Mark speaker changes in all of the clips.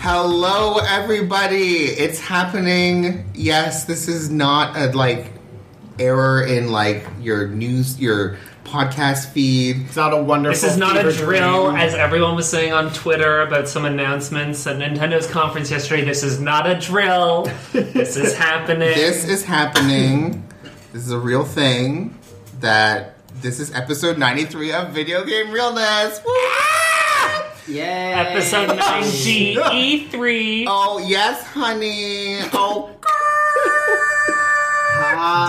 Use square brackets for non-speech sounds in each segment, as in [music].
Speaker 1: Hello, everybody. It's happening. Yes, this is not a like error in like your news, your podcast feed.
Speaker 2: It's not a wonderful.
Speaker 3: This is not a
Speaker 2: fever
Speaker 3: drill,
Speaker 2: dream.
Speaker 3: as everyone was saying on Twitter about some announcements at Nintendo's conference yesterday. This is not a drill.
Speaker 1: [laughs]
Speaker 3: this is happening.
Speaker 1: This is happening. This is a real thing. That this is episode ninety three of Video Game Realness. Woo!
Speaker 3: Ah!
Speaker 1: [laughs]
Speaker 4: Yay!
Speaker 3: Episode 9G E3
Speaker 1: Oh yes,
Speaker 3: [laughs]
Speaker 1: honey. Oh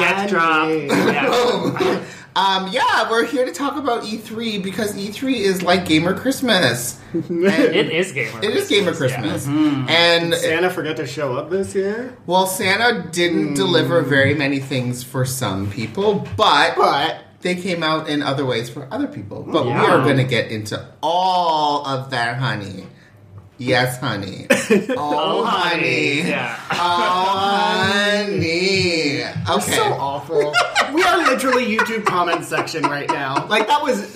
Speaker 3: Death Drop. Yeah.
Speaker 1: Um, yeah, we're here to talk about E3 because E3 is like Gamer
Speaker 2: [laughs]
Speaker 1: Christmas. And
Speaker 3: It is Gamer
Speaker 1: It is Gamer Christmas. And,
Speaker 2: Santa forgot to show up this year.
Speaker 1: well, Santa didn't deliver very many things for some people, but,
Speaker 2: But-
Speaker 1: they came out in other ways for other people. But we
Speaker 3: Yeah.
Speaker 1: are going to get into all of that, honey. Yes, honey. Oh, honey. Uh,
Speaker 3: Yeah.
Speaker 1: Oh, honey. Okay.
Speaker 2: So awful. we are literally YouTube comment section right now. Like that was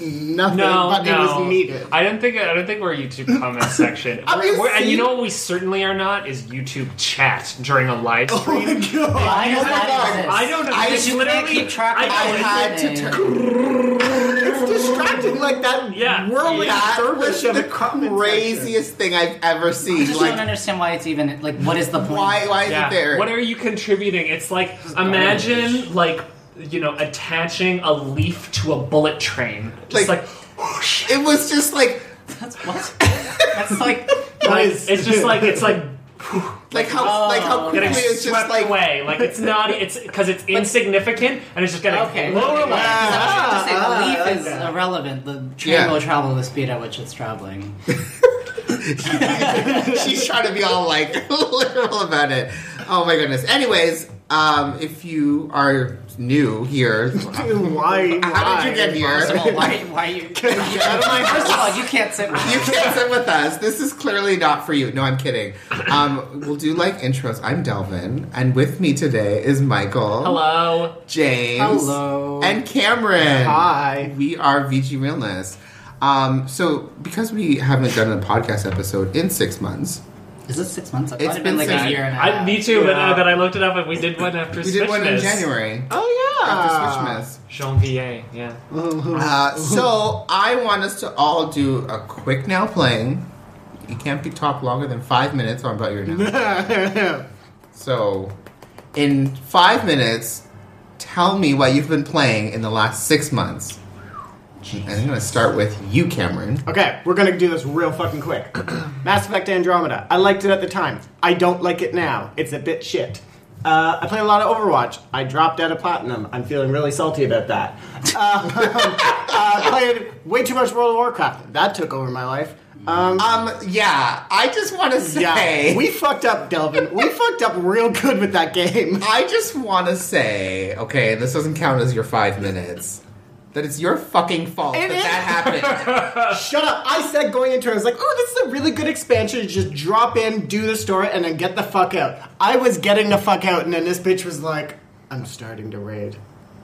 Speaker 3: [laughs]
Speaker 2: nothing,
Speaker 3: No,
Speaker 2: but
Speaker 3: no.
Speaker 2: it was needed.
Speaker 3: I don't think I don't think we're
Speaker 1: [laughs]
Speaker 3: a YouTube comment section.
Speaker 1: I mean,
Speaker 3: We're- we're- and you
Speaker 1: see-
Speaker 3: know what we certainly are not is YouTube chat during a live stream.
Speaker 2: Oh God.
Speaker 4: Why
Speaker 1: Oh
Speaker 4: does
Speaker 1: my
Speaker 4: that
Speaker 1: God.
Speaker 4: exist?
Speaker 3: I don't know.
Speaker 1: Oh, I
Speaker 3: because
Speaker 1: just
Speaker 4: can't
Speaker 3: literally
Speaker 4: keep track
Speaker 3: I
Speaker 4: of
Speaker 1: I
Speaker 3: know it.
Speaker 1: had to
Speaker 4: Listening.
Speaker 1: turn.
Speaker 2: It's distracting like that
Speaker 3: Yeah.
Speaker 2: whirling
Speaker 1: That was
Speaker 2: dervish of
Speaker 1: the
Speaker 2: the comment
Speaker 1: craziest thing I've ever
Speaker 4: I
Speaker 1: seen.
Speaker 4: just
Speaker 1: like,
Speaker 4: don't understand why it's even like. What is the point?
Speaker 1: why? Why is
Speaker 3: Yeah.
Speaker 1: it there?
Speaker 3: What are you contributing? It's like imagine like you know attaching a leaf to a bullet train. Just
Speaker 1: Like-
Speaker 3: like, whoosh.
Speaker 1: it was just like,
Speaker 4: [laughs]
Speaker 1: [laughs]
Speaker 4: That's what.
Speaker 3: [laughs]
Speaker 4: That's like.
Speaker 3: Like,
Speaker 2: is-
Speaker 3: it's
Speaker 2: [laughs]
Speaker 1: [laughs]
Speaker 3: just like it's like
Speaker 1: like how,
Speaker 4: Oh.
Speaker 1: like how quickly
Speaker 3: getting
Speaker 1: it's
Speaker 3: swept
Speaker 1: just like.
Speaker 3: away. Like it's not it's because
Speaker 1: [laughs]
Speaker 3: it's insignificant and it's just getting
Speaker 4: Okay.
Speaker 3: lower
Speaker 4: okay.
Speaker 3: away.
Speaker 4: I was
Speaker 2: Ah,
Speaker 4: about to say
Speaker 2: ah,
Speaker 4: the
Speaker 2: I
Speaker 4: leaf
Speaker 2: like
Speaker 4: is
Speaker 2: that.
Speaker 4: irrelevant. The train
Speaker 1: Yeah.
Speaker 4: will travel the speed at which it's traveling.
Speaker 1: [laughs] She's trying to be all like [laughs] literal about it. Oh my goodness. Anyways, um, if you are new here, [laughs]
Speaker 2: section. Why?
Speaker 1: how did you get here?
Speaker 4: First of all, why? Why you? First of all, you can't
Speaker 1: [laughs]
Speaker 4: sit.
Speaker 1: You can't sit with us. This is clearly not for you. No, I'm kidding. Um, we'll do like intros. I'm Delvin, and with me today is Michael.
Speaker 3: Hello.
Speaker 1: James.
Speaker 4: Hello.
Speaker 1: And Cameron.
Speaker 2: Hi.
Speaker 1: We are VG Realness. Um, so, because we haven't done a podcast episode in six months,
Speaker 4: Is it six months? I thought
Speaker 1: It's
Speaker 4: it'd
Speaker 1: been
Speaker 4: like
Speaker 1: six-
Speaker 4: a year and a half.
Speaker 3: I, me too, but, uh,
Speaker 2: Yeah.
Speaker 3: but I looked it up and we did one after
Speaker 1: we did one in
Speaker 3: Switchness.
Speaker 1: January.
Speaker 2: Oh yeah.
Speaker 1: After Switchmas.
Speaker 3: Janvier, yeah.
Speaker 1: Uh, so, I want us to all do a quick now playing. You can't be talk longer than five minutes on about your now.
Speaker 2: [laughs]
Speaker 1: so, in five minutes, tell me what you've been playing in the last six months. And I'm going to start with you, Cameron.
Speaker 2: Okay, we're gonna do this real fucking quick. Mass Effect Andromeda. I liked it at the time. I don't like it now. It's a bit shit. Uh, I play a lot of Overwatch. I dropped out of Platinum. I'm feeling really salty about that. Uh, [laughs] I played way too much World of Warcraft. That took over my life. Um,
Speaker 1: Um, yeah, I just want to say,
Speaker 2: yeah, we fucked up, Delvin. We fucked up real good with
Speaker 1: [laughs]
Speaker 2: that game.
Speaker 1: I just want to say, okay, this doesn't count as your five minutes. That it's your fucking fault
Speaker 2: It
Speaker 1: that
Speaker 2: is.
Speaker 1: that
Speaker 2: [laughs]
Speaker 1: happened.
Speaker 2: Shut up. I said going into it, I was like, oh, this is a really good expansion. Just drop in, do the story, and then get the fuck out. I was getting the fuck out, and then this bitch was like, I'm starting to raid.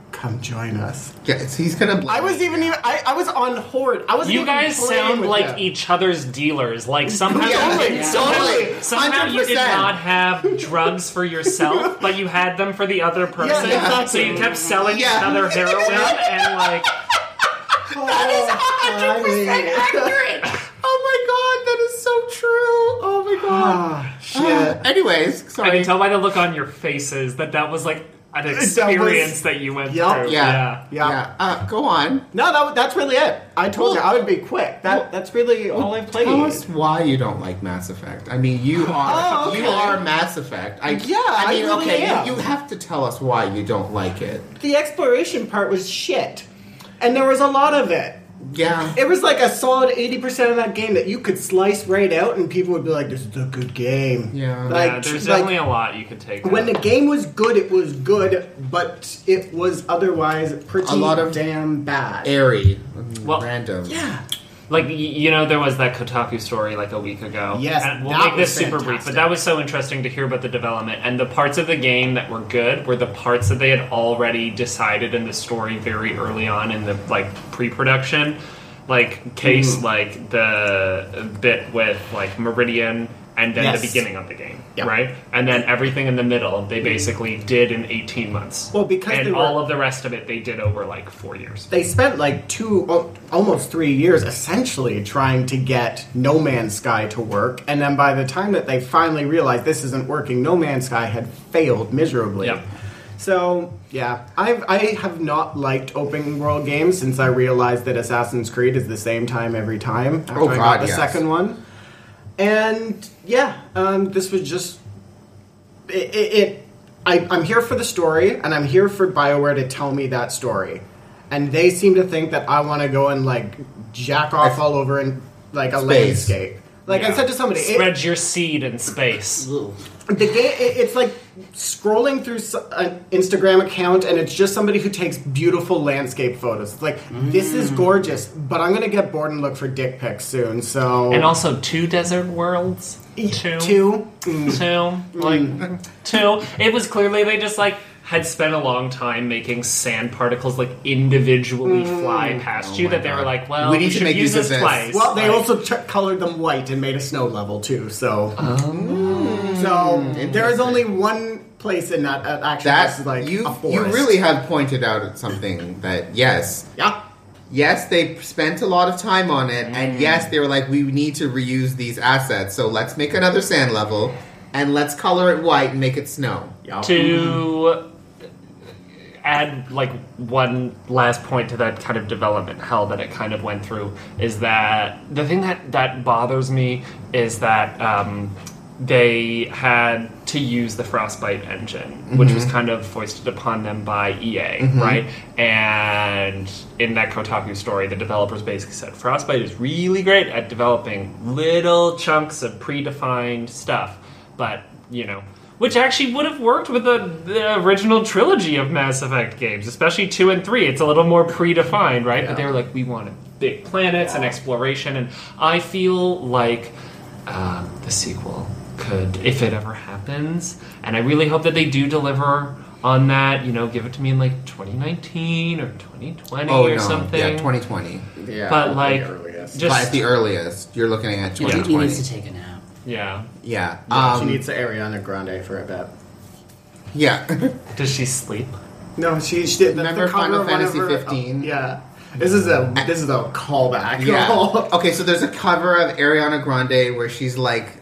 Speaker 2: Come join us.
Speaker 1: yeah, so he's gonna. Blame
Speaker 2: I was even even I, I was on horde. I was
Speaker 3: You guys sound like e-
Speaker 2: [laughs] them.
Speaker 3: each other's dealers. Like somehow,
Speaker 1: Yeah,
Speaker 2: Totally,
Speaker 3: somehow,
Speaker 1: totally.
Speaker 3: somehow you did
Speaker 1: 100%.
Speaker 3: not have drugs for yourself, but you had them for the other person.
Speaker 2: exactly.
Speaker 3: So you kept selling
Speaker 1: Yeah.
Speaker 3: each other heroin and
Speaker 2: [laughs]
Speaker 3: like
Speaker 2: Oh,
Speaker 1: That is 100%
Speaker 2: Honey. [laughs]
Speaker 1: accurate. [laughs] Oh my god, that is so true. Oh my god.
Speaker 2: Ah, shit.
Speaker 1: Anyways,
Speaker 3: I
Speaker 1: sorry.
Speaker 3: can tell by the look on your faces that that was like an
Speaker 2: was-
Speaker 3: experience that, you went
Speaker 2: Yup.
Speaker 3: through.
Speaker 1: yeah, yeah.
Speaker 2: Yeah.
Speaker 1: Uh, go on.
Speaker 2: No, that, that's really it. I told you I would be quick. That
Speaker 1: Well-
Speaker 2: that's really all I played.
Speaker 1: Tell us why you don't like Mass Effect. I mean, you are
Speaker 2: Oh, okay.
Speaker 1: you are Mass Effect. I,
Speaker 2: Yeah,
Speaker 1: I
Speaker 2: I
Speaker 1: mean,
Speaker 2: really
Speaker 1: okay,
Speaker 2: am.
Speaker 1: You, you have to tell us why you don't like it.
Speaker 2: The exploration part was shit, and there was a lot of it.
Speaker 1: Yeah,
Speaker 2: It was like a solid eighty percent of that game that you could slice right out, and people would be like, "This is a good game."
Speaker 1: Yeah.
Speaker 2: like
Speaker 3: yeah, there's
Speaker 2: like,
Speaker 3: definitely a lot you could take.
Speaker 2: When
Speaker 3: out.
Speaker 2: the game was good, it was good, but it was otherwise pretty
Speaker 1: A lot of-
Speaker 2: damn bad.
Speaker 1: airy, and
Speaker 3: Well,
Speaker 1: random.
Speaker 2: yeah.
Speaker 3: Like y- you know, there was that Kotaku story like a week ago.
Speaker 2: Yes,
Speaker 3: and we'll
Speaker 2: that
Speaker 3: make this
Speaker 2: was
Speaker 3: super brief, but
Speaker 2: fantastic.
Speaker 3: that was so interesting to hear about the development and the parts of the game that were good were the parts that they had already decided in the story very early on in the like
Speaker 2: Mm-hmm.
Speaker 3: pre-production, like case like the bit with like Meridian and then
Speaker 2: Yes. Mm-hmm.
Speaker 3: the beginning of the game,
Speaker 1: Yeah.
Speaker 3: right? And then everything in the middle they basically did in 18 months.
Speaker 2: Well, because
Speaker 3: and
Speaker 2: they were-
Speaker 3: all of the rest of it they did over like four years.
Speaker 2: They spent like two, al- almost three years essentially trying to get No Man's Sky to work, and then by the time that they finally realized this isn't working, No Man's Sky had failed miserably.
Speaker 3: Yep.
Speaker 2: So yeah, I've I have not liked open world games since I realized that Assassin's Creed is the same time every time. After
Speaker 1: Oh,
Speaker 2: I
Speaker 1: God,
Speaker 2: got the
Speaker 1: yes.
Speaker 2: second one, and yeah, um, this was just it. it, it I, I'm here for the story, and I'm here for Bioware to tell me that story, and they seem to think that I want to go and like jack off all over in like a
Speaker 1: Space.
Speaker 2: landscape. Like I
Speaker 3: Yeah.
Speaker 2: said to somebody, it-
Speaker 3: spread your seed in space.
Speaker 2: the game it- it's like scrolling through s- an instagram account and it's just somebody who takes beautiful landscape photos it's like this is
Speaker 3: Mm.
Speaker 2: gorgeous but i'm gonna get bored and look for dick pics soon so
Speaker 3: And also two desert worlds.
Speaker 2: E-
Speaker 3: Two.
Speaker 2: two Mm.
Speaker 3: Two. Like two. It was clearly they just like had spent a long time making sand particles like individually
Speaker 2: Mm.
Speaker 3: fly past you
Speaker 1: Oh my
Speaker 3: that they were
Speaker 1: God.
Speaker 3: like, well,
Speaker 1: We
Speaker 3: we,
Speaker 1: need to
Speaker 3: should
Speaker 1: make
Speaker 3: use
Speaker 1: use of
Speaker 3: this
Speaker 1: this.
Speaker 3: place.
Speaker 2: well they
Speaker 3: Like,
Speaker 2: also t- colored them white and made a snow level too so
Speaker 1: Oh.
Speaker 2: so there is only one place in that uh, actually
Speaker 1: That's
Speaker 2: that's like
Speaker 1: you.
Speaker 2: a
Speaker 1: You
Speaker 2: forest.
Speaker 1: really have pointed out at something that yes,
Speaker 2: yeah
Speaker 1: yes, they spent a lot of time on it, and yes, they were like, we need to reuse these assets, so let's make another sand level and let's color it white and make it snow.
Speaker 2: yeah
Speaker 3: to add like one last point to that kind of development hell that it kind of went through is that the thing that that bothers me is that um, they had to use the frostbite engine which was kind of foisted upon them by ea right and in that kotaku story the developers basically said frostbite is really great at developing little chunks of predefined stuff but you know which actually would have worked with the, the original trilogy of Mass Effect games, especially two and three. It's a little more predefined, right? But they were like, we wanted big planets and exploration, and I feel like um, the sequel could, if it ever happens, and I really hope that they do deliver on that. You know, give it to me in like 2019 or 2020
Speaker 1: Oh
Speaker 3: or
Speaker 1: no!
Speaker 3: something.
Speaker 1: Yeah, 2020.
Speaker 2: yeah
Speaker 3: But like,
Speaker 2: earliest.
Speaker 1: But at
Speaker 3: just
Speaker 1: the earliest, you're looking at
Speaker 4: He
Speaker 1: 2020.
Speaker 4: needs to take a nap.
Speaker 3: yeah.
Speaker 1: Yeah.
Speaker 2: she
Speaker 1: Um,
Speaker 2: needs the ariana grande for a bit
Speaker 1: yeah. [laughs]
Speaker 3: Does she sleep?
Speaker 2: No, she, she did.
Speaker 1: Remember
Speaker 2: the cover
Speaker 1: Final
Speaker 2: of one of
Speaker 1: Fantasy
Speaker 2: her-
Speaker 1: 15?
Speaker 2: yeah, this is a this is a callback. [laughs]
Speaker 1: Yeah. Okay, so there's a cover of Ariana Grande where she's like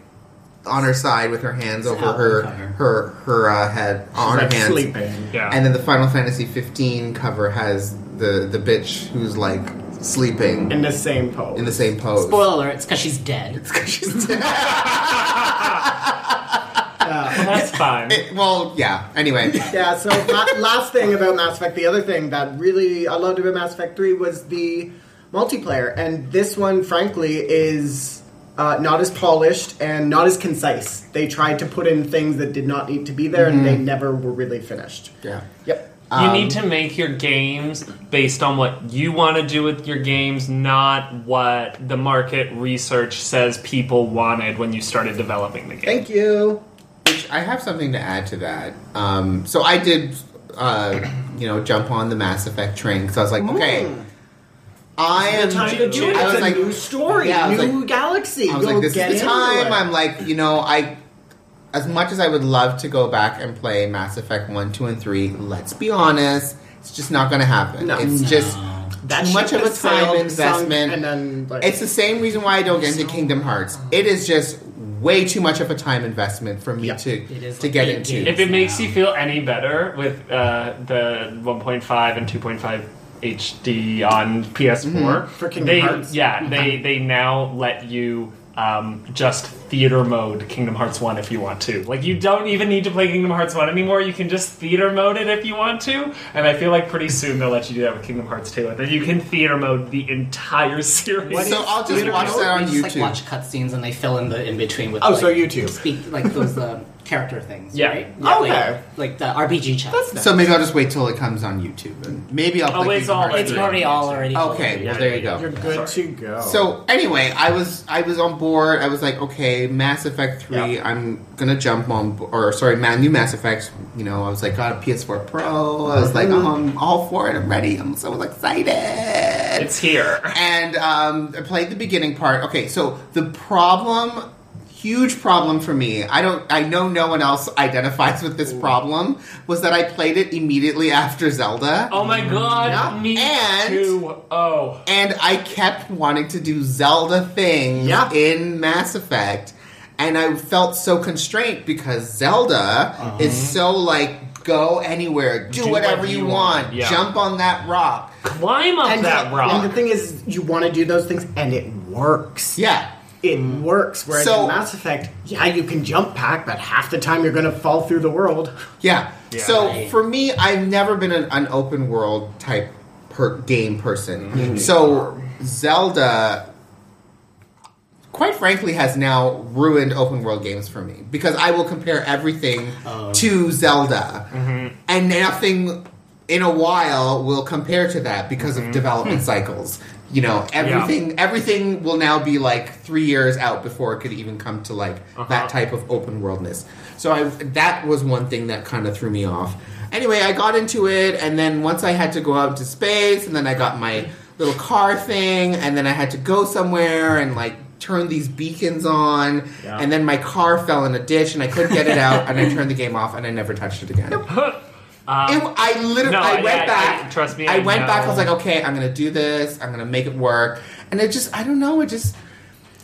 Speaker 1: on her side with her hands
Speaker 4: an
Speaker 1: over
Speaker 4: album
Speaker 1: her
Speaker 4: cover.
Speaker 1: her her uh, head on
Speaker 2: like
Speaker 1: her hands.
Speaker 2: sleeping.
Speaker 3: Yeah.
Speaker 1: And then the Final Fantasy 15 cover has the the bitch who's like sleeping
Speaker 2: in the same pose.
Speaker 1: in the same pose.
Speaker 4: Spoiler alert, it's because she's dead.
Speaker 1: She's dead.
Speaker 3: [laughs] That's fine.
Speaker 1: [laughs] well, yeah. Anyway,
Speaker 2: yeah. So la- last thing about Mass Effect, the other thing that really I loved about Mass Effect Three was the multiplayer, and this one, frankly, is. Uh, not as polished and not as concise. They tried to put in things that did not need to be there, and they
Speaker 1: Mm-hmm.
Speaker 2: never were really finished.
Speaker 1: yeah.
Speaker 2: Yep.
Speaker 3: You need to make your games based on what you want to do with your games, not what the market research says people wanted when you started developing the game.
Speaker 2: Thank you.
Speaker 1: Which I have something to add to that. Um, so I did, uh, you know, jump on the Mass Effect train because I was like, okay, I am.
Speaker 2: time to do it.
Speaker 1: I
Speaker 2: Mm. It's
Speaker 1: was
Speaker 2: a
Speaker 1: like-
Speaker 2: new story,
Speaker 1: yeah, I was
Speaker 2: new galaxy.
Speaker 1: I was
Speaker 2: Go
Speaker 1: like, this
Speaker 2: get
Speaker 1: is the
Speaker 2: into
Speaker 1: time.
Speaker 2: it.
Speaker 1: I'm like, you know, I. As much as I would love to go back and play Mass Effect 1, 2, and 3, let's be honest, it's just not going to happen.
Speaker 2: No.
Speaker 1: It's
Speaker 4: No.
Speaker 1: just
Speaker 2: That
Speaker 1: too much
Speaker 2: ship
Speaker 1: of a
Speaker 2: has
Speaker 1: time
Speaker 2: sailed,
Speaker 1: investment.
Speaker 2: sunk, and then like,
Speaker 1: It's the same reason why I don't get into Kingdom Hearts. It is just way too much of a time investment for me
Speaker 2: Yeah.
Speaker 1: to
Speaker 4: It is
Speaker 1: to
Speaker 4: like
Speaker 1: get
Speaker 4: eight
Speaker 1: into.
Speaker 4: games.
Speaker 3: If it makes you feel any better with uh, the 1.5 and 2.5 HD on PS4,
Speaker 2: For Kingdom
Speaker 3: they,
Speaker 2: Mm-hmm. Hearts.
Speaker 3: yeah, they they now let you. Um, just theater mode Kingdom Hearts 1 if you want to. Like, you don't even need to play Kingdom Hearts 1 anymore. You can just theater mode it if you want to. And I feel like pretty soon they'll let you do that with Kingdom Hearts 2. And then you can theater mode the entire [laughs] series.
Speaker 1: so I'll just
Speaker 4: You
Speaker 1: watch
Speaker 4: know,
Speaker 1: that on
Speaker 4: you
Speaker 1: YouTube.
Speaker 4: Just, like, watch cutscenes and they fill in the in between with.
Speaker 2: Oh,
Speaker 4: like,
Speaker 2: so YouTube.
Speaker 4: Speak like those uh, character things.
Speaker 3: Yeah.
Speaker 4: Right?
Speaker 2: Yeah.
Speaker 4: Like-
Speaker 2: Okay.
Speaker 4: Like, the RPG chat.
Speaker 2: That's
Speaker 1: so maybe I'll just wait till it comes on YouTube and maybe I'll
Speaker 3: Oh,
Speaker 1: play
Speaker 3: it's
Speaker 1: Kingdom
Speaker 3: all-
Speaker 1: Hearts
Speaker 4: it's
Speaker 1: three.
Speaker 4: already all already.
Speaker 1: Okay, well there you go.
Speaker 2: you're good to go.
Speaker 1: So anyway, I was I was on board. I was like, okay, Mass Effect three.
Speaker 2: Yeah.
Speaker 1: I'm gonna jump on, bo- or sorry, man, new Mass Effect. You know, I was like, got a PS4 Pro. I was like, oh, I'm all for it. I'm ready. I'm so excited.
Speaker 3: It's here.
Speaker 1: and um, I played the beginning part. Okay, so the problem, huge problem for me. I don't. I know no one else [laughs] identifies with this problem. Was that I played it immediately after Zelda,
Speaker 3: Oh my god,
Speaker 1: Yeah.
Speaker 3: me
Speaker 1: And-
Speaker 3: too. Oh.
Speaker 1: and I kept wanting to do Zelda things
Speaker 2: Yeah.
Speaker 1: in Mass Effect, and I felt so constrained because Zelda is so like go anywhere, do,
Speaker 3: Uh-huh. Do
Speaker 1: whatever
Speaker 3: what
Speaker 1: you,
Speaker 3: you
Speaker 1: want,
Speaker 3: want. Yeah.
Speaker 1: jump on that rock.
Speaker 3: Climb up
Speaker 2: And,
Speaker 3: that rock.
Speaker 2: and the thing is, you want to do those things, and it works.
Speaker 1: Yeah.
Speaker 2: It works. Whereas
Speaker 1: So-
Speaker 2: in Mass Effect, yeah, you can jump pack, but half the time you're going to fall through the world.
Speaker 1: Yeah.
Speaker 3: Yeah.
Speaker 1: so
Speaker 3: Right.
Speaker 1: for me, I've never been an, an open world type per- game person.
Speaker 3: Mm-hmm.
Speaker 1: So Zelda, quite frankly, has now ruined open world games for me because I will compare everything
Speaker 3: Um.
Speaker 1: to Zelda,
Speaker 3: Mm-hmm.
Speaker 1: and nothing in a while will compare to that because
Speaker 3: Mm-hmm.
Speaker 1: of
Speaker 3: Hmm.
Speaker 1: development cycles. You know, everything everything will now be like three years out before it could even come to like
Speaker 3: Uh-huh.
Speaker 1: that type of open worldness. So I that was one thing that kind of threw me off. Anyway, I got into it, and then once I had to go out to space, and then I got my little car thing, and then I had to go somewhere and like turn these beacons on,
Speaker 2: Yeah.
Speaker 1: and then my car fell in a ditch, and I couldn't get it out, and I turned the game off, and I never touched it again. It- I literally,
Speaker 3: No,
Speaker 1: I
Speaker 3: I-
Speaker 1: went
Speaker 3: I-
Speaker 1: back.
Speaker 3: I- trust me,
Speaker 1: I,
Speaker 3: I
Speaker 1: went back. I
Speaker 3: know.
Speaker 1: was like, okay, I'm gonna do this. I'm gonna make it work. And it just, I don't know. It just,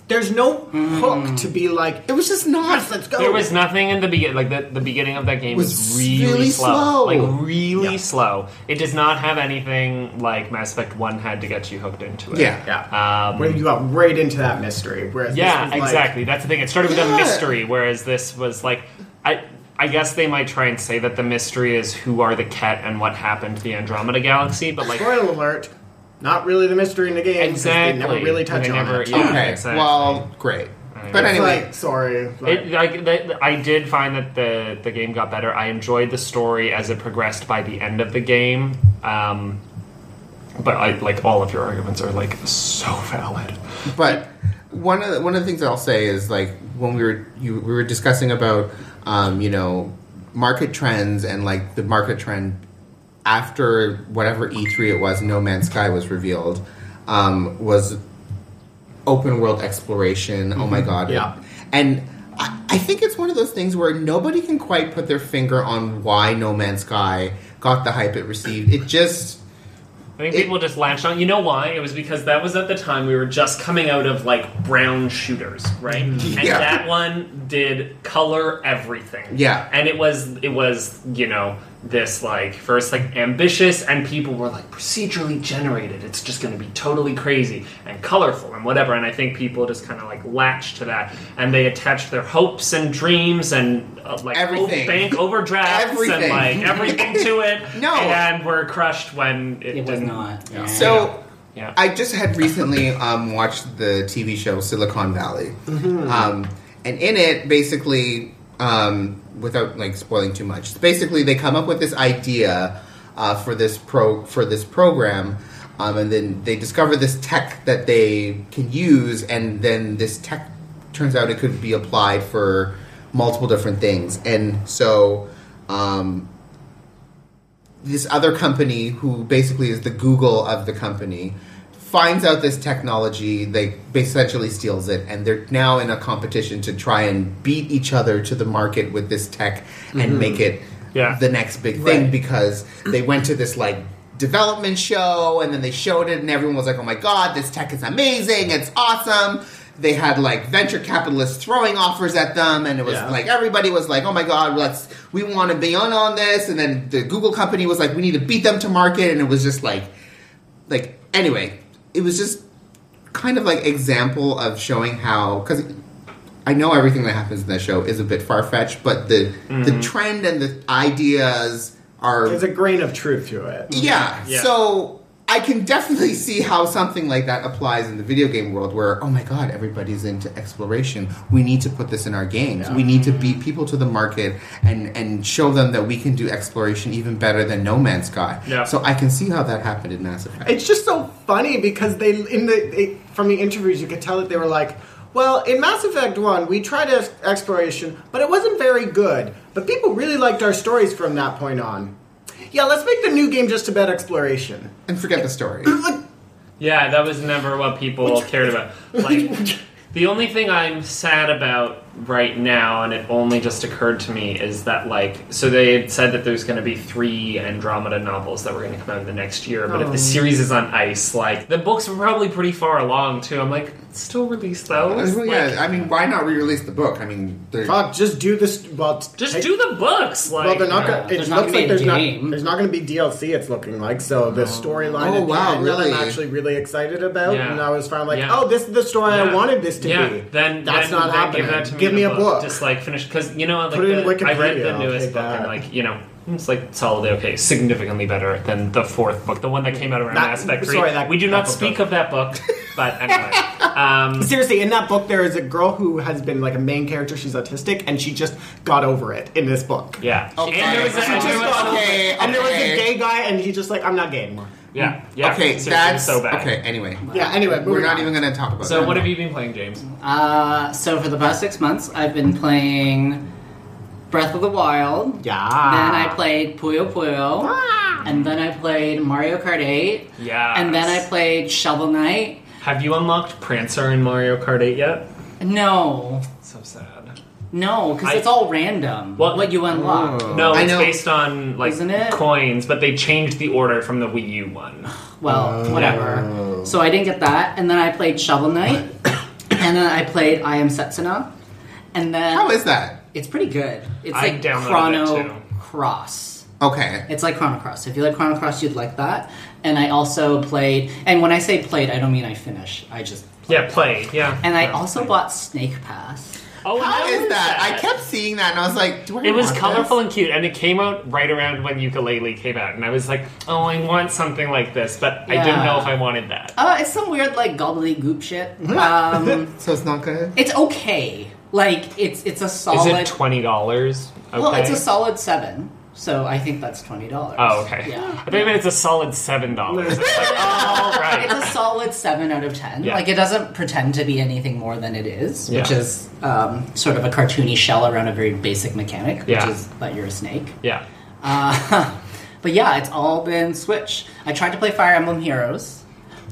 Speaker 2: There's no hook to be like,
Speaker 1: it was just not.
Speaker 2: yes, let's go.
Speaker 3: There was nothing in the beginning. Like the, the beginning of that game
Speaker 1: Was
Speaker 3: was really,
Speaker 1: really slow.
Speaker 3: slow. Like really
Speaker 2: Yeah.
Speaker 3: slow. It does not have anything like Mass Effect One had to get you hooked into it.
Speaker 1: Yeah.
Speaker 2: Yeah.
Speaker 3: Um,
Speaker 2: Where you got right into that mystery. Whereas
Speaker 3: yeah,
Speaker 2: this was like,
Speaker 3: exactly. That's the thing. It started with
Speaker 1: Yeah.
Speaker 3: a mystery, whereas this was like, I. I guess they might try and say that the mystery is who are the cat and what happened to the Andromeda Galaxy, but like
Speaker 2: Spoiler alert. Not really the mystery in the game. 'cause They
Speaker 3: Exactly.
Speaker 2: never really touch
Speaker 3: They
Speaker 2: on
Speaker 3: never-
Speaker 2: it.
Speaker 3: yeah.
Speaker 1: okay,
Speaker 3: exactly.
Speaker 1: well, great. But
Speaker 3: It's
Speaker 2: It's
Speaker 1: anyway,
Speaker 2: like, sorry. like-
Speaker 3: It, like the, I did find that the the game got better. I enjoyed the story as it progressed by the end of the game. Um, but I like all of your arguments are like so valid.
Speaker 1: but one of the, one of the things that I'll say is like when we were you we were discussing about um, you know market trends and like the market trend after whatever E three it was No Man's Sky was revealed um, was open world exploration. Oh my god!
Speaker 2: Yeah.
Speaker 1: and. I I think it's one of those things where nobody can quite put their finger on why No Man's Sky got the hype it received. It just
Speaker 3: I think
Speaker 1: It-
Speaker 3: people just latched on. You know why? It was because that was at the time we were just coming out of like brown shooters, right? And
Speaker 1: Mm-hmm. Yeah.
Speaker 3: that one did color everything.
Speaker 1: Yeah.
Speaker 3: And it was it was, you know, this like first like ambitious and people were like procedurally generated. It's just going to be totally crazy and colorful and whatever. And I think people just kind of like latched to that and they attached their hopes and dreams and uh, like
Speaker 1: Everything.
Speaker 3: bank overdrafts
Speaker 1: Everything.
Speaker 3: and like everything to it.
Speaker 1: [laughs] No.
Speaker 3: And were crushed when it,
Speaker 4: It was
Speaker 3: didn't
Speaker 4: not. Yeah.
Speaker 1: so.
Speaker 3: yeah.
Speaker 1: I just had recently um, watched the TV show Silicon Valley, um, and in it, basically, um, without like spoiling too much, basically they come up with this idea uh, for this pro for this program, um, and then they discover this tech that they can use, and then this tech turns out it could be applied for multiple different things, and so. Um, this other company who basically is the Google of the company finds out this technology they essentially steals it and they're now in a competition to try and beat each other to the market with this tech and make it
Speaker 3: Yeah.
Speaker 1: the next big thing
Speaker 2: Right.
Speaker 1: because they went to this like development show and then they showed it and everyone was like oh my god this tech is amazing it's awesome they had like venture capitalists throwing offers at them and it was
Speaker 2: Yeah.
Speaker 1: like everybody was like oh my god let's we want to be on on this and then the google company was like we need to beat them to market and it was just like like anyway it was just kind of like example of showing how because I know everything that happens in that show is a bit far fetched, but the the trend and the ideas are
Speaker 2: There's a grain of truth to it.
Speaker 1: yeah,
Speaker 3: Yeah.
Speaker 1: So I can definitely see how something like that applies in the video game world where, oh my god, everybody's into exploration. We need to put this in our games.
Speaker 2: Yeah.
Speaker 1: We need to beat people to the market and, and show them that we can do exploration even better than No Man's Sky.
Speaker 3: Yeah.
Speaker 1: So I can see how that happened in Mass Effect.
Speaker 2: It's just so funny because they in the they, from the interviews you could tell that they were like, well, in Mass Effect One we tried ex- exploration, but it wasn't very good. But people really liked our stories from that point on. Yeah, let's make the new game just about exploration.
Speaker 1: and forget the story.
Speaker 3: Yeah, that was never what people cared about. Like the only thing I'm sad about right now, and it only just occurred to me, is that like so they had said that there's going to be three Andromeda novels that were going to come out in the next year, but if the series is on ice, like the books were probably pretty far along too. I'm like, still release those.
Speaker 1: Uh, Well,
Speaker 3: Like,
Speaker 1: yeah, I mean, why not re-release the book? I mean, they're-
Speaker 2: Fuck, just do this. Well, t-
Speaker 3: Just
Speaker 2: take-
Speaker 3: do the books. Like,
Speaker 2: Well, they're not.
Speaker 4: no,
Speaker 2: Gonna, it
Speaker 4: there's
Speaker 2: looks
Speaker 4: not gonna be
Speaker 2: like
Speaker 4: a
Speaker 2: there's
Speaker 4: game.
Speaker 2: not. There's not going to be DLC. It's looking like so. The storyline.
Speaker 1: Oh,
Speaker 2: at the
Speaker 1: wow,
Speaker 2: end that
Speaker 1: really?
Speaker 2: I'm actually really excited about,
Speaker 3: Yeah.
Speaker 2: and I was finally like,
Speaker 3: Yeah.
Speaker 2: oh, this is the story I
Speaker 3: Yeah.
Speaker 2: wanted this to
Speaker 3: yeah.
Speaker 2: be.
Speaker 3: Then
Speaker 2: that's
Speaker 3: then-
Speaker 2: not
Speaker 3: then
Speaker 2: happening.
Speaker 3: Give, that to me,
Speaker 2: Give
Speaker 3: in
Speaker 2: me
Speaker 3: a
Speaker 2: a book.
Speaker 3: Just like finish because you know, like
Speaker 2: Put it in
Speaker 3: the- I read
Speaker 2: Wikipedia,
Speaker 3: the
Speaker 2: I'll
Speaker 3: newest
Speaker 2: take
Speaker 3: book and
Speaker 2: that.
Speaker 3: like you know. It's like solidly okay, significantly better than the fourth book, the one that came out around
Speaker 2: That-
Speaker 3: Mass Effect Three.
Speaker 2: sorry, that-
Speaker 3: we do not
Speaker 2: that book
Speaker 3: speak
Speaker 2: does.
Speaker 3: of that
Speaker 2: [laughs]
Speaker 3: book, but anyway, um,
Speaker 2: Seriously, in that book, there is a girl who has been like a main character. She's autistic, and she just got over it in this book.
Speaker 3: yeah.
Speaker 1: Okay.
Speaker 3: And there was a,
Speaker 1: She
Speaker 3: and there
Speaker 1: just
Speaker 3: was
Speaker 1: got
Speaker 3: a-
Speaker 1: Okay,
Speaker 2: and there was
Speaker 1: okay.
Speaker 2: a gay guy, and he just like, I'm not gay anymore.
Speaker 3: yeah, yeah.
Speaker 1: okay,
Speaker 3: seriously,
Speaker 1: that's
Speaker 3: so bad.
Speaker 1: Okay, anyway,
Speaker 2: Yeah. Anyway,
Speaker 1: we're
Speaker 2: moving
Speaker 1: not
Speaker 2: on.
Speaker 1: even going to talk about.
Speaker 3: So
Speaker 1: that.
Speaker 3: what have you been playing, James?
Speaker 4: Uh, so for the past six months, I've been playing Breath of the Wild. Then I
Speaker 2: Yeah.
Speaker 4: played Puyo Puyo. And then I played Mario Kart 8.
Speaker 3: Yeah.
Speaker 4: And then I played Shovel Knight.
Speaker 3: Have you unlocked Prancer in Mario Kart 8 yet?
Speaker 4: No.
Speaker 3: So sad.
Speaker 4: No, because
Speaker 3: I-
Speaker 4: it's all random.
Speaker 3: What-
Speaker 4: What, you unlock.
Speaker 3: No,
Speaker 1: Uh, I
Speaker 3: it's
Speaker 1: know-
Speaker 3: based on like
Speaker 4: Isn't it?
Speaker 3: coins, but they changed the order from the Wii U one.
Speaker 4: Well,
Speaker 1: Oh.
Speaker 4: whatever. So I didn't get that. And then I played Shovel
Speaker 1: [coughs]
Speaker 4: Knight. and then I played I Am Setsuna. And then
Speaker 1: How is that?
Speaker 4: it's pretty good. It's
Speaker 3: I
Speaker 4: like
Speaker 3: downloaded it too.
Speaker 4: Chrono Cross.
Speaker 1: Okay,
Speaker 4: It's like Chrono Cross. If you like Chrono Cross, you'd like that. And I also played, and when I say played, I don't mean I finish. I just
Speaker 3: Yeah, play. Yeah.
Speaker 4: and I also bought Snake Pass.
Speaker 3: Oh,
Speaker 1: how
Speaker 3: was
Speaker 1: is that? I kept seeing that, and I was like, do I
Speaker 3: It was
Speaker 1: want
Speaker 3: colorful
Speaker 1: this?
Speaker 3: and cute, and it came out right around when ukulele came out, and I was like, "Oh, I want something like this," but I didn't
Speaker 4: Yeah.
Speaker 3: know if I wanted that.
Speaker 4: Uh, it's some weird like gobbledygook shit.
Speaker 1: Mm-hmm.
Speaker 4: Um,
Speaker 1: So it's not good.
Speaker 4: it's okay. Like it's it's a
Speaker 3: Is
Speaker 4: solid.
Speaker 3: it twenty dollars? Okay.
Speaker 4: Oh, Well, it's a solid seven. So I think that's twenty dollars.
Speaker 3: oh, okay.
Speaker 4: Yeah.
Speaker 3: I think it's a solid seven dollars. All
Speaker 4: It's a
Speaker 3: right.
Speaker 4: solid seven out of ten.
Speaker 3: Yeah.
Speaker 4: Like it doesn't pretend to be anything more than it is, which
Speaker 3: Yeah.
Speaker 4: is um, sort of a cartoony shell around a very basic mechanic, which
Speaker 3: Yeah.
Speaker 4: is that you're a snake.
Speaker 3: Yeah.
Speaker 4: Uh, [laughs] but yeah, it's all been Switch. I tried to play Fire Emblem Heroes.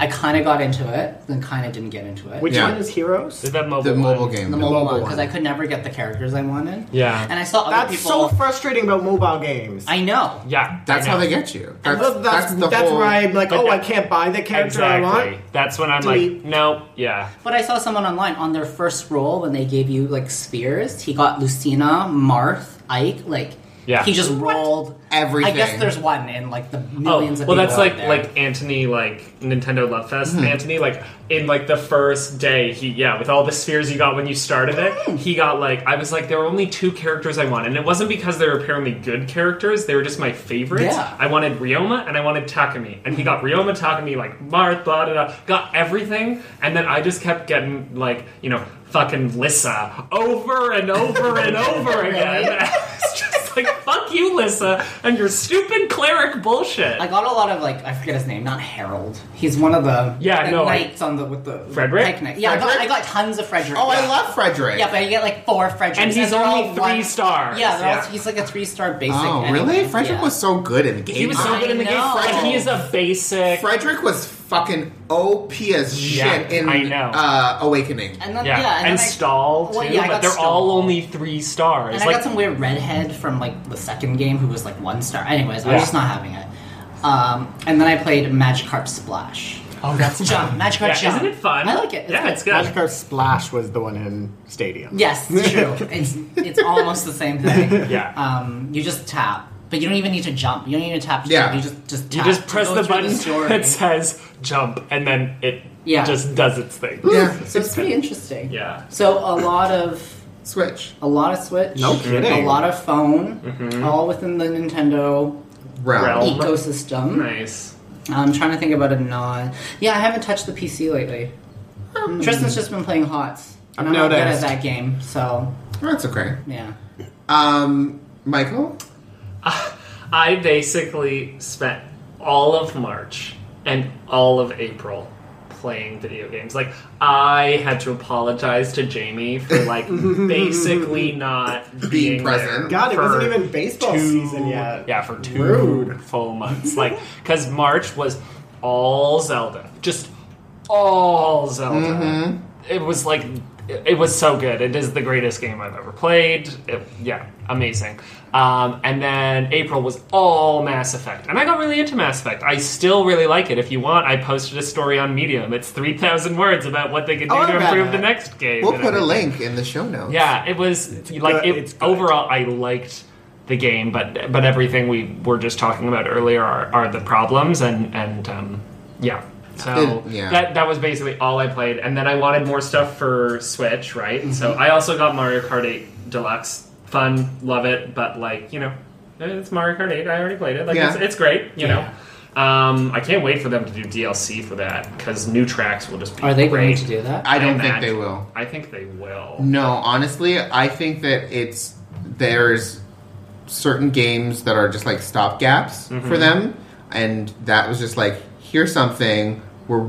Speaker 4: I kind of got into it, then kind of didn't get into it.
Speaker 2: Which
Speaker 1: Yeah.
Speaker 2: one is Heroes?
Speaker 3: Is that mobile?
Speaker 1: The mobile
Speaker 3: one?
Speaker 1: game.
Speaker 4: the mobile,
Speaker 2: mobile
Speaker 4: one because
Speaker 2: one.
Speaker 4: I could never get the characters I wanted.
Speaker 3: Yeah.
Speaker 4: and I saw other
Speaker 2: That's
Speaker 4: people.
Speaker 2: so frustrating about mobile games.
Speaker 4: I know.
Speaker 3: Yeah.
Speaker 1: That's
Speaker 3: I
Speaker 1: how
Speaker 3: know.
Speaker 1: they get you. That's,
Speaker 2: Well, that's,
Speaker 1: the
Speaker 2: that's
Speaker 1: whole.
Speaker 2: where I'm like,
Speaker 3: But
Speaker 2: oh, I
Speaker 3: that-
Speaker 2: can't buy the character
Speaker 3: Exactly.
Speaker 2: I want.
Speaker 3: That's when I'm like,
Speaker 2: Delete.
Speaker 3: no, yeah.
Speaker 4: But I saw someone online on their first roll when they gave you like spears. He got Lucina, Marth, Ike. Like
Speaker 3: Yeah.
Speaker 4: he just rolled
Speaker 1: Everything.
Speaker 4: I guess there's one in like the millions
Speaker 3: oh,
Speaker 4: of
Speaker 3: well,
Speaker 4: people
Speaker 3: that's
Speaker 4: out
Speaker 3: like
Speaker 4: there. Hmm.
Speaker 3: like Anthony, like Nintendo Love Fest. Anthony, like in like the first day, he yeah, with all the spheres you got when you started
Speaker 4: Hmm.
Speaker 3: it, he got like I was like there were only two characters I wanted, and it wasn't because they were apparently good characters; they were just my favorites.
Speaker 4: Yeah. Hmm.
Speaker 3: I wanted Ryoma and I wanted Takumi, and he got Ryoma, Takumi, like Marth, blah blah blah, got everything, and then I just kept getting like you know fucking Lissa over and over and
Speaker 4: [laughs]
Speaker 3: over again. [laughs] It's just like fuck you, Lissa, and your stupid cleric bullshit.
Speaker 4: I got a lot of like I forget his name, not Harold. He's one of the
Speaker 3: Yeah,
Speaker 4: the
Speaker 3: no, I-
Speaker 4: knights on the with the
Speaker 3: Frederick?
Speaker 4: the pike knight. Yeah, I got, I
Speaker 1: Frederick?
Speaker 4: got tons of Frederick.
Speaker 1: Oh, I
Speaker 4: Yeah.
Speaker 1: love Frederick.
Speaker 4: Yeah, but you get like four Fredericks,
Speaker 3: And he's
Speaker 4: they're
Speaker 3: only
Speaker 4: all
Speaker 3: three
Speaker 4: one-
Speaker 3: stars.
Speaker 4: Yeah, they're all-
Speaker 3: Yeah.
Speaker 4: he's like a three star basic.
Speaker 1: Oh,
Speaker 4: anyway.
Speaker 1: really? Frederick
Speaker 4: Yeah.
Speaker 1: was so good in the game.
Speaker 3: He was so
Speaker 4: I
Speaker 3: good in the
Speaker 4: know.
Speaker 3: game. Like, he is a basic.
Speaker 1: Frederick was fucking OP as shit
Speaker 3: Yeah,
Speaker 1: in
Speaker 3: I know.
Speaker 1: Uh, Awakening.
Speaker 4: And then,
Speaker 3: yeah.
Speaker 4: yeah,
Speaker 3: and,
Speaker 4: then I-
Speaker 3: Stall too.
Speaker 4: Well, yeah, I
Speaker 3: but
Speaker 4: got
Speaker 3: they're all
Speaker 4: Stahl.
Speaker 3: only three stars.
Speaker 4: And I
Speaker 3: like,
Speaker 4: got some weird redhead from like the second game who was like one star. Anyways, I
Speaker 3: Yeah.
Speaker 4: was just not having it. Um, and then I played Magikarp Splash.
Speaker 3: oh, that's
Speaker 4: Jump, Magikarp
Speaker 3: Yeah,
Speaker 4: Jump.
Speaker 3: isn't it fun?
Speaker 4: I like it. It's
Speaker 3: yeah,
Speaker 4: good.
Speaker 3: it's good.
Speaker 2: Magikarp Splash was the one in Stadium.
Speaker 3: [laughs]
Speaker 4: Yes, it's true. it's it's almost the same thing.
Speaker 3: Yeah.
Speaker 4: Um, you just tap, but you don't even need to jump. You don't need to tap. to
Speaker 1: Yeah.
Speaker 4: jump. You just just
Speaker 3: You
Speaker 4: tap
Speaker 3: just
Speaker 4: to
Speaker 3: press
Speaker 4: go
Speaker 3: the
Speaker 4: through
Speaker 3: button [laughs]
Speaker 4: story.
Speaker 3: that says jump, and then it
Speaker 4: Yeah.
Speaker 3: just does [laughs] its thing.
Speaker 1: Yeah,
Speaker 4: so it's pretty interesting.
Speaker 3: Yeah.
Speaker 4: So a lot of
Speaker 1: Switch
Speaker 4: a lot of Switch.
Speaker 2: No kidding.
Speaker 4: A lot of phone.
Speaker 3: Mm-hmm.
Speaker 4: All within the Nintendo
Speaker 1: realm.
Speaker 3: Realm. Oh, my-
Speaker 4: ecosystem.
Speaker 3: Nice.
Speaker 4: I'm trying to think about a non. Yeah, I haven't touched the PC lately. Tristan's just been playing Hots.
Speaker 2: I've
Speaker 4: And I'm not good at
Speaker 2: noticed.
Speaker 4: that game, so
Speaker 1: That's okay.
Speaker 4: yeah.
Speaker 1: Um, Michael.
Speaker 3: I basically spent all of March and all of April playing video games. Like I had to apologize to Jamie for like basically not being,
Speaker 1: present.
Speaker 3: there
Speaker 2: God, it
Speaker 3: for
Speaker 2: wasn't even baseball
Speaker 3: two-
Speaker 2: season yet.
Speaker 3: Yeah, for two
Speaker 2: Rude.
Speaker 3: full months. Like because March was
Speaker 1: Mm-hmm.
Speaker 3: all Zelda, just all Zelda. It was like it was so good. It is the greatest game I've ever played. It- yeah, amazing. Um, and then April was all Mass Effect, and I got really into Mass Effect. I still really like it. If you want, I posted a story on Medium. It's three thousand words about what they could do
Speaker 2: Oh, I
Speaker 3: to
Speaker 2: read
Speaker 3: improve
Speaker 2: it.
Speaker 3: the next game.
Speaker 1: We'll
Speaker 3: and
Speaker 1: put a
Speaker 3: everything.
Speaker 1: link in the show notes.
Speaker 3: Yeah, it was like
Speaker 2: good-
Speaker 3: it,
Speaker 2: it's good.
Speaker 3: overall I liked the game, but but everything we were just talking about earlier are, are the problems and and um, yeah. So
Speaker 1: It- yeah.
Speaker 3: that that was basically all I played, and then I wanted more stuff for Switch, right? And so I also got Mario Kart 8 Deluxe. Fun, love it, but like you know, it's Mario Kart 8. I already played it. Like
Speaker 1: Yeah.
Speaker 3: it's, it's great, you know. Um, I can't wait for them to do DLC for that because new tracks will just be.
Speaker 4: Are they
Speaker 3: great.
Speaker 4: going to do that?
Speaker 1: I don't think
Speaker 3: imagine-
Speaker 1: they will.
Speaker 3: I think they will.
Speaker 1: No, honestly, I think that it's there's certain games that are just like stopgaps
Speaker 3: Mm-hmm.
Speaker 1: for them, and that was just like here's something we're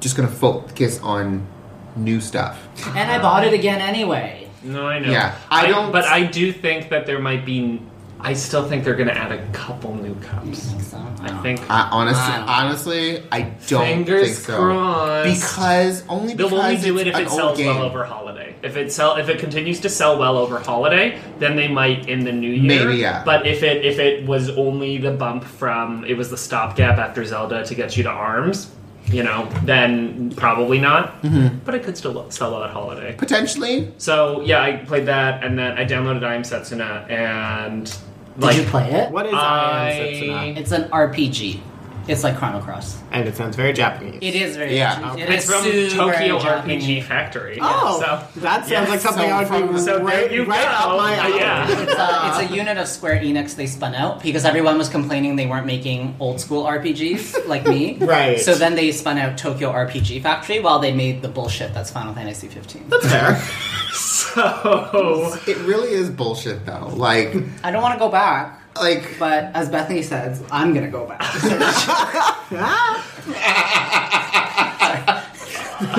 Speaker 1: just gonna focus on new stuff.
Speaker 4: And I bought it again anyway.
Speaker 3: No, I know.
Speaker 1: Yeah, I don't-
Speaker 3: But I do think that there might be. I still think they're going to add a couple new cups.
Speaker 4: think so?
Speaker 3: I
Speaker 4: No.
Speaker 3: think.
Speaker 1: I, honestly,
Speaker 4: I don't-
Speaker 1: honestly, I don't
Speaker 3: fingers
Speaker 1: think so
Speaker 3: crossed.
Speaker 1: because only because
Speaker 3: They'll only do it
Speaker 1: it's
Speaker 3: if
Speaker 1: an
Speaker 3: it
Speaker 1: old
Speaker 3: sells
Speaker 1: game.
Speaker 3: well over holiday. If it sell, if it continues to sell well over holiday, then they might in the new year.
Speaker 1: Maybe, yeah.
Speaker 3: But if it if it was only the bump from it was the stopgap after Zelda to get you to Arms, you know, then probably not.
Speaker 1: Mm-hmm.
Speaker 3: But it could still sell well at holiday.
Speaker 1: Potentially,
Speaker 3: So yeah, I played that, and then I downloaded I Am Setsuna, and
Speaker 4: Did
Speaker 3: like
Speaker 4: you play it?
Speaker 2: What is
Speaker 3: I-
Speaker 2: Iron Setsuna?
Speaker 4: It's an RPG. It's like Chrono Cross.
Speaker 2: And it sounds very Japanese.
Speaker 4: It is very.
Speaker 1: Yeah.
Speaker 4: Japanese. It
Speaker 3: It's
Speaker 4: is
Speaker 3: from
Speaker 4: super
Speaker 3: Tokyo
Speaker 4: Japanese.
Speaker 3: RPG Factory.
Speaker 2: Oh,
Speaker 3: so
Speaker 2: that sounds
Speaker 1: Yeah,
Speaker 2: like something
Speaker 1: so
Speaker 2: I would
Speaker 1: from-
Speaker 2: be
Speaker 3: so
Speaker 2: right,
Speaker 3: there you
Speaker 2: right
Speaker 3: go.
Speaker 2: up my alley.
Speaker 3: yeah.
Speaker 4: It's a, it's a unit of Square Enix they spun out because everyone was complaining they weren't making old school RPGs
Speaker 3: [laughs]
Speaker 4: like me.
Speaker 2: Right.
Speaker 4: So then they spun out Tokyo RPG Factory while they made the bullshit that's Final Fantasy 15.
Speaker 2: That's fair.
Speaker 3: [laughs] So
Speaker 1: it really is bullshit though.
Speaker 3: [laughs]
Speaker 1: Like,
Speaker 4: I don't want to go back,
Speaker 1: like
Speaker 4: but as Bethany says, I'm gonna go back.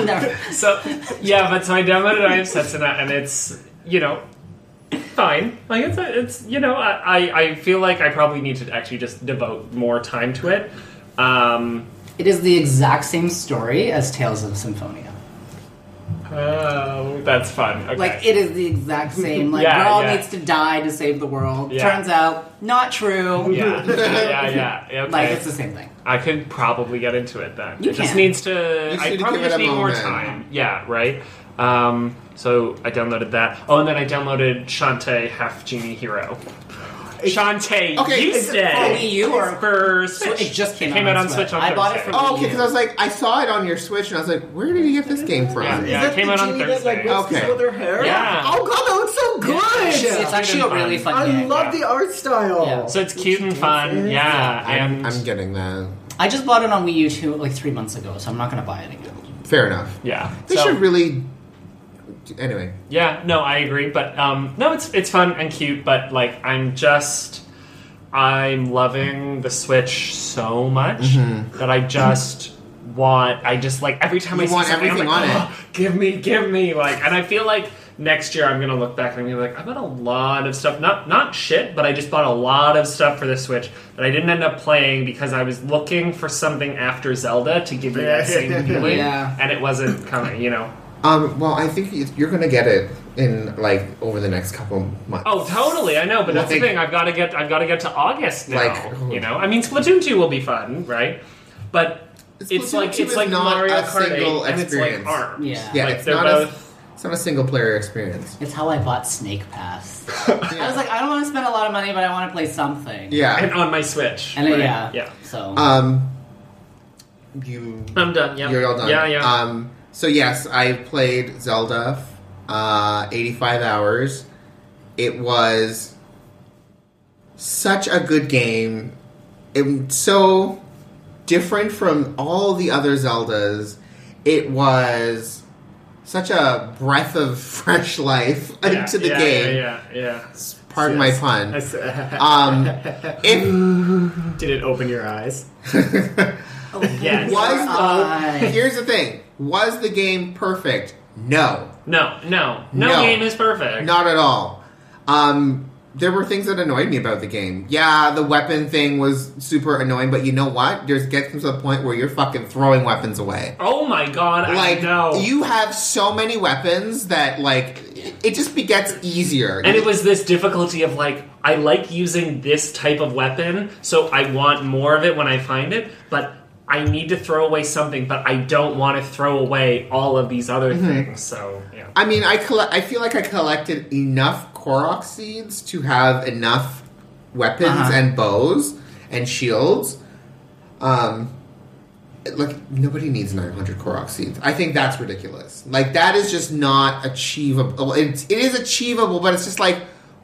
Speaker 4: Never.
Speaker 3: so yeah, but so I downloaded I Am Setsuna, and it's you know fine. Like it's a, it's you know I, I I feel like I probably need to actually just devote more time to it. Um,
Speaker 4: It is the exact same story as Tales of Symphonia.
Speaker 3: oh, that's fun. Okay.
Speaker 4: Like it is the exact same. Like
Speaker 3: Yeah,
Speaker 4: girl
Speaker 3: yeah.
Speaker 4: needs to die to save the world.
Speaker 3: Yeah.
Speaker 4: Turns out, not true.
Speaker 3: yeah, yeah, yeah. yeah. Okay.
Speaker 4: [laughs] Like it's the same thing.
Speaker 3: I could probably get into it then.
Speaker 4: You
Speaker 3: it just
Speaker 4: can.
Speaker 3: needs to.
Speaker 1: just
Speaker 3: I
Speaker 1: need to
Speaker 3: probably
Speaker 1: give it
Speaker 3: just
Speaker 1: a
Speaker 3: need more
Speaker 1: moment.
Speaker 3: time. Yeah, right. Um, so I downloaded that. Oh, and then I downloaded Shantae Half Genie Hero. Shantae,
Speaker 1: Okay,
Speaker 3: you
Speaker 1: is it
Speaker 4: For
Speaker 3: said
Speaker 4: Wii U or
Speaker 3: for Switch.
Speaker 4: it just came
Speaker 3: it came out
Speaker 4: out on
Speaker 3: on Switch.
Speaker 4: Switch.
Speaker 3: on
Speaker 4: I bought it
Speaker 3: Thursday.
Speaker 4: from-
Speaker 1: oh, okay, because I was like, I saw it on your Switch, and I was like, where did he get this game from?
Speaker 3: Yeah, yeah, it came out on Thursday.
Speaker 1: Okay. with
Speaker 2: her hair?
Speaker 3: Yeah.
Speaker 2: Oh god, that looks so
Speaker 4: It's,
Speaker 2: good!
Speaker 4: it's actually a really fun
Speaker 2: I
Speaker 4: game.
Speaker 2: love the art style.
Speaker 4: Yeah.
Speaker 3: so it's cute and fun. Yeah,
Speaker 1: I'm,
Speaker 3: and
Speaker 1: I'm getting that.
Speaker 4: I just bought it on Wii U two like three months ago, so I'm not gonna buy it again.
Speaker 1: Fair enough.
Speaker 3: yeah.
Speaker 1: They
Speaker 3: so-
Speaker 1: should really. Anyway,
Speaker 3: Yeah, no, I agree. But um, no, it's it's fun and cute. But like, I'm just I'm loving the Switch so much that I just want. I just like every time
Speaker 1: Mm-hmm. You
Speaker 3: I
Speaker 1: want
Speaker 3: see something, I'm
Speaker 1: everything
Speaker 3: like,
Speaker 1: on it.
Speaker 3: "Oh, give me, give me, like, and I feel like. Next year, I'm gonna look back and I'm gonna be like, I bought a lot of stuff. Not not shit, but I just bought a lot of stuff for the Switch that I didn't end up playing because I was looking for something after Zelda to give me
Speaker 1: [laughs]
Speaker 3: that same feeling,
Speaker 4: Yeah.
Speaker 3: and it wasn't coming. You know,
Speaker 1: um, well, I think you- you're gonna get it in like over the next couple months.
Speaker 3: Oh, totally. I know, but that's the
Speaker 1: Like-
Speaker 3: thing. I've got to get. I've got to get to August now.
Speaker 1: Like-
Speaker 3: you know, I mean, Splatoon two will be fun, right? But it's
Speaker 1: Splatoon
Speaker 3: like
Speaker 1: 2
Speaker 3: it's
Speaker 1: is
Speaker 3: like
Speaker 1: not
Speaker 3: Mario
Speaker 1: a
Speaker 3: Kart
Speaker 1: single
Speaker 3: 8, and it's like
Speaker 1: experience.
Speaker 3: ARMS.
Speaker 4: Yeah.
Speaker 1: yeah,
Speaker 3: like
Speaker 1: it's
Speaker 3: they're
Speaker 1: not
Speaker 3: both.
Speaker 1: a it's not a single player
Speaker 3: [laughs]
Speaker 1: experience.
Speaker 4: It's how I bought Snake Pass. I was like, I don't want to spend a lot of money, but I want to play something.
Speaker 1: [laughs]
Speaker 3: and [laughs]
Speaker 1: Yeah.
Speaker 3: on my Switch.
Speaker 4: And then,
Speaker 3: right?
Speaker 4: yeah,
Speaker 3: yeah.
Speaker 4: So
Speaker 1: Um, you
Speaker 3: I'm done. Yeah,
Speaker 1: you're all done.
Speaker 3: Yeah, yeah.
Speaker 1: [laughs] Um, so yes, I played Zelda, uh, 85 hours. It was such a good game. It so different from all the other Zeldas. It was such a breath of [laughs] fresh life [laughs]
Speaker 3: yeah,
Speaker 1: into the
Speaker 3: yeah,
Speaker 1: game.
Speaker 3: Yeah, yeah.
Speaker 1: Pardon my pun.
Speaker 2: That's-
Speaker 3: [laughs]
Speaker 1: Um, it
Speaker 2: [laughs] Did it open your eyes?
Speaker 3: Oh, yeah. Yes.
Speaker 1: was.
Speaker 4: I-
Speaker 1: The, [laughs] here's the thing: was the game perfect? No.
Speaker 3: No, no, no,
Speaker 1: No.
Speaker 3: game is perfect.
Speaker 1: Not at all. Um, there were things that annoyed me about the game. Yeah, the weapon thing was super annoying, but you know what? There's gets to the point where you're fucking throwing weapons away.
Speaker 3: Oh my god,
Speaker 1: Like
Speaker 3: I know.
Speaker 1: you have so many weapons that like it just begets easier.
Speaker 3: and it was this difficulty of like, I like using this type of weapon, so I want more of it when I find it, but I need to throw away something, but I don't want to throw away all of these other things. So yeah.
Speaker 1: I mean, I collect. I feel like I collected enough Korok seeds to have enough weapons
Speaker 4: Uh-huh.
Speaker 1: and bows and shields. Um, like nobody needs 900 Korok seeds. I think that's ridiculous. Like that is just not achievable. It, it is achievable, but it's just like,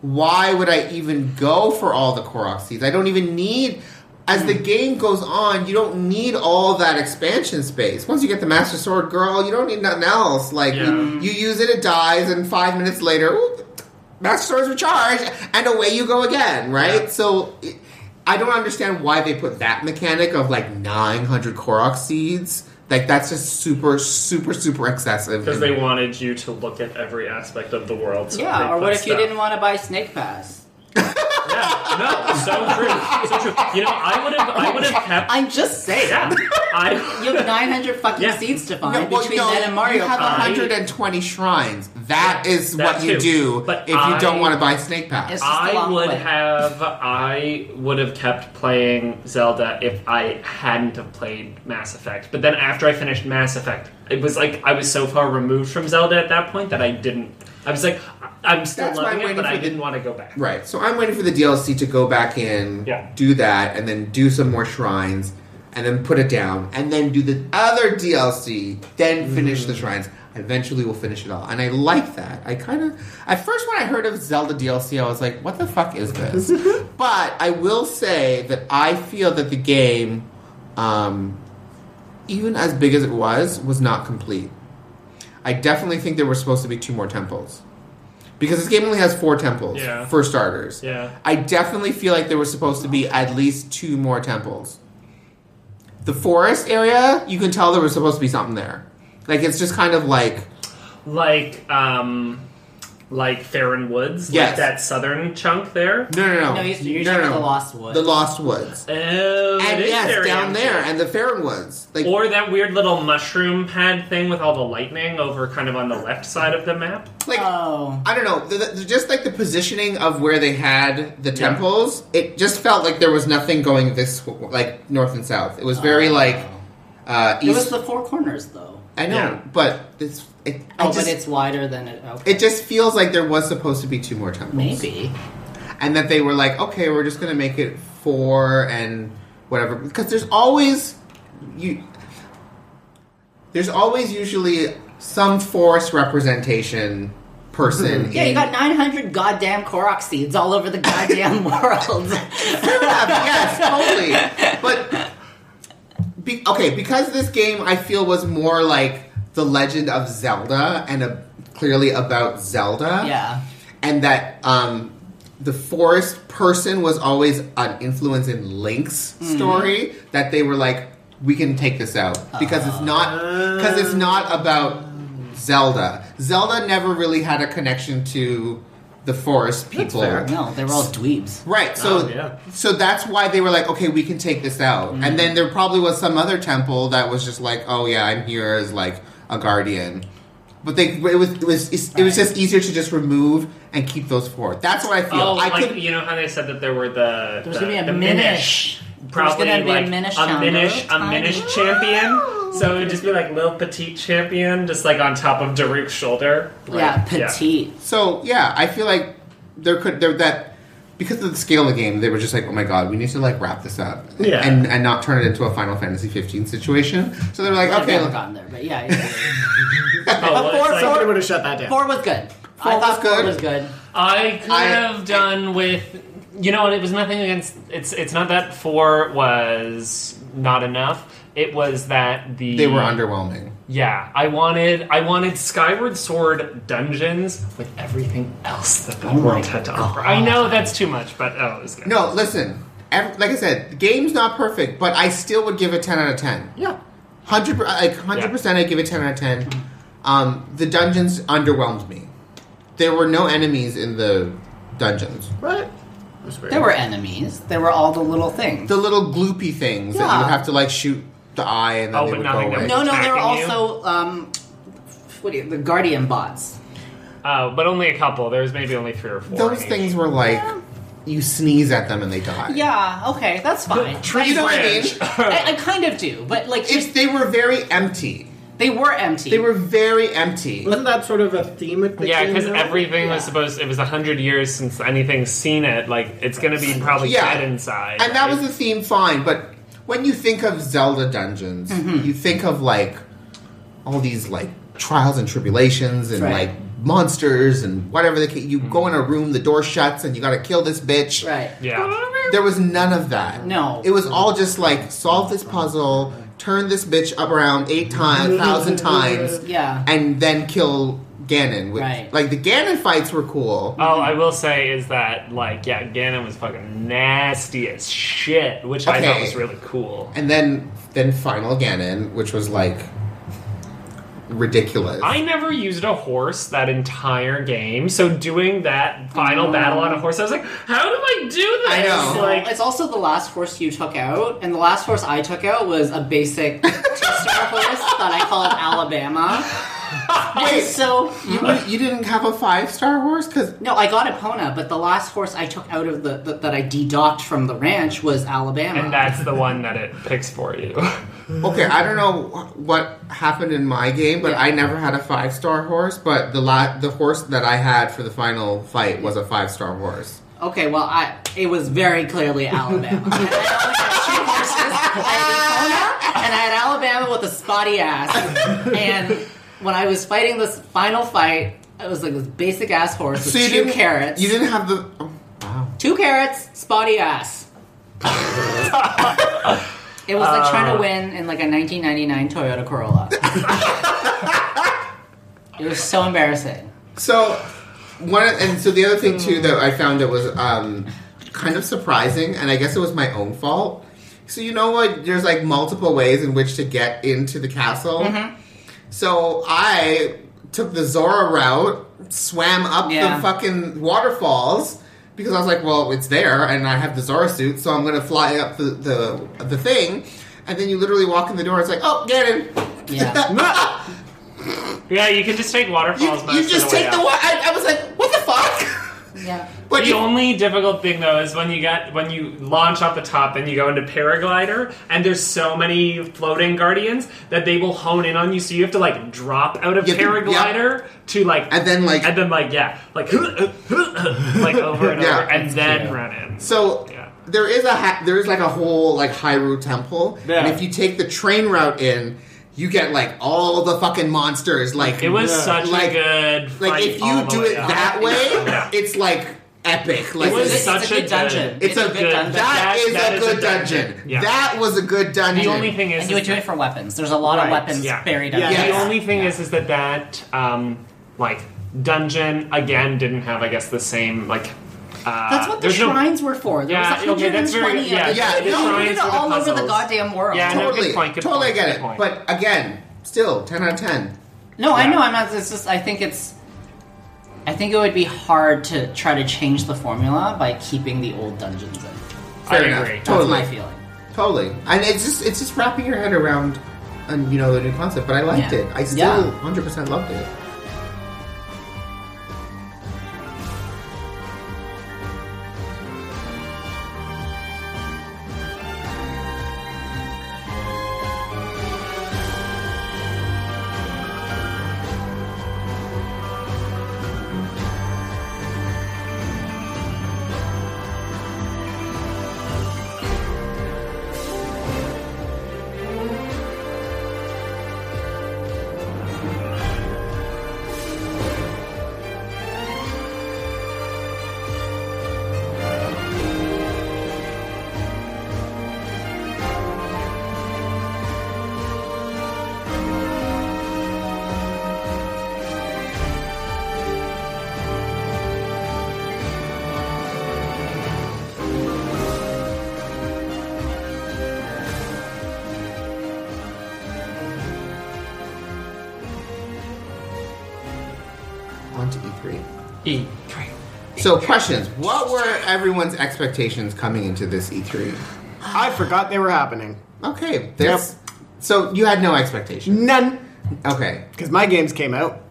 Speaker 1: why would I even go for all the Korok seeds? I don't even need. As the game goes on, you don't need all that expansion space. Once you get the Master Sword, girl, you don't need nothing else. Like
Speaker 3: Yeah.
Speaker 1: you, you use it, it dies, and five minutes later, oop, Master Swords recharged, and away you go again, right?
Speaker 3: Yeah.
Speaker 1: So it- I don't understand why they put that mechanic of like 900 Korok seeds. Like, that's just super, super, super excessive.
Speaker 3: Because they wanted you to look at every aspect of the world. So they
Speaker 4: yeah, or
Speaker 3: put
Speaker 4: what if you
Speaker 3: stuff-
Speaker 4: didn't want to buy Snake Pass?
Speaker 3: Yeah, no, so true, so true. You know, I would have, I would have kept.
Speaker 4: I'm just saying.
Speaker 3: Yeah, I.
Speaker 4: You have 900 fucking
Speaker 3: Yeah.
Speaker 4: seeds to
Speaker 1: No,
Speaker 4: find
Speaker 1: well,
Speaker 4: between
Speaker 1: no,
Speaker 4: that and Mario
Speaker 1: you have
Speaker 4: Kart.
Speaker 3: a-
Speaker 1: 120 shrines. That is
Speaker 3: That
Speaker 1: what you
Speaker 3: too.
Speaker 1: do
Speaker 3: But
Speaker 1: if you don't
Speaker 3: I-
Speaker 1: want to buy Snake Pass.
Speaker 4: It's just the
Speaker 3: I
Speaker 4: long
Speaker 3: would
Speaker 4: way.
Speaker 3: have I would have kept playing Zelda if I hadn't have played Mass Effect. But then after I finished Mass Effect, it was like I was so far removed from Zelda at that point that I didn't. I was like, I- I'm still
Speaker 1: That's why
Speaker 3: loving
Speaker 1: I'm
Speaker 3: it,
Speaker 1: waiting
Speaker 3: but I
Speaker 1: for the-
Speaker 3: didn't want to go back.
Speaker 1: Right. So I'm waiting for the DLC to go back in,
Speaker 3: Yeah.
Speaker 1: do that, and then do some more shrines, and then put it down, and then do the other DLC, then finish
Speaker 3: Mm.
Speaker 1: the shrines. Eventually, we'll finish it all, and I like that. I kind of at first when I heard of Zelda DLC, I was like, "What the fuck is
Speaker 3: [laughs]
Speaker 1: this?" but I will say that I feel that the game, um, even as big as it was, was not complete. I definitely think there were supposed to be two more temples. Because this game only has four temples
Speaker 3: Yeah.
Speaker 1: for starters.
Speaker 3: Yeah.
Speaker 1: I definitely feel like there were supposed to be at least two more temples. The forest area, you can tell there was supposed to be something there. Like it's just kind of like
Speaker 3: Like, um, like Farron Woods,
Speaker 1: Yes.
Speaker 3: like that southern chunk there.
Speaker 1: no, no, no,
Speaker 4: No, you're- you're
Speaker 1: no,
Speaker 4: talking
Speaker 1: no,
Speaker 4: about
Speaker 1: no.
Speaker 4: the Lost Woods.
Speaker 1: the Lost Woods,
Speaker 3: Oh,
Speaker 1: and
Speaker 3: it is
Speaker 1: yes,
Speaker 3: Farron
Speaker 1: down
Speaker 3: Woods.
Speaker 1: there, and the Farron Woods. Like
Speaker 3: Or that weird little mushroom pad thing with all the lightning over kind of on the left side of the map.
Speaker 1: like
Speaker 4: Oh.
Speaker 1: I don't know, the, the, just like the positioning of where they had the temples, it just felt like there was nothing going this like north and south. It was very
Speaker 3: Oh.
Speaker 1: like uh,
Speaker 4: It was
Speaker 1: east.
Speaker 4: the four corners, though.
Speaker 1: I know,
Speaker 3: Yeah.
Speaker 1: but it's it. I
Speaker 4: Oh,
Speaker 1: just,
Speaker 4: but it's wider than it. Okay.
Speaker 1: it just feels like there was supposed to be two more temples,
Speaker 4: Maybe.
Speaker 1: and that they were like, okay, we're just gonna make it four and whatever, because there's always you. There's always usually some forest representation person.
Speaker 4: Mm-hmm. Yeah, you
Speaker 1: in-
Speaker 4: got 900 goddamn Korok seeds all over the goddamn
Speaker 1: [laughs]
Speaker 4: world.
Speaker 1: Fair [laughs] enough, yes, totally. But be, okay, because this game I feel was more like the Legend of Zelda and a, clearly about Zelda.
Speaker 4: yeah.
Speaker 1: and that um, the forest person was always an influence in Link's story. That they were like, we can take this out because it's not because it's not about Zelda. Zelda never really had a connection to the forest people.
Speaker 4: No, they were all dweebs.
Speaker 1: Right, so
Speaker 3: Oh, yeah. Mm.
Speaker 1: so that's why they were like, okay, we can take this out, and then there probably was some other temple that was just like, oh yeah, I'm here as like a guardian, but they it was it was it was just easier to just remove and keep those four. That's what I feel.
Speaker 3: Oh,
Speaker 1: I
Speaker 3: like
Speaker 1: could
Speaker 3: you know how they said that there were the
Speaker 4: There's
Speaker 3: the,
Speaker 4: gonna be a
Speaker 3: the
Speaker 4: Minish.
Speaker 3: Minish,
Speaker 4: There's
Speaker 3: probably
Speaker 4: gonna be a
Speaker 3: like
Speaker 4: Minish
Speaker 3: a
Speaker 4: down the
Speaker 3: Minish, a
Speaker 4: road,
Speaker 3: Minish
Speaker 4: tiny.
Speaker 3: champion. So it would just be like little petite champion, just like on top of Daruk's shoulder. Like,
Speaker 4: yeah, petite.
Speaker 1: so yeah, I feel like there could there that because of the scale of the game, they were just like, oh my god, we need to like wrap this up,
Speaker 3: Yeah.
Speaker 1: and and not turn it into a Final Fantasy 15 situation. So they were like,
Speaker 4: I've
Speaker 1: okay,
Speaker 4: never gotten there, but yeah. yeah, yeah.
Speaker 3: Oh, well, it's
Speaker 4: Before
Speaker 3: like-
Speaker 2: Somebody would have shut that down.
Speaker 4: four was good. I
Speaker 1: Four
Speaker 4: thought
Speaker 1: was
Speaker 4: four
Speaker 1: good.
Speaker 4: was good.
Speaker 3: I could
Speaker 1: I-
Speaker 3: have done with you know, and it was nothing against it's it's not that four was not enough. It was that the
Speaker 1: they were underwhelming.
Speaker 3: Yeah, I wanted I wanted Skyward Sword dungeons with everything else that the
Speaker 1: Oh
Speaker 3: world had to offer. I know that's too much, but oh, it was good.
Speaker 1: No, listen. ev like I said, the game's not perfect, but I still would give it 10 out of 10.
Speaker 4: Yeah.
Speaker 1: Hundred, per- like hundred percent, I give it ten out of ten. Um, the dungeons underwhelmed me. There were no enemies in the dungeons.
Speaker 2: Right? That's weird.
Speaker 4: There were enemies. There were all the little things.
Speaker 1: The little gloopy things that you
Speaker 4: Yeah.
Speaker 1: would have to like shoot the eye and then
Speaker 3: Oh,
Speaker 1: they
Speaker 3: but
Speaker 1: would
Speaker 3: nothing
Speaker 1: go
Speaker 3: that
Speaker 1: away.
Speaker 3: would-
Speaker 4: no, no, there were
Speaker 3: attacking you?
Speaker 4: also um, what do you, the guardian bots.
Speaker 3: Uh, but only a couple. There was maybe only three or four.
Speaker 1: Those
Speaker 3: in each.
Speaker 1: things were like you sneeze at them and they die.
Speaker 4: Yeah, okay, that's fine.
Speaker 3: Tree
Speaker 1: You know what [laughs] I mean?
Speaker 3: branch. [laughs]
Speaker 4: I, I kind of do, but like just,
Speaker 1: It's, they were very empty.
Speaker 4: they were empty.
Speaker 1: They were very empty.
Speaker 2: Wasn't that sort of a theme at the
Speaker 3: Yeah,
Speaker 2: game,
Speaker 3: because
Speaker 2: though?
Speaker 3: everything was
Speaker 4: Yeah.
Speaker 3: supposed. It was a hundred years since anything's seen it. Like it's gonna be probably
Speaker 1: Yeah.
Speaker 3: dead inside.
Speaker 1: And that
Speaker 3: right?
Speaker 1: was the theme, fine. But when you think of Zelda dungeons,
Speaker 4: Mm-hmm.
Speaker 1: you think of like all these like trials and tribulations and
Speaker 4: Right. Mm-hmm.
Speaker 1: like monsters and whatever. They ca- you go in a room, the door shuts, and you got to kill this bitch.
Speaker 4: right.
Speaker 1: [laughs]
Speaker 3: yeah.
Speaker 1: There was none of that.
Speaker 4: No.
Speaker 1: It was all just like solve this puzzle, turn this bitch up around eight times,
Speaker 4: [laughs]
Speaker 1: thousand times,
Speaker 4: Yeah.
Speaker 1: and then kill Ganon. Which,
Speaker 4: Right.
Speaker 1: Like the Ganon fights were cool.
Speaker 3: All I will say is that, like, yeah, Ganon was fucking nasty as shit, which I thought
Speaker 1: Okay.
Speaker 3: was really cool.
Speaker 1: And then then Final Ganon, which was like ridiculous.
Speaker 3: I never used a horse that entire game, so doing that final battle on a horse, I was like, how do I do this?
Speaker 1: I know.
Speaker 4: So,
Speaker 3: Like,
Speaker 4: it's also the last horse you took out, and the last horse I took out was a basic [laughs] two-star horse that I called Alabama. And so
Speaker 1: you, you didn't have a five star horse because
Speaker 4: no, I got Epona, but the last horse I took out of the, the that I dedocked from the ranch was Alabama.
Speaker 3: and that's the one that it picks for you. [laughs]
Speaker 1: okay, I don't know wh- what happened in my game, but
Speaker 4: Yeah.
Speaker 1: I never had a five star horse. But the la- the horse that I had for the final fight was a five star horse.
Speaker 4: Okay, well, I it was very [laughs] clearly Alabama. I only had two horses. I had Epona, and I had Alabama with a spotty ass. And when I was fighting this final fight, it was like this basic ass horse with
Speaker 1: you
Speaker 4: 2
Speaker 1: didn't
Speaker 4: carrots.
Speaker 1: You didn't have the. oh, wow.
Speaker 4: two carrots,
Speaker 3: [laughs]
Speaker 4: spotty ass. it was like
Speaker 3: Uh.
Speaker 4: trying to win in like a 1999
Speaker 3: [laughs]
Speaker 4: Toyota Corolla. it was so embarrassing.
Speaker 1: So one and so the other thing too that I found that was um, kind of surprising, and I guess it was my own fault. So you know what? There's like multiple ways in which to get into the castle.
Speaker 4: Mm-hmm.
Speaker 1: So I took the Zora route, swam up
Speaker 4: Yeah.
Speaker 1: the fucking waterfalls. Because I was like, well, it's there, and I have the Zora suit, so I'm gonna fly up the the, the thing, and then you literally walk in the door. It's like, oh, get in. [laughs]
Speaker 4: Yeah.
Speaker 3: yeah, you can just take
Speaker 1: you,
Speaker 3: waterfalls. most
Speaker 1: you
Speaker 3: of
Speaker 1: just
Speaker 3: way
Speaker 1: take the.
Speaker 3: up.
Speaker 1: Wa- I, I was like, what the fuck? [laughs]
Speaker 4: Yeah.
Speaker 1: But
Speaker 3: The only difficult thing though is when you get when you launch off the top and you go into paraglider and there's so many floating guardians that they will hone in on you, so you have to like drop out of
Speaker 1: You have to-
Speaker 3: paraglider to like
Speaker 1: And then, like-
Speaker 3: and then like yeah like [laughs] like over and
Speaker 1: Yeah.
Speaker 3: over and then
Speaker 4: cute.
Speaker 3: run in.
Speaker 1: So
Speaker 3: Yeah.
Speaker 1: there is a ha- there is like a whole like Hyrule temple,
Speaker 2: Yeah.
Speaker 1: and if you take the train route in, you get like all the fucking monsters. Like
Speaker 3: It was
Speaker 2: Yeah.
Speaker 3: such
Speaker 1: Like-
Speaker 3: a good
Speaker 1: like
Speaker 3: fight
Speaker 1: if
Speaker 3: all
Speaker 1: you
Speaker 3: the
Speaker 1: do
Speaker 3: way
Speaker 1: it
Speaker 3: up. [laughs]
Speaker 1: that way,
Speaker 3: Yeah.
Speaker 1: it's like epic. Like
Speaker 3: It was
Speaker 4: It's a- it's a
Speaker 3: such
Speaker 4: good
Speaker 3: good-
Speaker 4: dungeon.
Speaker 1: It's a
Speaker 4: good
Speaker 3: good-
Speaker 4: dungeon.
Speaker 1: that
Speaker 3: that-
Speaker 1: is
Speaker 3: that
Speaker 1: a
Speaker 3: is
Speaker 1: good
Speaker 3: a dungeon.
Speaker 1: dungeon.
Speaker 3: Yeah.
Speaker 1: That was a good dungeon.
Speaker 3: the only thing is
Speaker 4: And you
Speaker 3: is
Speaker 4: would do
Speaker 3: that-
Speaker 4: it for weapons. There's a lot
Speaker 2: Right.
Speaker 4: of weapons
Speaker 3: Yeah.
Speaker 4: buried
Speaker 2: Yeah.
Speaker 4: under
Speaker 1: Yeah.
Speaker 3: The
Speaker 4: there.
Speaker 3: only thing is, is that that um, like dungeon again didn't have, I guess, the same like. Uh,
Speaker 4: That's what the
Speaker 3: there's no-
Speaker 4: shrines were for. There
Speaker 3: Yeah,
Speaker 4: was 120
Speaker 3: okay, that's very-
Speaker 4: of
Speaker 3: yeah,
Speaker 4: them.
Speaker 1: yeah,
Speaker 4: You
Speaker 1: the
Speaker 4: could
Speaker 3: shrines
Speaker 4: do it
Speaker 3: were the
Speaker 4: all over the
Speaker 3: puzzles.
Speaker 4: goddamn world.
Speaker 3: Yeah, I know.
Speaker 1: totally,
Speaker 3: Good point, good
Speaker 1: totally
Speaker 3: point,
Speaker 1: get
Speaker 3: good
Speaker 1: it.
Speaker 3: point.
Speaker 1: But again, still ten out of ten.
Speaker 4: No, I
Speaker 3: Yeah.
Speaker 4: know. I'm not. It's just I think it's. I think it would be hard to try to change the formula by keeping the old dungeons in. That's
Speaker 3: I
Speaker 1: Fair enough.
Speaker 3: agree.
Speaker 1: Totally.
Speaker 4: my feeling.
Speaker 1: Totally, and it's just it's just wrapping your head around, and you know the new concept. But I liked
Speaker 4: Yeah.
Speaker 1: it. I
Speaker 4: Yeah.
Speaker 1: still hundred percent loved it. On to E three.
Speaker 3: E three.
Speaker 1: So, questions. What were everyone's expectations coming into this E3?
Speaker 2: I forgot they were happening.
Speaker 1: Okay, there's. So you had no expectations.
Speaker 2: None,
Speaker 1: Okay,
Speaker 2: because my games came out.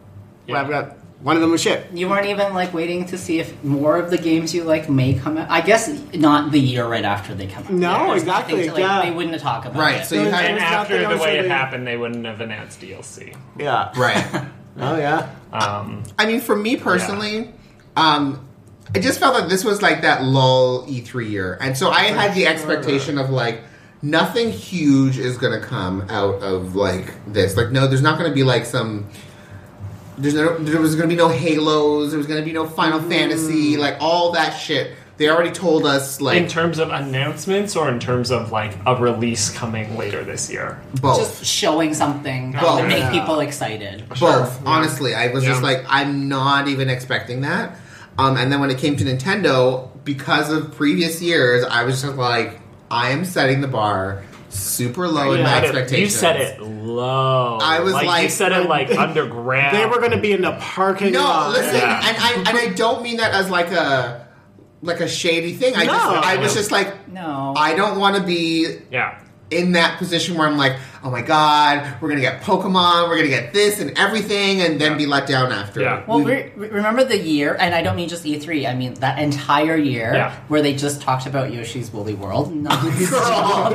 Speaker 3: Yeah.
Speaker 2: Well, I've got one of them was shit.
Speaker 4: You weren't even like waiting to see if more of the games you like may come out. I guess not the year right after they come out.
Speaker 2: No,
Speaker 4: Yeah, there's
Speaker 2: exactly,
Speaker 4: nothing To, like,
Speaker 2: yeah.
Speaker 4: They wouldn't talk about
Speaker 1: right.
Speaker 4: it.
Speaker 1: So you
Speaker 3: And
Speaker 2: There's
Speaker 3: [laughs]
Speaker 1: had
Speaker 3: after
Speaker 2: nothing
Speaker 3: the way
Speaker 2: else
Speaker 3: it
Speaker 2: to-
Speaker 3: happened, they wouldn't have announced DLC.
Speaker 2: Yeah.
Speaker 1: right.
Speaker 2: Oh yeah.
Speaker 3: Um,
Speaker 1: I mean, for me personally, um, I just felt that this was like that lull E3 year, and so I had the expectation of like nothing huge is going to come out of like this. Like, no, there's not going to be like some. There's no, there was going to be no Halos. There was going to be no Final Fantasy. Like all that shit. They already told us
Speaker 3: in
Speaker 1: like
Speaker 3: terms of announcements, or in terms of like a release coming later this year.
Speaker 1: both.
Speaker 4: Just showing something that
Speaker 1: Well,
Speaker 4: will make
Speaker 2: yeah.
Speaker 4: people excited.
Speaker 1: Both, honestly. I was just
Speaker 3: Yeah.
Speaker 1: like, I'm not even expecting that. Um, and then when it came to Nintendo, because of previous years, I was just like, I am setting the bar super low in
Speaker 3: You
Speaker 1: my
Speaker 3: had it-
Speaker 1: expectations.
Speaker 3: You said it low.
Speaker 1: I was
Speaker 3: you
Speaker 1: like-
Speaker 3: said it like underground.
Speaker 2: They were going to be in the parking
Speaker 1: No,
Speaker 2: lot.
Speaker 1: listen,
Speaker 3: Yeah.
Speaker 1: and I and I don't mean that as like a like a shady thing. I
Speaker 2: No.
Speaker 1: just I was just like,
Speaker 4: No.
Speaker 1: I don't want to be
Speaker 3: yeah.
Speaker 1: in that position where I'm like, oh my god, we're gonna get Pokemon, we're gonna get this and everything, and then be let down after.
Speaker 3: Yeah.
Speaker 4: well, re- re- remember the year, and I don't mean just E3. I mean that entire year
Speaker 3: Yeah.
Speaker 4: where they just talked about Yoshi's Woolly World. [laughs]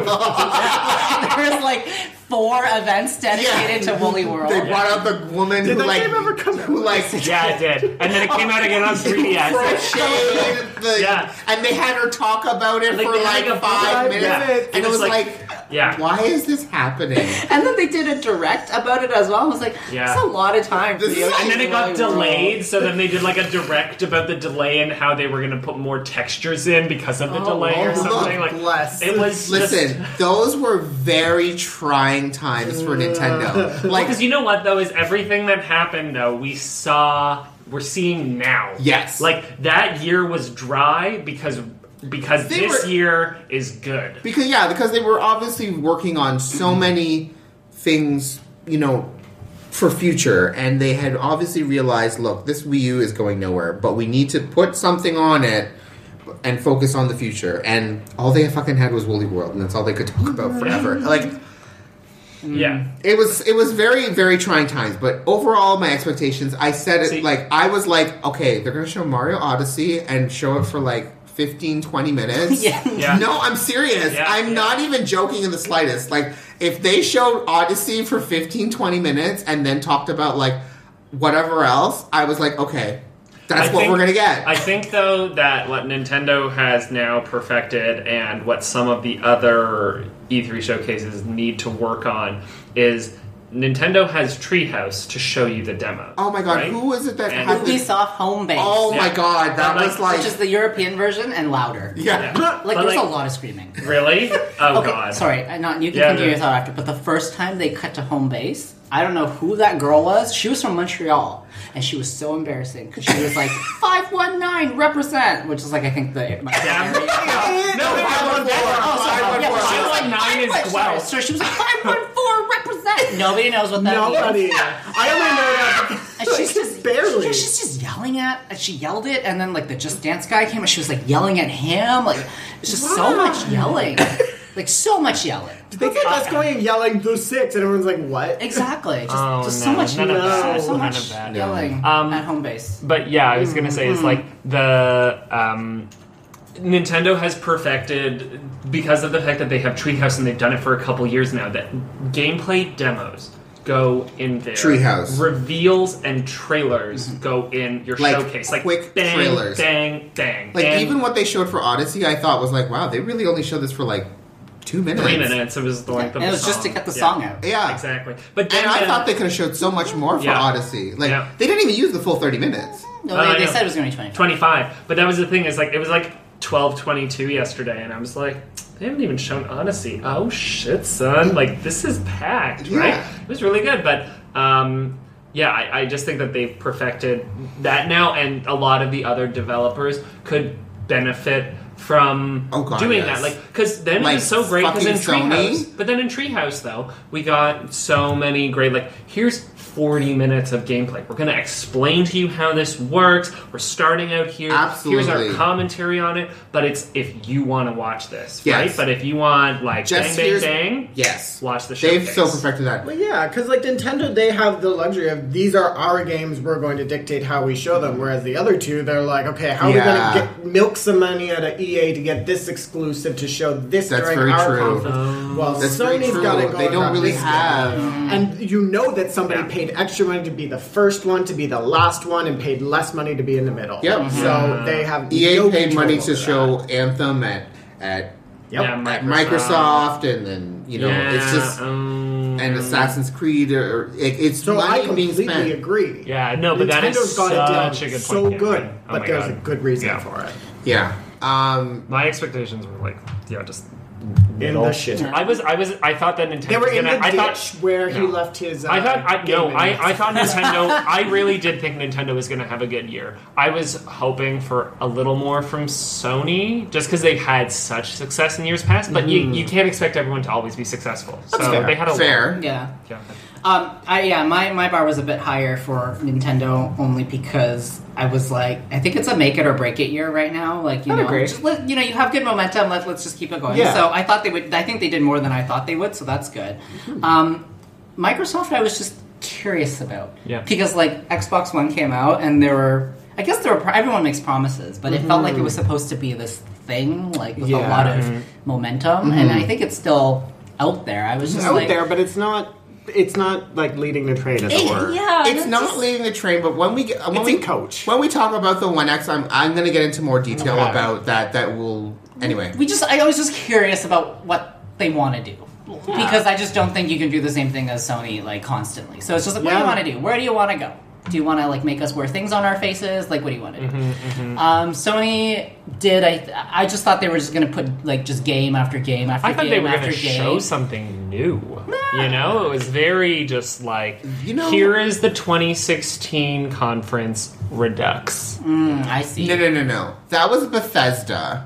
Speaker 4: nonstop. there was like four events dedicated
Speaker 1: Yeah.
Speaker 4: to Woolly World.
Speaker 3: Oh,
Speaker 1: They brought out the woman
Speaker 2: Did
Speaker 1: who
Speaker 2: that
Speaker 1: like
Speaker 2: game ever come
Speaker 1: who like
Speaker 3: [laughs] Yeah, it did. And then it came
Speaker 1: [laughs]
Speaker 3: out again on 3DS.
Speaker 1: crocheted the
Speaker 3: Yeah.
Speaker 1: and they had her talk about it
Speaker 3: Like,
Speaker 1: for
Speaker 3: they
Speaker 1: like,
Speaker 3: had, like, a
Speaker 1: five
Speaker 2: five
Speaker 1: minutes,
Speaker 2: minutes.
Speaker 1: and it was like,
Speaker 3: Yeah.
Speaker 1: why is this happening?
Speaker 4: And then they did a direct about it as well. I was like,
Speaker 3: Yeah.
Speaker 4: that's a lot of time. For
Speaker 1: This
Speaker 4: the
Speaker 1: is-
Speaker 4: Yoshi's
Speaker 3: And then it got
Speaker 4: Woolly World.
Speaker 3: delayed, so then they did like a direct about the delay and how they were going to put more textures in because of the
Speaker 4: Oh,
Speaker 3: delay or
Speaker 4: Lord.
Speaker 3: something.
Speaker 1: Look,
Speaker 3: Like
Speaker 2: bless.
Speaker 3: it was
Speaker 1: Listen,
Speaker 3: just- Mm.
Speaker 1: those were very trying times for Nintendo.
Speaker 3: [laughs]
Speaker 1: Like,
Speaker 3: Because you know what though is everything that happened though we saw we're seeing now.
Speaker 1: Yes.
Speaker 3: Like that year was dry because because
Speaker 1: They
Speaker 3: this
Speaker 1: were-
Speaker 3: year is good.
Speaker 1: because yeah, because they were obviously working on so many things, you know, for future, and they had obviously realized, look, this Wii U is going nowhere, but we need to put something on it and focus on the future. And all they fucking had was Woolly World, and that's all they could talk about forever. Like Mm.
Speaker 3: Yeah.
Speaker 1: it was, it was very, very trying times. But overall, my expectations, I said it
Speaker 3: See-
Speaker 1: like I was like, okay, they're gonna show Mario Odyssey and show it for like. 15 20 minutes
Speaker 4: Yeah.
Speaker 3: [laughs] Yeah.
Speaker 1: no i'm serious
Speaker 3: Yeah,
Speaker 1: i'm
Speaker 3: yeah.
Speaker 1: not even joking in the slightest like if they showed odyssey for 15 20 minutes and then talked about like whatever else i was like okay that's
Speaker 3: I
Speaker 1: what
Speaker 3: think-
Speaker 1: we're gonna get
Speaker 3: I think though that what Nintendo has now perfected and what some of the other E3 showcases need to work on is Nintendo has Treehouse to show you the demo.
Speaker 1: oh my god
Speaker 3: right?
Speaker 1: who was it that
Speaker 3: And-
Speaker 1: had this
Speaker 4: Ubisoft Home Base,
Speaker 1: oh my
Speaker 3: Yeah.
Speaker 1: god that
Speaker 3: But, like,
Speaker 1: was like
Speaker 4: which is the European version and louder.
Speaker 1: yeah,
Speaker 3: Yeah.
Speaker 4: Like
Speaker 3: But,
Speaker 4: there's
Speaker 3: like-
Speaker 4: a lot of screaming.
Speaker 3: Really? Oh
Speaker 4: okay,
Speaker 3: god.
Speaker 4: sorry, I- not you can
Speaker 3: Yeah,
Speaker 4: continue
Speaker 3: no.
Speaker 4: your thought after. But the first time they cut to Home Base, I don't know who that girl was. She was from Montreal, and she was so embarrassing 'cause she was like five one nine represent, which is like I think the my
Speaker 3: Yeah. [laughs]
Speaker 4: area.
Speaker 3: No, no, no, no, no.
Speaker 4: Oh, sorry,
Speaker 1: Five
Speaker 4: yeah,
Speaker 1: one
Speaker 4: she
Speaker 1: four.
Speaker 4: was like
Speaker 3: 519 is
Speaker 4: five one-
Speaker 3: Guelph.
Speaker 4: sorry, She was like five one four represent. [laughs] Nobody knows what that means.
Speaker 2: Nobody. I only know that.
Speaker 4: And she's just
Speaker 2: barely.
Speaker 4: Yeah, she's just yelling at. And she yelled it, and then like the Just Dance guy came, and she was like yelling at him. Like it's just so much yelling, like so much yelling.
Speaker 2: They kept us going and yelling those six, and everyone's like, "What?"
Speaker 4: Exactly. Just,
Speaker 3: Oh,
Speaker 4: just
Speaker 3: no,
Speaker 4: so much
Speaker 3: none of that.
Speaker 4: so
Speaker 3: None
Speaker 4: much
Speaker 3: of that.
Speaker 4: yelling
Speaker 3: Um,
Speaker 4: at home base.
Speaker 3: But yeah, I was gonna say it's like the um, Nintendo has perfected because of the fact that they have Treehouse and they've done it for a couple years now. That gameplay demos go in there,
Speaker 1: Treehouse.
Speaker 3: reveals and trailers go in your
Speaker 1: Like,
Speaker 3: showcase, like
Speaker 1: quick
Speaker 3: bang,
Speaker 1: trailers.
Speaker 3: bang, bang,
Speaker 1: like
Speaker 3: and
Speaker 1: even what they showed for odyssey i thought was like wow they really only showed this for like two minutes
Speaker 3: three minutes. It was the length of
Speaker 4: And it
Speaker 3: the
Speaker 4: was just to
Speaker 3: song.
Speaker 4: get the
Speaker 3: Yeah.
Speaker 4: song out.
Speaker 1: yeah
Speaker 3: Exactly, but then uh,
Speaker 1: and i
Speaker 3: then-
Speaker 1: thought they could have showed so much more for
Speaker 3: Yeah.
Speaker 1: odyssey like
Speaker 3: Yeah.
Speaker 1: they didn't even use the full 30 minutes
Speaker 4: No,
Speaker 3: Uh,
Speaker 4: they, they
Speaker 3: yeah.
Speaker 4: said it was going to be 20.
Speaker 3: 25 but that was the thing is like it was like 1222 yesterday and i was like they haven't even shown odyssey oh shit son like this is packed
Speaker 1: Yeah.
Speaker 3: right it was really good but um yeah I, I just think that they've perfected that now and a lot of the other developers could benefit from
Speaker 1: Oh, God,
Speaker 3: doing
Speaker 1: yes.
Speaker 3: that like because then
Speaker 1: Like,
Speaker 3: it was so great because in
Speaker 1: fucking Sony?
Speaker 3: treehouse but then in treehouse though we got so many great like here's 40 minutes of gameplay. We're going to explain to you how this works. We're starting out here. Here's
Speaker 1: Absolutely.
Speaker 3: our commentary on it. But it's if you want to watch this,
Speaker 1: Yes.
Speaker 3: right? But if you want, like,
Speaker 1: Just
Speaker 3: bang,
Speaker 1: here's-
Speaker 3: bang, bang,
Speaker 1: Yes.
Speaker 3: watch the show.
Speaker 1: They've so perfected that.
Speaker 2: Well, yeah, because like Nintendo, they have the luxury of these are our games. We're going to dictate how we show them. Whereas the other two, they're like, okay,
Speaker 1: Yeah.
Speaker 2: how are we going to get milk some money out of EA to get this exclusive to show this
Speaker 1: That's
Speaker 2: during
Speaker 1: very
Speaker 2: our
Speaker 1: true.
Speaker 3: Oh.
Speaker 2: conference? Well,
Speaker 1: That's very
Speaker 2: Sony's
Speaker 1: true.
Speaker 2: got it going.
Speaker 1: They
Speaker 2: on
Speaker 1: don't really
Speaker 2: this
Speaker 1: have.
Speaker 2: year. And you know that somebody
Speaker 3: Yeah.
Speaker 2: paid extra money to be the first one, to be the last one, and paid less money to be in the middle.
Speaker 1: Yep.
Speaker 2: So they have
Speaker 1: EA
Speaker 2: no
Speaker 1: paid
Speaker 2: control
Speaker 1: E money
Speaker 2: over
Speaker 1: to
Speaker 2: that.
Speaker 1: show Anthem at at,
Speaker 3: Yeah,
Speaker 2: Yep.
Speaker 1: at
Speaker 3: Microsoft.
Speaker 1: Microsoft, and then you know
Speaker 3: yeah,
Speaker 1: it's just
Speaker 3: um,
Speaker 1: and Assassin's Creed or, or it, it's
Speaker 2: So I
Speaker 1: money being
Speaker 2: completely
Speaker 1: spent.
Speaker 2: agree.
Speaker 3: Yeah, no, but that is
Speaker 2: Nintendo's got it down
Speaker 3: such a good
Speaker 2: so
Speaker 3: point, Cameron.
Speaker 2: good,
Speaker 3: Oh
Speaker 2: but
Speaker 3: my
Speaker 2: there's
Speaker 3: God.
Speaker 2: a good reason
Speaker 3: Yeah.
Speaker 2: for it.
Speaker 1: Yeah. Um,
Speaker 3: My expectations were like, yeah, just
Speaker 2: In the shit.
Speaker 3: I was, I was, I thought that Nintendo.
Speaker 2: They were
Speaker 3: was
Speaker 2: in
Speaker 3: gonna,
Speaker 2: the
Speaker 3: I
Speaker 2: ditch
Speaker 3: thought
Speaker 2: where he
Speaker 3: no.
Speaker 2: left his. Uh,
Speaker 3: I thought I,
Speaker 2: game
Speaker 3: no,
Speaker 2: in there.
Speaker 3: I, I thought Nintendo. I really did think Nintendo was going to have a good year. I was hoping for a little more from Sony, just because they've had such success in years past. But you, you can't expect everyone to always be successful. So
Speaker 2: fair.
Speaker 3: they had a
Speaker 1: fair.
Speaker 4: Yeah.
Speaker 3: Lot. Yeah.
Speaker 4: Um, I, yeah, my, my bar was a bit higher for Nintendo only because I was like, I think it's a make it or break it year right now. Like you
Speaker 2: I'd
Speaker 4: know,
Speaker 2: agree.
Speaker 4: just let- you know, you have good momentum. Let let's just keep it going.
Speaker 2: Yeah.
Speaker 4: So I thought they would. I think they did more than I thought they would. So that's good.
Speaker 2: Hmm.
Speaker 4: Um, Microsoft, I was just curious about.
Speaker 3: Yeah.
Speaker 4: Because like Xbox One came out and there were, I guess there were. pro- Everyone makes promises, but it felt like it was supposed to be this thing, like with
Speaker 2: Mm-hmm.
Speaker 4: a
Speaker 2: Yeah. Mm-hmm.
Speaker 4: lot of momentum, and I think it's still out there. I was
Speaker 2: It's
Speaker 4: just
Speaker 2: out
Speaker 4: like,
Speaker 2: there, but it's not. It's not like leading the trade, as it were.
Speaker 4: yeah,
Speaker 1: It's
Speaker 4: and
Speaker 1: not
Speaker 4: just-
Speaker 1: leading the train, but when we get when
Speaker 2: It's
Speaker 1: we
Speaker 2: in coach.
Speaker 1: when we talk about the One X, I'm I'm going to get into more detail
Speaker 2: Okay.
Speaker 1: about that. That will anyway.
Speaker 4: we just I was just curious about what they want to do because I just don't think you can do the same thing as Sony like constantly. So it's just like what do
Speaker 2: Yeah.
Speaker 4: you want to do? Where do you want to go? Do you want to like make us wear things on our faces? Like what do you want to do? Um, Sony did I I just thought they were just going to put like just game after game after
Speaker 3: I thought
Speaker 4: game
Speaker 3: they were
Speaker 4: after
Speaker 3: going to
Speaker 4: game.
Speaker 3: show something new. You know, it was very just like,
Speaker 1: You know-
Speaker 3: here is the 2016 conference Redux.
Speaker 4: Mm, I see.
Speaker 1: No, no, no, no. That was
Speaker 4: [laughs]
Speaker 1: Bethesda,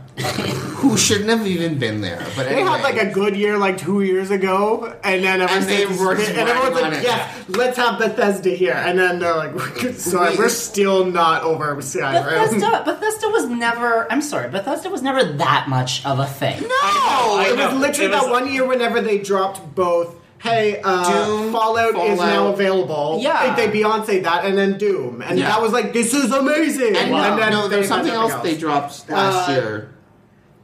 Speaker 1: who shouldn't have even been there. But
Speaker 2: They
Speaker 1: anyway,
Speaker 2: had like a good year like two years ago, and then ever
Speaker 1: And they
Speaker 2: since-
Speaker 1: were
Speaker 2: and everyone's
Speaker 1: working on
Speaker 2: like,
Speaker 1: it.
Speaker 2: "Yes, let's have Bethesda here," and then they're like, [laughs] "Sorry,
Speaker 1: We-
Speaker 2: we're still not over Skyrim."
Speaker 4: Bethesda, Bethesda was never. I'm sorry, Bethesda was never that much of a thing.
Speaker 1: no.
Speaker 3: I
Speaker 2: it
Speaker 3: know.
Speaker 2: was literally
Speaker 3: It was-
Speaker 2: that one year whenever they dropped both. Hey, uh,
Speaker 1: Doom,
Speaker 2: Fallout, is now
Speaker 1: Fallout.
Speaker 2: available.
Speaker 4: Yeah.
Speaker 2: they, they Beyonce that, and then Doom, and
Speaker 1: Yeah.
Speaker 2: that was like this is amazing.
Speaker 1: And, no,
Speaker 2: then
Speaker 1: no, there was
Speaker 2: they had
Speaker 1: something else they dropped last
Speaker 2: Uh,
Speaker 1: year.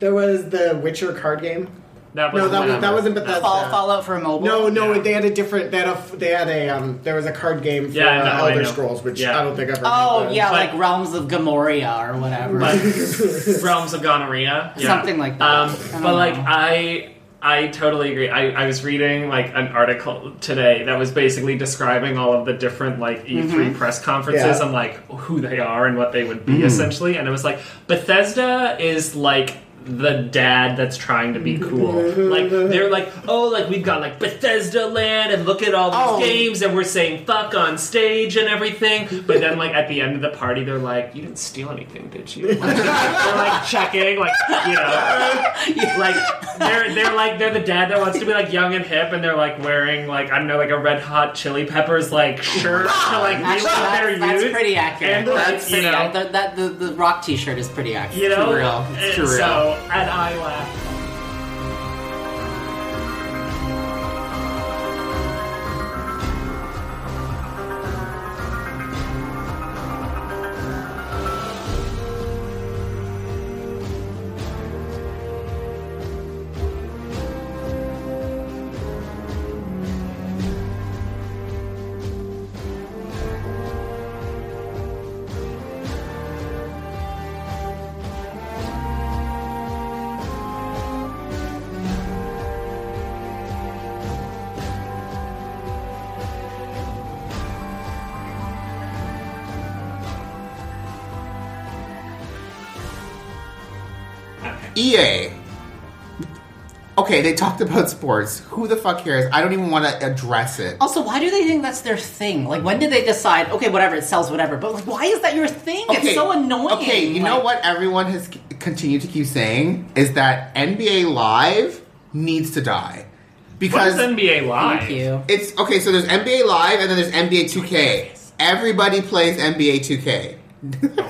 Speaker 2: There was the Witcher card game.
Speaker 3: That was
Speaker 2: No, that was that was in Bethesda.
Speaker 4: Fall, Fallout for mobile.
Speaker 2: No, no,
Speaker 3: Yeah.
Speaker 2: they had a different. They had a. They had a. Um, there was a card game for
Speaker 3: Yeah, I know,
Speaker 2: uh,
Speaker 3: I
Speaker 2: Elder
Speaker 3: know.
Speaker 2: Scrolls, which
Speaker 3: Yeah.
Speaker 2: I don't think I've ever.
Speaker 4: Oh
Speaker 2: played.
Speaker 4: yeah,
Speaker 3: But-
Speaker 4: like Realms of Gamoria or whatever.
Speaker 3: but realms of gonorrhea, yeah.
Speaker 4: Something like that.
Speaker 3: Um,
Speaker 4: I
Speaker 3: but
Speaker 4: don't
Speaker 3: like
Speaker 4: know.
Speaker 3: I, I totally agree. I, I was reading like an article today that was basically describing all of the different like E3
Speaker 4: Mm-hmm.
Speaker 3: press conferences
Speaker 2: Yeah.
Speaker 3: and like who they are and what they would be essentially. And it was like Bethesda is like the dad that's trying to
Speaker 4: Mm-hmm.
Speaker 3: be cool. like they're like, oh, like we've got like Bethesda land and look at all these
Speaker 2: Oh.
Speaker 3: games and we're saying fuck on stage and everything. But then like at the end of the party, they're like, you didn't steal anything, did you? [laughs] they're like checking, like you know, like they're they're like they're the dad that wants to be like young and hip, and they're like wearing like I don't know like a Red Hot Chili Peppers like shirt to like
Speaker 4: Actually,
Speaker 3: be their
Speaker 4: Oh, that's,
Speaker 3: youth.
Speaker 4: that's pretty accurate.
Speaker 3: And,
Speaker 4: that's
Speaker 3: like,
Speaker 4: pretty
Speaker 3: you know,
Speaker 4: ac- that, that- the, the rock T-shirt is pretty accurate.
Speaker 3: you know,
Speaker 1: Too real. It's too
Speaker 3: and
Speaker 1: real.
Speaker 3: So and I laugh.
Speaker 1: EA. E Okay, they talked about sports. Who the fuck cares? I don't even want to address it.
Speaker 4: Also, why do they think that's their thing? Like, when did they decide? Okay, whatever, it sells, whatever. But like, why is that your thing? it's so annoying.
Speaker 1: Okay, you know
Speaker 4: Like,
Speaker 1: what everyone has c- continued to keep saying is that NBA Live needs to die.
Speaker 3: What
Speaker 1: because
Speaker 3: is NBA Live?
Speaker 4: Thank you.
Speaker 1: it's okay. So there's NBA Live and then there's NBA 2K. Everybody plays NBA 2K.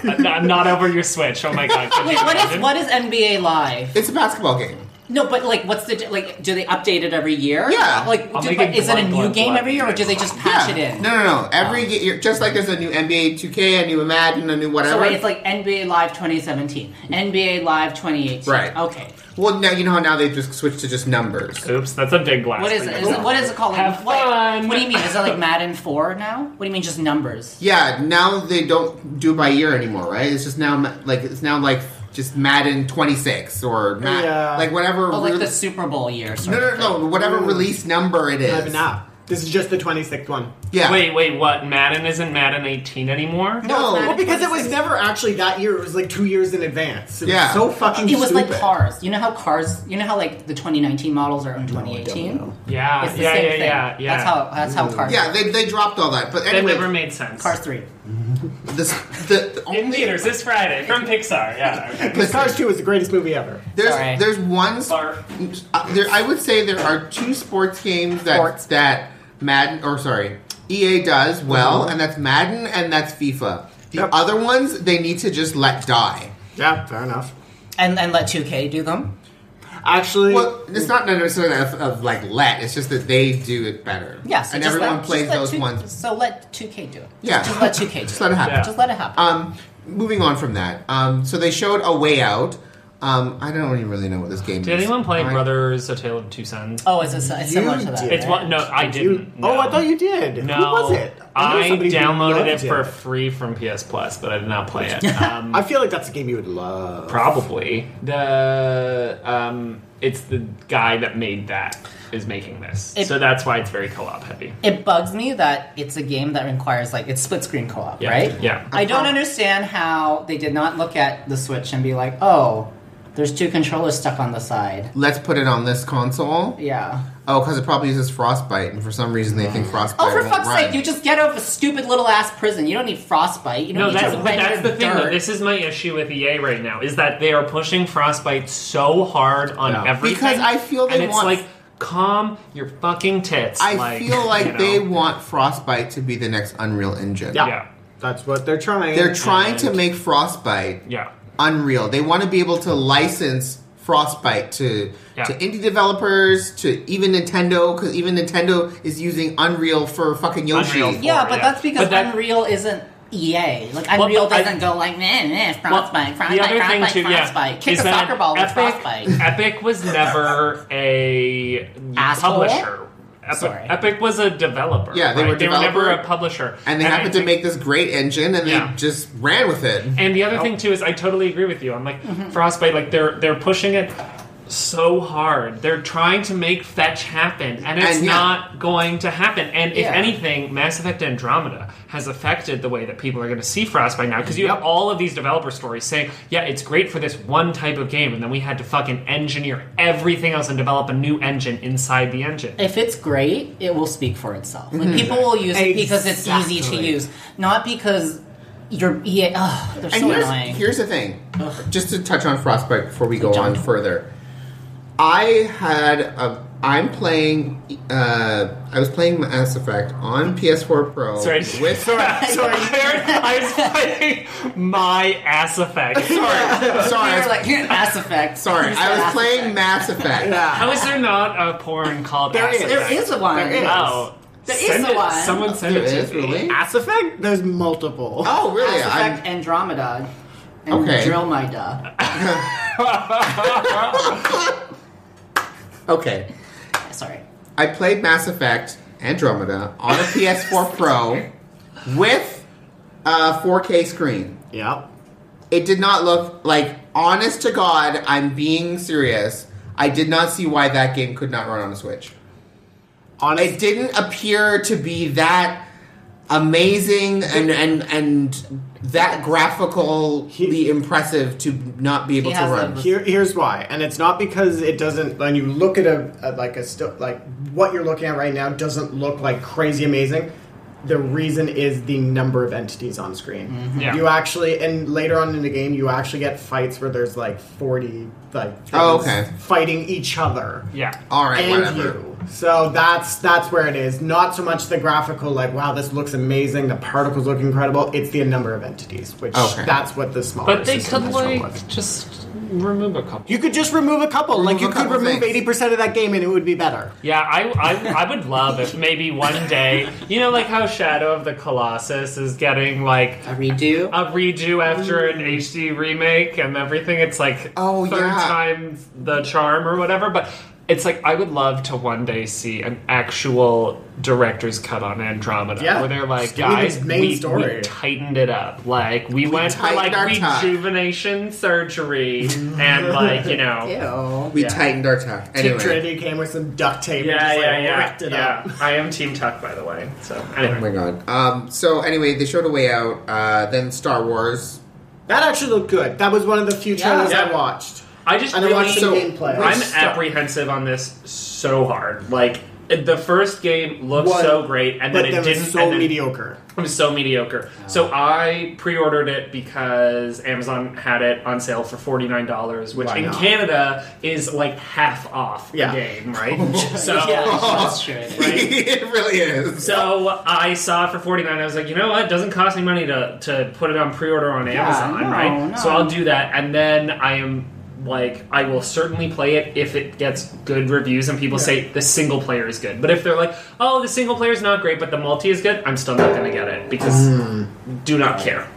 Speaker 3: I'm not, I'm not over your switch. Oh my god. could
Speaker 4: Wait,
Speaker 3: you
Speaker 4: what is
Speaker 3: imagine?
Speaker 4: what is NBA Live?
Speaker 1: It's a basketball game.
Speaker 4: No, but like, what's the like? Do they update it every year?
Speaker 1: Yeah.
Speaker 4: Like,
Speaker 3: I'll
Speaker 4: do,
Speaker 3: make it
Speaker 4: is it a
Speaker 3: blood,
Speaker 4: new
Speaker 3: blood,
Speaker 4: game
Speaker 3: blood.
Speaker 4: every year, or do they just patch
Speaker 1: Yeah.
Speaker 4: it in? Oh.
Speaker 1: No, no, no. Every ge- you're, just like there's a new NBA 2K, a new Madden, a new whatever.
Speaker 4: So wait, it's like NBA Live 2017, NBA Live 2018.
Speaker 1: Right.
Speaker 4: Okay.
Speaker 1: well, now you know how now they just switched to just numbers.
Speaker 3: Oops, that's a big glass.
Speaker 4: What is
Speaker 3: for
Speaker 4: it?
Speaker 3: you.
Speaker 4: Is it what is it called? Like,
Speaker 3: Have
Speaker 4: what,
Speaker 3: fun.
Speaker 4: what do you mean? Is it like Madden 4 now? What do you mean, just numbers?
Speaker 1: Yeah, now they don't do by year anymore, right? It's just now ma- like it's now like just Madden 26 or Mad-
Speaker 2: Yeah.
Speaker 1: like whatever.
Speaker 4: Oh, like
Speaker 1: re-
Speaker 4: the Super Bowl year. Sort
Speaker 1: no,
Speaker 4: of
Speaker 1: no,
Speaker 4: thing.
Speaker 1: no, whatever release number it is.
Speaker 2: Maybe not. This is just the 26th one.
Speaker 1: Yeah.
Speaker 3: Wait, wait, what? Madden isn't Madden 18 anymore?
Speaker 1: No.
Speaker 4: it's
Speaker 2: Well,
Speaker 4: Madden
Speaker 2: because it was
Speaker 4: 26.
Speaker 2: never actually that year. It was like two years in advance. It was
Speaker 1: Yeah.
Speaker 2: so fucking.
Speaker 4: It was like
Speaker 2: stupid.
Speaker 4: cars. You know how cars? You know how like the 2019 models are in 2018.
Speaker 2: know.
Speaker 3: Yeah,
Speaker 4: It's the
Speaker 3: yeah,
Speaker 4: same
Speaker 3: yeah,
Speaker 4: thing.
Speaker 3: yeah, yeah.
Speaker 4: That's how. That's how cars.
Speaker 1: Yeah, they, they dropped all that. But
Speaker 3: that
Speaker 1: anyway,
Speaker 3: never made sense.
Speaker 4: Cars three.
Speaker 1: this, the, the
Speaker 3: in
Speaker 1: only
Speaker 3: theaters this Friday from Pixar. Yeah.
Speaker 1: [laughs]
Speaker 3: Okay.
Speaker 2: Because Cars 2 is the greatest movie ever.
Speaker 1: there's
Speaker 4: Sorry.
Speaker 1: there's one sp-
Speaker 3: Barf.
Speaker 1: uh, there I would say there are two sports games that
Speaker 4: Sports.
Speaker 1: that Madden or sorry EA does well, and that's Madden and that's FIFA. The
Speaker 2: Mm-hmm. Yep.
Speaker 1: other ones they need to just let die.
Speaker 2: Yeah, fair enough.
Speaker 4: And and let 2K do them.
Speaker 2: Actually,
Speaker 1: Well, it's not necessarily of, of like let. It's just that they do it better.
Speaker 4: Yeah. So
Speaker 1: and
Speaker 4: just
Speaker 1: everyone
Speaker 4: let,
Speaker 1: plays
Speaker 4: just let
Speaker 1: those
Speaker 4: two-
Speaker 1: ones.
Speaker 4: So let 2K do it.
Speaker 1: Yeah. [laughs]
Speaker 4: Just let 2K do
Speaker 1: Just
Speaker 4: it.
Speaker 1: let it happen.
Speaker 3: Yeah.
Speaker 4: Just let it happen.
Speaker 1: Um, moving on from that. Um, so they showed a way out. Um, I don't even really know what this game
Speaker 3: Did
Speaker 1: is.
Speaker 3: anyone play
Speaker 1: I-
Speaker 3: Brothers: A Tale of Two Sons?
Speaker 4: oh, it's, a, it's similar
Speaker 2: You
Speaker 4: to that.
Speaker 2: did.
Speaker 3: It's one. No, I
Speaker 2: you,
Speaker 3: didn't.
Speaker 2: oh,
Speaker 3: no.
Speaker 2: I thought you did.
Speaker 3: No,
Speaker 2: Who was it? know
Speaker 3: I,
Speaker 2: somebody who
Speaker 3: downloaded it
Speaker 2: loved
Speaker 3: for free from PS Plus, but I did not play
Speaker 2: [laughs]
Speaker 3: it. Um,
Speaker 2: I feel like that's a game you would love.
Speaker 3: probably the um, it's the guy that made that is making this,
Speaker 4: It-
Speaker 3: so that's why it's very co-op heavy.
Speaker 4: It bugs me that it's a game that requires like it's split screen co-op,
Speaker 3: Yeah.
Speaker 4: right?
Speaker 3: Yeah.
Speaker 4: I don't understand how they did not look at the Switch and be like, "Oh, there's two controllers stuck on the side."
Speaker 1: Let's put it on this console.
Speaker 4: Yeah.
Speaker 1: Oh, because it probably uses Frostbite, and for some reason they think Frostbite.
Speaker 4: Oh, for
Speaker 1: won't
Speaker 4: fuck's
Speaker 1: run.
Speaker 4: sake! You just get out of a stupid little ass prison. You don't need frostbite. You don't
Speaker 3: No,
Speaker 4: need
Speaker 3: that's
Speaker 4: to render
Speaker 3: that's the thing. Though.
Speaker 4: dirt.
Speaker 3: This is my issue with EA right now is that they are pushing Frostbite so hard on
Speaker 2: Yeah.
Speaker 3: everything
Speaker 1: Because I feel they
Speaker 3: and it's
Speaker 1: want-
Speaker 3: like calm your fucking tits.
Speaker 1: I
Speaker 3: like,
Speaker 1: feel like
Speaker 3: you know.
Speaker 1: they want Frostbite to be the next Unreal Engine.
Speaker 2: Yeah.
Speaker 3: Yeah.
Speaker 2: That's what they're trying.
Speaker 1: They're trying to
Speaker 3: And-
Speaker 1: make Frostbite
Speaker 3: Yeah.
Speaker 1: Unreal. They want to be able to license Frostbite to
Speaker 3: Yeah.
Speaker 1: to indie developers, to even Nintendo, because even Nintendo is using Unreal for fucking Yoshi.
Speaker 3: Unreal.
Speaker 4: yeah,
Speaker 3: for,
Speaker 4: but
Speaker 3: Oh, yeah.
Speaker 4: that's because
Speaker 3: But that-
Speaker 4: Unreal isn't EA. Like
Speaker 3: but
Speaker 4: Unreal
Speaker 3: I-
Speaker 4: doesn't go like, man, eh,
Speaker 3: Well,
Speaker 4: frostbite, frostbite, frostbite, frostbite. Kick
Speaker 3: is
Speaker 4: a
Speaker 3: that
Speaker 4: soccer ball with
Speaker 3: Epic,
Speaker 4: frostbite.
Speaker 3: Epic was never a
Speaker 4: Asshole?
Speaker 3: publisher. Epic,
Speaker 4: Sorry.
Speaker 3: Epic was a developer.
Speaker 1: Yeah, they
Speaker 3: right?
Speaker 1: were
Speaker 3: never
Speaker 1: developer.
Speaker 3: a publisher,
Speaker 1: And they
Speaker 3: I
Speaker 1: happened to
Speaker 3: think-
Speaker 1: make this great engine, and
Speaker 3: Yeah.
Speaker 1: they just ran with it.
Speaker 3: And the other thing too is, I totally agree with you. I'm like Frostbite, like they're they're pushing it so hard. They're trying to make fetch happen, and it's
Speaker 1: And, yeah.
Speaker 3: not going to happen. And
Speaker 4: Yeah.
Speaker 3: if anything, Mass Effect Andromeda has affected the way that people are going to see Frostbite now because you have all of these developer stories saying, "Yeah, it's great for this one type of game," and then we had to fucking engineer everything else and develop a new engine inside the engine.
Speaker 4: If it's great, it will speak for itself.
Speaker 1: Mm-hmm.
Speaker 4: Like people will use it because it's easy to
Speaker 2: Exactly.
Speaker 4: use, not because you're EA. Ugh, they're
Speaker 1: And
Speaker 4: so
Speaker 1: here's,
Speaker 4: annoying.
Speaker 1: here's the thing,
Speaker 4: Ugh.
Speaker 1: just to touch on Frostbite before we go on
Speaker 4: Jumped.
Speaker 1: further. I had a. I'm playing. Uh, I was playing Mass Effect on PS4 Pro
Speaker 3: Sorry.
Speaker 4: [laughs]
Speaker 1: with
Speaker 3: Sorry, I was playing [laughs] my ass effect. Sorry.
Speaker 1: sorry, I
Speaker 4: You're
Speaker 1: was-
Speaker 4: like Mass Effect.
Speaker 1: sorry.
Speaker 4: You
Speaker 1: I
Speaker 4: said
Speaker 1: was
Speaker 4: Mass
Speaker 1: playing
Speaker 4: Effect.
Speaker 1: Mass Effect.
Speaker 2: Yeah.
Speaker 3: How is there not a porn called
Speaker 2: There
Speaker 3: Ass
Speaker 2: is.
Speaker 3: Effect?
Speaker 4: There is a one.
Speaker 2: There is.
Speaker 3: Oh.
Speaker 4: There is
Speaker 3: Send
Speaker 4: a
Speaker 3: it-
Speaker 4: one.
Speaker 3: Someone send
Speaker 1: There
Speaker 3: it to
Speaker 1: is,
Speaker 3: me.
Speaker 1: really?
Speaker 2: Mass Effect? There's multiple.
Speaker 1: Oh, really?
Speaker 4: Mass
Speaker 1: I'm-
Speaker 4: Effect Andromeda and
Speaker 1: Okay.
Speaker 4: Drillmida.
Speaker 1: okay.
Speaker 4: Sorry.
Speaker 1: I played Mass Effect Andromeda on a PS4 Pro with a 4K screen.
Speaker 2: Yep.
Speaker 1: It did not look like honest to God, I'm being serious. I did not see why that game could not run on a Switch.
Speaker 2: Honest.
Speaker 1: It didn't appear to be that amazing and and and that graphically impressive to not be able
Speaker 4: He
Speaker 1: to
Speaker 4: has
Speaker 1: run.
Speaker 4: a-
Speaker 2: Here, here's why, and it's not because it doesn't. When you look at a, at like a sti- like what you're looking at right now doesn't look like crazy amazing. The reason is the number of entities on screen.
Speaker 3: Yeah.
Speaker 2: You actually, and later on in the game, you actually get fights where there's like forty like
Speaker 1: Oh,
Speaker 2: things
Speaker 1: okay.
Speaker 2: fighting each other
Speaker 3: Yeah.
Speaker 1: All right,
Speaker 2: and
Speaker 1: whatever.
Speaker 2: you. So that's that's where it is. Not so much the graphical, like wow, this looks amazing, the particles look incredible. It's the number of entities, which
Speaker 1: Okay.
Speaker 2: that's what the smaller.
Speaker 3: But they
Speaker 2: system
Speaker 3: could
Speaker 2: has trouble
Speaker 3: like
Speaker 2: with.
Speaker 3: just remove a couple.
Speaker 2: You could just remove a couple. like
Speaker 1: Remove
Speaker 2: you
Speaker 1: a
Speaker 2: could
Speaker 1: couple
Speaker 2: remove
Speaker 1: things.
Speaker 2: eighty percent of that game, and it would be better.
Speaker 3: Yeah, I, I, I would love if maybe one day, you know, like how Shadow of the Colossus is getting like
Speaker 4: A redo?
Speaker 1: Oh.
Speaker 3: a redo after an HD remake and everything. It's like
Speaker 1: Oh,
Speaker 3: third
Speaker 1: yeah.
Speaker 3: time the charm or whatever. But it's like I would love to one day see an actual director's cut on Andromeda,
Speaker 2: Yeah.
Speaker 3: where they're like,
Speaker 2: Still with its
Speaker 3: guys,
Speaker 2: main
Speaker 3: we,
Speaker 2: story."
Speaker 3: we tightened it up, like we, went for
Speaker 1: tightened
Speaker 3: like
Speaker 1: our tie.
Speaker 3: rejuvenation surgery and like you know.
Speaker 4: Ew.
Speaker 1: We
Speaker 3: Yeah.
Speaker 1: tightened our tuck.
Speaker 2: Anyway.
Speaker 1: Anyway.
Speaker 2: Trinity came with some duct tape and
Speaker 3: Yeah,
Speaker 2: just like
Speaker 3: yeah, yeah,
Speaker 2: wrapped it
Speaker 3: yeah.
Speaker 2: up.
Speaker 3: I am Team Tuck, by the way. So
Speaker 1: Oh
Speaker 3: anyway.
Speaker 1: my god. Um, so anyway, they showed a way out. Uh, then Star Wars. [laughs]
Speaker 2: That actually looked good. That was one of the few
Speaker 4: Yeah.
Speaker 2: trailers I
Speaker 3: Yeah.
Speaker 2: watched.
Speaker 3: I just
Speaker 2: And I
Speaker 3: really,
Speaker 2: watched
Speaker 3: so
Speaker 2: some gameplay.
Speaker 3: I'm
Speaker 2: Stuff.
Speaker 3: apprehensive on this so hard. Like it- the first game looked
Speaker 2: Was-
Speaker 3: so great, and then
Speaker 2: But
Speaker 3: it
Speaker 2: that
Speaker 3: didn't.
Speaker 2: was so
Speaker 3: and then
Speaker 2: mediocre.
Speaker 3: It was so mediocre. So I pre-ordered it because Amazon had it on sale for forty nine dollars, which
Speaker 2: Why
Speaker 3: in
Speaker 2: not?
Speaker 3: Canada is like half off
Speaker 2: Yeah.
Speaker 3: the game, right?
Speaker 2: [laughs]
Speaker 3: so.
Speaker 1: [laughs]
Speaker 4: yeah, that's true.
Speaker 3: Right.
Speaker 1: it really is.
Speaker 3: So I saw it for forty nine. I was like, you know what? It doesn't cost me money to, to put it on pre order on
Speaker 4: Yeah,
Speaker 3: Amazon,
Speaker 4: no,
Speaker 3: right?
Speaker 4: no.
Speaker 3: So I'll do that, and then I am like, I will certainly play it if it gets good reviews and people say the single player is good. But if they're like, oh, the single player is not great, but the multi is good, I'm still not going to get it because do not care.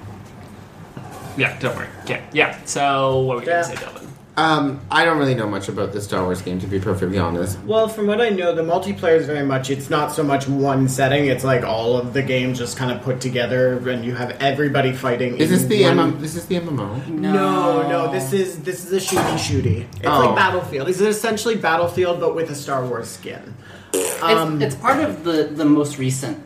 Speaker 3: Yeah, don't worry. Okay. Yeah. So what were you
Speaker 2: Yeah.
Speaker 3: going to say, Dylan?
Speaker 1: Um, I don't really know much about the Star Wars game, to be perfectly honest.
Speaker 2: Well, from what I know, the multiplayer is very much, it's not so much one setting, it's like all of the games just kind of put together and you have everybody fighting.
Speaker 1: Is this
Speaker 2: in
Speaker 1: the
Speaker 2: one-
Speaker 1: MM- This is the MMO.
Speaker 2: No, no, this is this is a shooty shooty. It's
Speaker 1: Oh.
Speaker 2: like Battlefield. It's essentially Battlefield but with a Star Wars skin. Um,
Speaker 4: it's, it's part of the, the most recent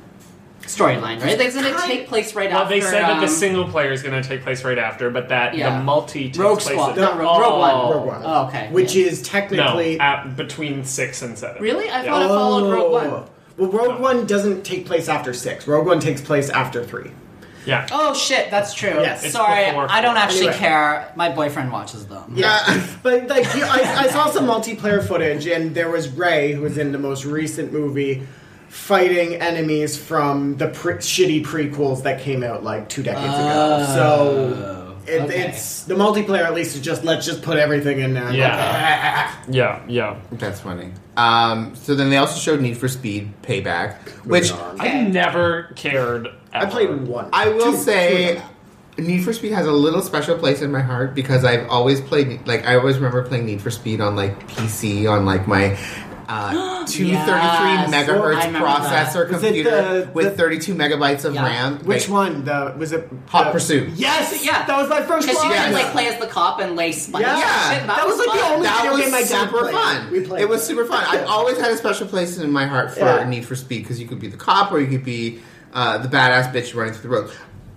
Speaker 4: storyline, right? That's going to take place right
Speaker 3: Well,
Speaker 4: after.
Speaker 3: they said that
Speaker 4: um,
Speaker 3: the single player is going to take place right after, but that
Speaker 4: Yeah.
Speaker 3: the multi takes
Speaker 4: Rogue
Speaker 3: place at-
Speaker 4: Squad. No, Rogue- Rogue One.
Speaker 3: Oh.
Speaker 2: Rogue One.
Speaker 4: Oh, okay,
Speaker 2: Which
Speaker 4: yeah.
Speaker 2: is
Speaker 3: No,
Speaker 2: technically Oh.
Speaker 3: at, between six and seven.
Speaker 4: Really? I
Speaker 3: Yeah.
Speaker 4: thought it followed Rogue
Speaker 1: Oh.
Speaker 4: One.
Speaker 2: Well, Rogue One doesn't take place after six. Rogue One takes place after three.
Speaker 3: Yeah.
Speaker 4: Oh shit, that's true.
Speaker 2: Yes. It's
Speaker 4: Sorry,
Speaker 3: before-
Speaker 4: I don't actually
Speaker 2: Anyway.
Speaker 4: care. My boyfriend watches them.
Speaker 1: Yeah.
Speaker 2: Uh, [laughs] But like, you- I, I saw some multiplayer footage, and there was Ray, who was in the most recent movie, fighting enemies from the pre- shitty prequels that came out like two decades ago.
Speaker 1: Oh.
Speaker 2: So it,
Speaker 4: okay.
Speaker 2: it's the multiplayer, at least, is just let's just put everything in there.
Speaker 3: Yeah. Yeah, yeah.
Speaker 1: That's funny. Um, so then they also showed Need for Speed Payback, which
Speaker 2: Moving on.
Speaker 3: I never cared.
Speaker 2: I
Speaker 3: Ever.
Speaker 2: played one.
Speaker 1: I will
Speaker 2: Two- two of
Speaker 1: say,
Speaker 2: them.
Speaker 1: Need for Speed has a little special place in my heart because I've always played. Like I always remember playing Need for Speed on like PC on like my.
Speaker 2: [gasps]
Speaker 1: Uh, 233
Speaker 2: Oh,
Speaker 4: Yes.
Speaker 1: megahertz
Speaker 4: I remember that.
Speaker 1: processor
Speaker 2: Was it
Speaker 1: computer
Speaker 2: the-
Speaker 1: with
Speaker 2: the-
Speaker 1: 32 megabytes of
Speaker 4: Yeah.
Speaker 1: RAM.
Speaker 2: Which
Speaker 1: Like,
Speaker 2: one? The was it
Speaker 1: Hot
Speaker 2: the-
Speaker 1: Pursuit.
Speaker 2: Yes,
Speaker 4: Yeah.
Speaker 2: that was my first
Speaker 4: Because
Speaker 2: one.
Speaker 4: you can
Speaker 1: Yeah.
Speaker 4: like play as the cop and lay spice.
Speaker 2: Yeah.
Speaker 4: Shit,
Speaker 2: That was, like, the
Speaker 4: fun.
Speaker 2: only-
Speaker 1: that
Speaker 2: video
Speaker 1: was
Speaker 2: game my dad
Speaker 1: super
Speaker 2: played.
Speaker 1: fun.
Speaker 2: We played.
Speaker 1: It was super fun. I've always had a special place in my heart for
Speaker 2: Yeah.
Speaker 1: Need for Speed because you could be the cop or you could be uh, the badass bitch running through the road.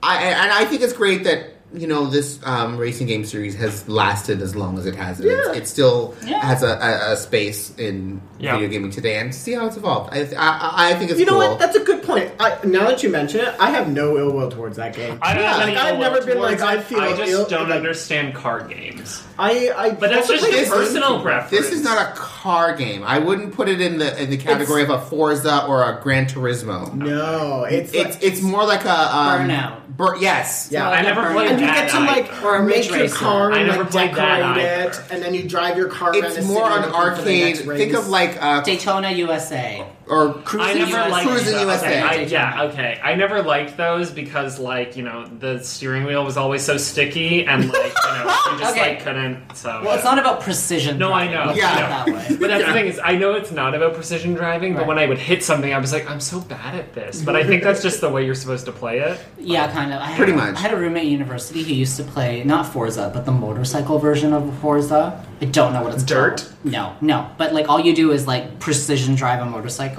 Speaker 1: I I- and I think it's great that you know this um, racing game series has lasted as long as it has. And it's,
Speaker 2: Yeah.
Speaker 1: it still
Speaker 4: Yeah.
Speaker 1: has a, a, a space in
Speaker 3: Yeah.
Speaker 1: video gaming today, and to see how it's evolved, I I, I think it's
Speaker 2: You know
Speaker 1: cool.
Speaker 2: what? That's a good point. I, now that you mention it, I have no ill will towards that game.
Speaker 3: I don't
Speaker 1: Yeah,
Speaker 3: have
Speaker 1: like,
Speaker 3: any
Speaker 2: I've
Speaker 3: ill
Speaker 2: never
Speaker 3: will
Speaker 2: been
Speaker 3: towards
Speaker 2: like,
Speaker 3: it.
Speaker 2: I feel
Speaker 3: I just
Speaker 2: ill-
Speaker 3: don't
Speaker 2: like-
Speaker 3: understand car games.
Speaker 2: I, I
Speaker 3: But that's
Speaker 2: also
Speaker 3: just
Speaker 2: played
Speaker 3: a
Speaker 2: a
Speaker 3: personal preference.
Speaker 1: this is not a car game. I wouldn't put it in the in the category of a Forza or a Gran Turismo.
Speaker 2: No, it's
Speaker 1: It's
Speaker 2: like-
Speaker 1: it's more like a um,
Speaker 4: Burnout.
Speaker 1: Bur- yes.
Speaker 2: Yeah.
Speaker 3: I never played
Speaker 2: and you
Speaker 3: that
Speaker 2: get to like
Speaker 3: either.
Speaker 4: Or a
Speaker 2: make
Speaker 4: ridge
Speaker 2: your
Speaker 4: racer.
Speaker 2: car
Speaker 3: I
Speaker 2: and
Speaker 3: never
Speaker 2: like
Speaker 3: played that
Speaker 2: decorate
Speaker 3: either.
Speaker 2: it, and then you drive your car. around a
Speaker 1: It's
Speaker 2: city
Speaker 1: more an
Speaker 2: looking for the
Speaker 1: arcade.
Speaker 2: next
Speaker 1: Think of
Speaker 2: race.
Speaker 1: like uh,
Speaker 4: Daytona, USA.
Speaker 1: or
Speaker 3: I
Speaker 1: cruising,
Speaker 3: never
Speaker 4: USA.
Speaker 3: liked
Speaker 1: cruising
Speaker 3: those.
Speaker 1: USA.
Speaker 3: Okay, I, yeah, okay. I never liked those because, like, you know, the steering wheel was always so sticky, and like, you know, you just
Speaker 4: Okay.
Speaker 3: like couldn't. So
Speaker 4: Well, it's not about precision.
Speaker 3: No, I
Speaker 4: driving,
Speaker 3: know.
Speaker 4: let's
Speaker 1: Yeah.
Speaker 4: put it that way.
Speaker 3: But that's the thing is, I know it's not about precision driving, but
Speaker 4: Right.
Speaker 3: when I would hit something, I was like, I'm so bad at this. But I think that's just the way you're supposed to play it.
Speaker 4: Yeah, kind of. I had,
Speaker 1: Pretty much.
Speaker 4: I had a roommate at university who used to play not Forza, but the motorcycle version of Forza. I don't know what it's
Speaker 3: Dirt?
Speaker 4: called. No, no. But like all you do is like precision drive a motorcycle.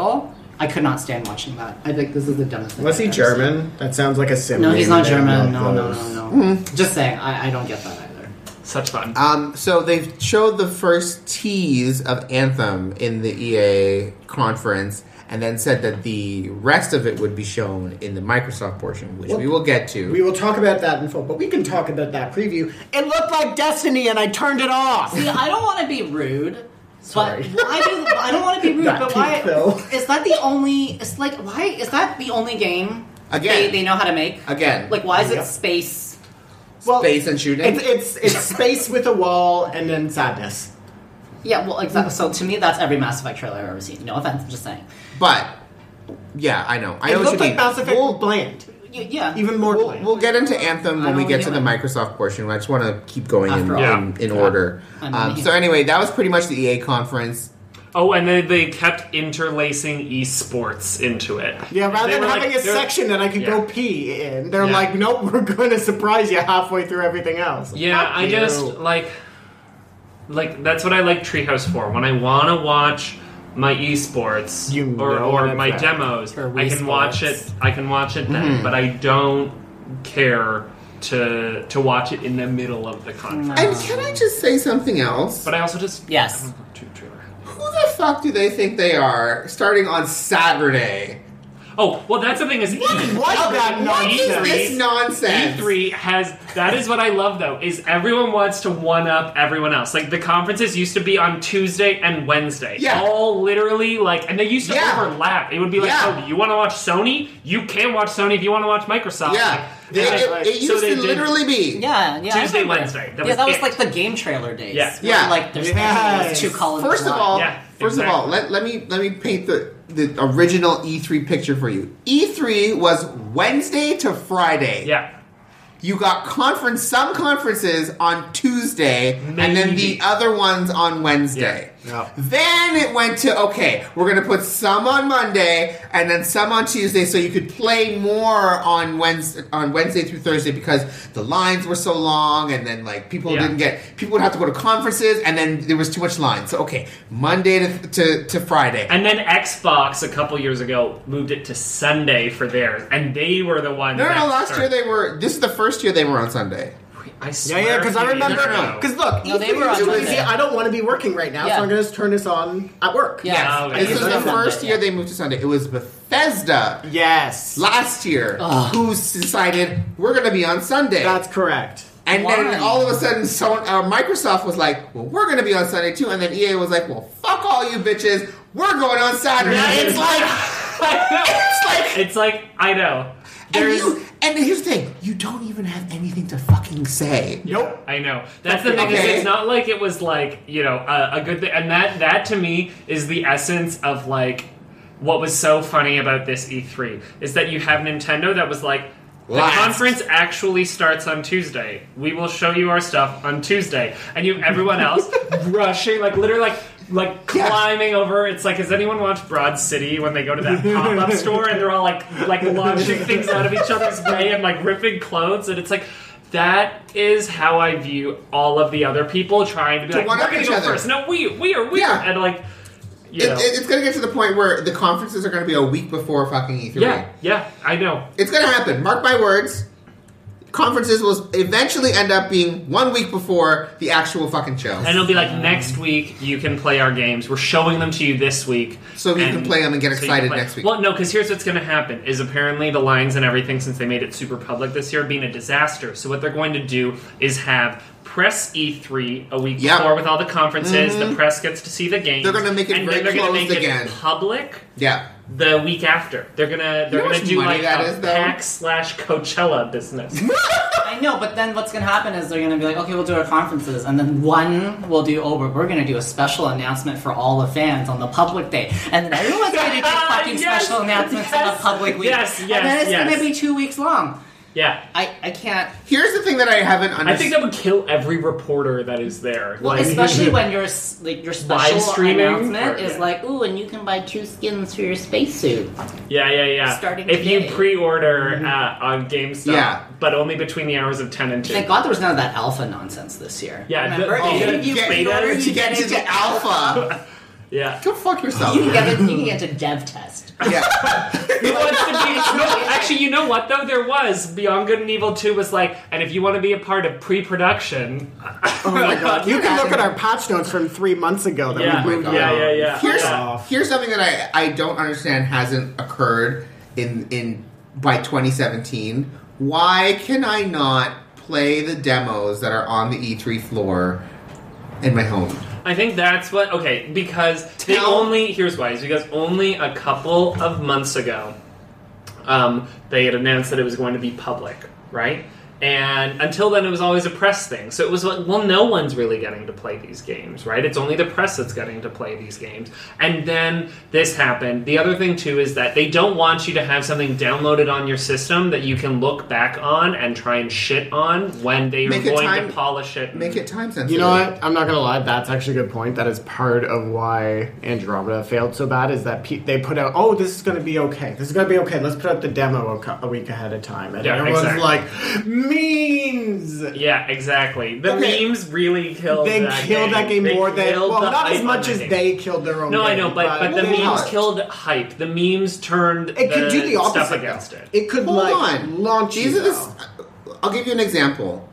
Speaker 4: I could not stand watching that. I think this is the dumbest thing.
Speaker 2: Was he
Speaker 4: I've ever seen.
Speaker 2: German? That sounds like a sim.
Speaker 4: No,
Speaker 2: name.
Speaker 4: he's not
Speaker 2: They have
Speaker 4: German.
Speaker 2: no
Speaker 4: No, no,
Speaker 2: clothes.
Speaker 4: no, no. Just saying, I, I don't get that either.
Speaker 3: Such fun.
Speaker 2: Uh,
Speaker 1: Um, so they showed the first tease of Anthem in the EA conference, and then said that the rest of it would be shown in the Microsoft portion, which we will get to.
Speaker 2: We will talk about that in full, but we can talk about that preview. It looked like Destiny, and I turned it off.
Speaker 4: See, I don't want to be rude, But why do I don't want to be
Speaker 1: [laughs]
Speaker 4: rude,
Speaker 2: That
Speaker 4: but
Speaker 2: peak
Speaker 4: why
Speaker 2: though.
Speaker 4: is that the only? It's like why is that the only game they,
Speaker 1: Again.
Speaker 4: they know how to make?
Speaker 1: Again,
Speaker 4: Like why is
Speaker 2: Yeah.
Speaker 4: it space?
Speaker 2: Well,
Speaker 1: space and shooting.
Speaker 2: It's it's
Speaker 1: [laughs]
Speaker 2: it's space with a wall and then sadness.
Speaker 4: Yeah, well, exactly. So to me, that's every Mass Effect trailer I've ever seen. No offense, I'm just saying.
Speaker 1: but yeah, I know. I
Speaker 2: It
Speaker 1: know what
Speaker 2: looked
Speaker 1: you
Speaker 2: like
Speaker 1: mean.
Speaker 2: Mass Effect
Speaker 1: We'll-
Speaker 2: bland,
Speaker 4: Y- yeah,
Speaker 2: even more
Speaker 1: We'll,
Speaker 2: bland.
Speaker 1: we'll get into Anthem
Speaker 4: I
Speaker 1: when we
Speaker 4: don't
Speaker 1: get to the
Speaker 4: wanna
Speaker 1: Microsoft portion. I just want to keep going in,
Speaker 4: After all.
Speaker 1: in,
Speaker 3: Yeah.
Speaker 1: in order.
Speaker 4: I'm
Speaker 1: Um,
Speaker 4: here.
Speaker 1: so anyway, that was pretty much the EA conference.
Speaker 3: Oh, and then they kept interlacing esports into it.
Speaker 2: yeah, rather
Speaker 3: They
Speaker 2: than
Speaker 3: were
Speaker 2: having
Speaker 3: like-
Speaker 2: a
Speaker 3: they were-
Speaker 2: section that I could go
Speaker 3: Yeah.
Speaker 2: pee in, they're
Speaker 3: Yeah.
Speaker 2: like, nope, we're going to surprise you halfway through everything else.
Speaker 3: Yeah,
Speaker 2: Fuck
Speaker 3: I
Speaker 2: you.
Speaker 3: just like like that's what I like Treehouse for. When I want to watch my esports
Speaker 2: You
Speaker 3: or,
Speaker 2: know
Speaker 3: or
Speaker 2: that
Speaker 3: my
Speaker 2: that-
Speaker 3: demos,
Speaker 2: or
Speaker 3: I can watch
Speaker 2: esports. Mm-hmm.
Speaker 3: it. I can watch it then, but I don't care to to watch it in the middle of the
Speaker 2: Mm.
Speaker 3: conference.
Speaker 1: And can I just say something else?
Speaker 3: But I also just
Speaker 4: Yes.
Speaker 3: I don't know, too trailer.
Speaker 1: Who the fuck do they think they are starting on Saturday?
Speaker 3: Oh well, that's the thing is
Speaker 2: What that
Speaker 3: What
Speaker 2: nonsense?
Speaker 3: is
Speaker 1: This E nonsense.
Speaker 3: E3 E has that is what I love though is everyone wants to one up everyone else. Like the conferences used to be on Tuesday and Wednesday.
Speaker 1: Yeah.
Speaker 3: All literally like and they used to
Speaker 1: Yeah.
Speaker 3: overlap. It would be like,
Speaker 1: Yeah.
Speaker 3: "Oh, you want to watch Sony? You can watch Sony if you want to watch Microsoft." Like,
Speaker 1: Yeah,
Speaker 3: and
Speaker 1: They-
Speaker 3: they-
Speaker 1: it, it used
Speaker 3: so they
Speaker 1: to
Speaker 3: did-
Speaker 1: literally be.
Speaker 4: yeah, yeah. I
Speaker 3: Tuesday,
Speaker 4: remember.
Speaker 3: Wednesday. That
Speaker 4: yeah,
Speaker 3: was
Speaker 4: that was
Speaker 3: it.
Speaker 4: like the game trailer days.
Speaker 3: Yeah.
Speaker 4: where,
Speaker 1: Yeah.
Speaker 4: Like there's
Speaker 2: Yes.
Speaker 4: two columns.
Speaker 1: First of
Speaker 4: wide.
Speaker 1: all,
Speaker 3: Yeah,
Speaker 1: first of all, let, let me let me paint the the original E3 picture for you. E3 was Wednesday to Friday.
Speaker 3: Yeah.
Speaker 1: You got conference some conferences on Tuesday and then the
Speaker 3: Maybe.
Speaker 1: other ones on Wednesday.
Speaker 2: Yeah. Yeah.
Speaker 1: Then it went to okay, we're going to put some on Monday and then some on Tuesday so you could play more on Wednesday on Wednesday through Thursday because the lines were so long and then like people
Speaker 3: Yeah.
Speaker 1: didn't get people would have to go to conferences and then there was too much line. So okay, Monday to to, to Friday.
Speaker 3: And then Xbox a couple years ago moved it to Sunday for theirs, and they were the ones.
Speaker 1: no, no,
Speaker 3: that
Speaker 1: no, last year
Speaker 3: started-
Speaker 1: they were this is the first year they were on Sunday.
Speaker 3: I
Speaker 2: Yeah,
Speaker 3: swear
Speaker 2: yeah, because
Speaker 3: to
Speaker 2: I
Speaker 3: you,
Speaker 2: remember.
Speaker 3: no, no, no.
Speaker 2: Because look,
Speaker 4: No, they were on
Speaker 2: it's too
Speaker 4: Monday.
Speaker 2: easy. I don't want to be working right now,
Speaker 4: Yeah.
Speaker 2: so I'm going to turn this on at work.
Speaker 4: Yeah.
Speaker 1: Yes.
Speaker 3: Oh,
Speaker 1: this
Speaker 2: yeah.
Speaker 1: was the
Speaker 2: Sunday,
Speaker 1: first year
Speaker 4: yeah.
Speaker 1: they moved to Sunday. It was Bethesda
Speaker 2: Yes.
Speaker 1: last year who s- decided we're going to be on Sunday.
Speaker 2: That's correct.
Speaker 1: and
Speaker 4: Why?
Speaker 1: then all of a sudden, so, uh, Microsoft was like, well, we're going to be on Sunday too. And then EA was like, well, fuck all you bitches. We're going on Saturday. it's like,
Speaker 3: [laughs]
Speaker 1: it's like,
Speaker 3: it's like I know.
Speaker 1: and,
Speaker 3: There's
Speaker 1: you, and here's the thing you don't even have anything to fucking say.
Speaker 2: Nope.
Speaker 3: I know. That's the thing. Is
Speaker 1: Okay.
Speaker 3: it's not like it was like you know a, a good thing, and that that to me is the essence of like what was so funny about this E3 is that you have Nintendo that was like.
Speaker 1: Last.
Speaker 3: The conference actually starts on Tuesday. We will show you our stuff on Tuesday, and you have
Speaker 1: [laughs]
Speaker 3: everyone else rushing, like literally, like like
Speaker 1: Yeah.
Speaker 3: climbing over. It's like, has anyone watched Broad City when they go to that
Speaker 1: [laughs]
Speaker 3: pop up store and they're all like like launching things out of each other's way and like ripping clothes? And it's like that is how I view all of the other people trying to be like,
Speaker 1: one-up
Speaker 3: we're gonna
Speaker 1: each
Speaker 3: go
Speaker 1: other.
Speaker 3: first. No, we we are we
Speaker 1: Yeah.
Speaker 3: are and like you
Speaker 1: It,
Speaker 3: know.
Speaker 1: it- it's going to get to the point where the conferences are going to be a week before fucking E E3.
Speaker 3: yeah, yeah, I know.
Speaker 1: It's gonna happen. Mark my words. Conferences will eventually end up being one week before the actual fucking show,
Speaker 3: And it'll be like next week you can play our games. We're showing them to you this week,
Speaker 1: so you can
Speaker 3: and-
Speaker 1: play them and get
Speaker 3: so you can
Speaker 1: excited
Speaker 3: play-
Speaker 1: next week.
Speaker 3: Well, no, because here's what's going to happen: is apparently the lines and everything since they made it super public this year being a disaster. So what they're going to do is have press E3 a week
Speaker 1: Yep. Mm-hmm.
Speaker 3: before with all the conferences. The press gets to see the games.
Speaker 1: They're gonna make it
Speaker 3: and
Speaker 1: very
Speaker 3: then they're gonna
Speaker 1: closed
Speaker 3: make
Speaker 1: again.
Speaker 3: It public
Speaker 1: yeah,
Speaker 3: the week after. They're gonna
Speaker 1: know how
Speaker 3: they're gonna
Speaker 1: much
Speaker 3: do
Speaker 1: money
Speaker 3: like
Speaker 1: that
Speaker 3: a
Speaker 1: is, though?
Speaker 3: pack slash
Speaker 1: [laughs]
Speaker 3: Coachella business.
Speaker 4: I know, but then what's going to happen is they're going to be like, okay, we'll do our conferences, and then one will do, oh, we're, we're going to do a special announcement for all the fans on the public day, and then everyone's
Speaker 3: [laughs]
Speaker 4: going to do fucking
Speaker 3: Yes,
Speaker 4: special announcements on the
Speaker 3: yes,
Speaker 4: public week,
Speaker 3: yes,
Speaker 4: and then
Speaker 3: yes,
Speaker 4: it's
Speaker 3: yes.
Speaker 4: going to be two weeks long.
Speaker 3: yeah.
Speaker 4: I, I can't.
Speaker 1: here's the thing that I haven't understood.
Speaker 3: I think that would kill every reporter that is there.
Speaker 4: Well,
Speaker 3: Like- [laughs]
Speaker 4: especially when your s- like your special
Speaker 3: Live streaming?
Speaker 4: announcement
Speaker 3: Or-
Speaker 4: is like, ooh, and you can buy two skins for your spacesuit.
Speaker 3: Yeah, yeah, yeah.
Speaker 4: Starting
Speaker 3: if
Speaker 4: today.
Speaker 3: you pre-order
Speaker 2: Mm-hmm.
Speaker 3: uh, on GameStop,
Speaker 1: Yeah.
Speaker 3: but only between the hours of ten and two.
Speaker 4: Thank God there was none of that alpha nonsense this year.
Speaker 3: Yeah, the-
Speaker 4: remember?
Speaker 3: oh,
Speaker 4: If
Speaker 3: yeah,
Speaker 4: you,
Speaker 1: get,
Speaker 4: pre-order,
Speaker 1: to
Speaker 4: you
Speaker 1: get to the alpha.
Speaker 3: Yeah.
Speaker 1: Go fuck yourself.
Speaker 4: you can get it- you can get to
Speaker 3: [laughs]
Speaker 4: dev test.
Speaker 1: yeah,
Speaker 3: Who wants to be? No, actually, you know what though? There was Beyond Good and Evil Two was like, and if you want to be a part of pre-production,
Speaker 2: Oh my
Speaker 3: [laughs]
Speaker 2: god. [laughs] You can look at our patch notes from three months ago that
Speaker 3: yeah,
Speaker 2: we
Speaker 1: my
Speaker 2: moved
Speaker 1: God.
Speaker 3: yeah, yeah, yeah.
Speaker 1: here's
Speaker 3: yeah.
Speaker 1: here's something that I I don't understand hasn't occurred in in by 2017. Why can I not play the demos that are on the E3 floor E in my home?
Speaker 3: I think that's what. Okay, because they
Speaker 2: Tell-
Speaker 3: only. Here's why: is because only a couple of months ago, um, they had announced that it was going to be public, right? And until then, it was always a press thing. So it was like, well, no one's really getting to play these games, right? It's only the press that's getting to play these games. And then this happened. The other thing, too, is that they don't want you to have something downloaded on your system that you can look back on and try and shit on when they are
Speaker 1: Make it
Speaker 3: going
Speaker 1: time-
Speaker 3: to polish it.
Speaker 1: Make it time sensitive.
Speaker 2: You know what? I'm not gonna lie. That's actually a good point. That is part of why Andromeda failed so bad. Is that pe- they put out, oh, this is gonna be okay. This is gonna be okay. Let's put out the demo a, cou- a week ahead of time, and
Speaker 3: Yeah,
Speaker 2: everyone's
Speaker 3: exactly.
Speaker 2: like, memes.
Speaker 3: Yeah, exactly. The
Speaker 2: Okay.
Speaker 3: memes really killed.
Speaker 2: They
Speaker 3: that
Speaker 2: killed that game
Speaker 3: They
Speaker 2: more than
Speaker 3: killed
Speaker 2: well,
Speaker 3: the
Speaker 2: not as
Speaker 3: hype
Speaker 2: much
Speaker 3: on
Speaker 2: as
Speaker 3: that game.
Speaker 2: they killed their own.
Speaker 3: No, I
Speaker 2: game,
Speaker 3: know, but but the
Speaker 1: Well, they
Speaker 3: memes
Speaker 1: helped.
Speaker 3: killed hype. The memes turned.
Speaker 2: It could do the opposite.
Speaker 3: stuff against it.
Speaker 2: It could
Speaker 1: Hold
Speaker 2: like
Speaker 1: on.
Speaker 2: launch
Speaker 1: These
Speaker 2: you,
Speaker 1: are the.
Speaker 2: though.
Speaker 1: s- I'll give you an example.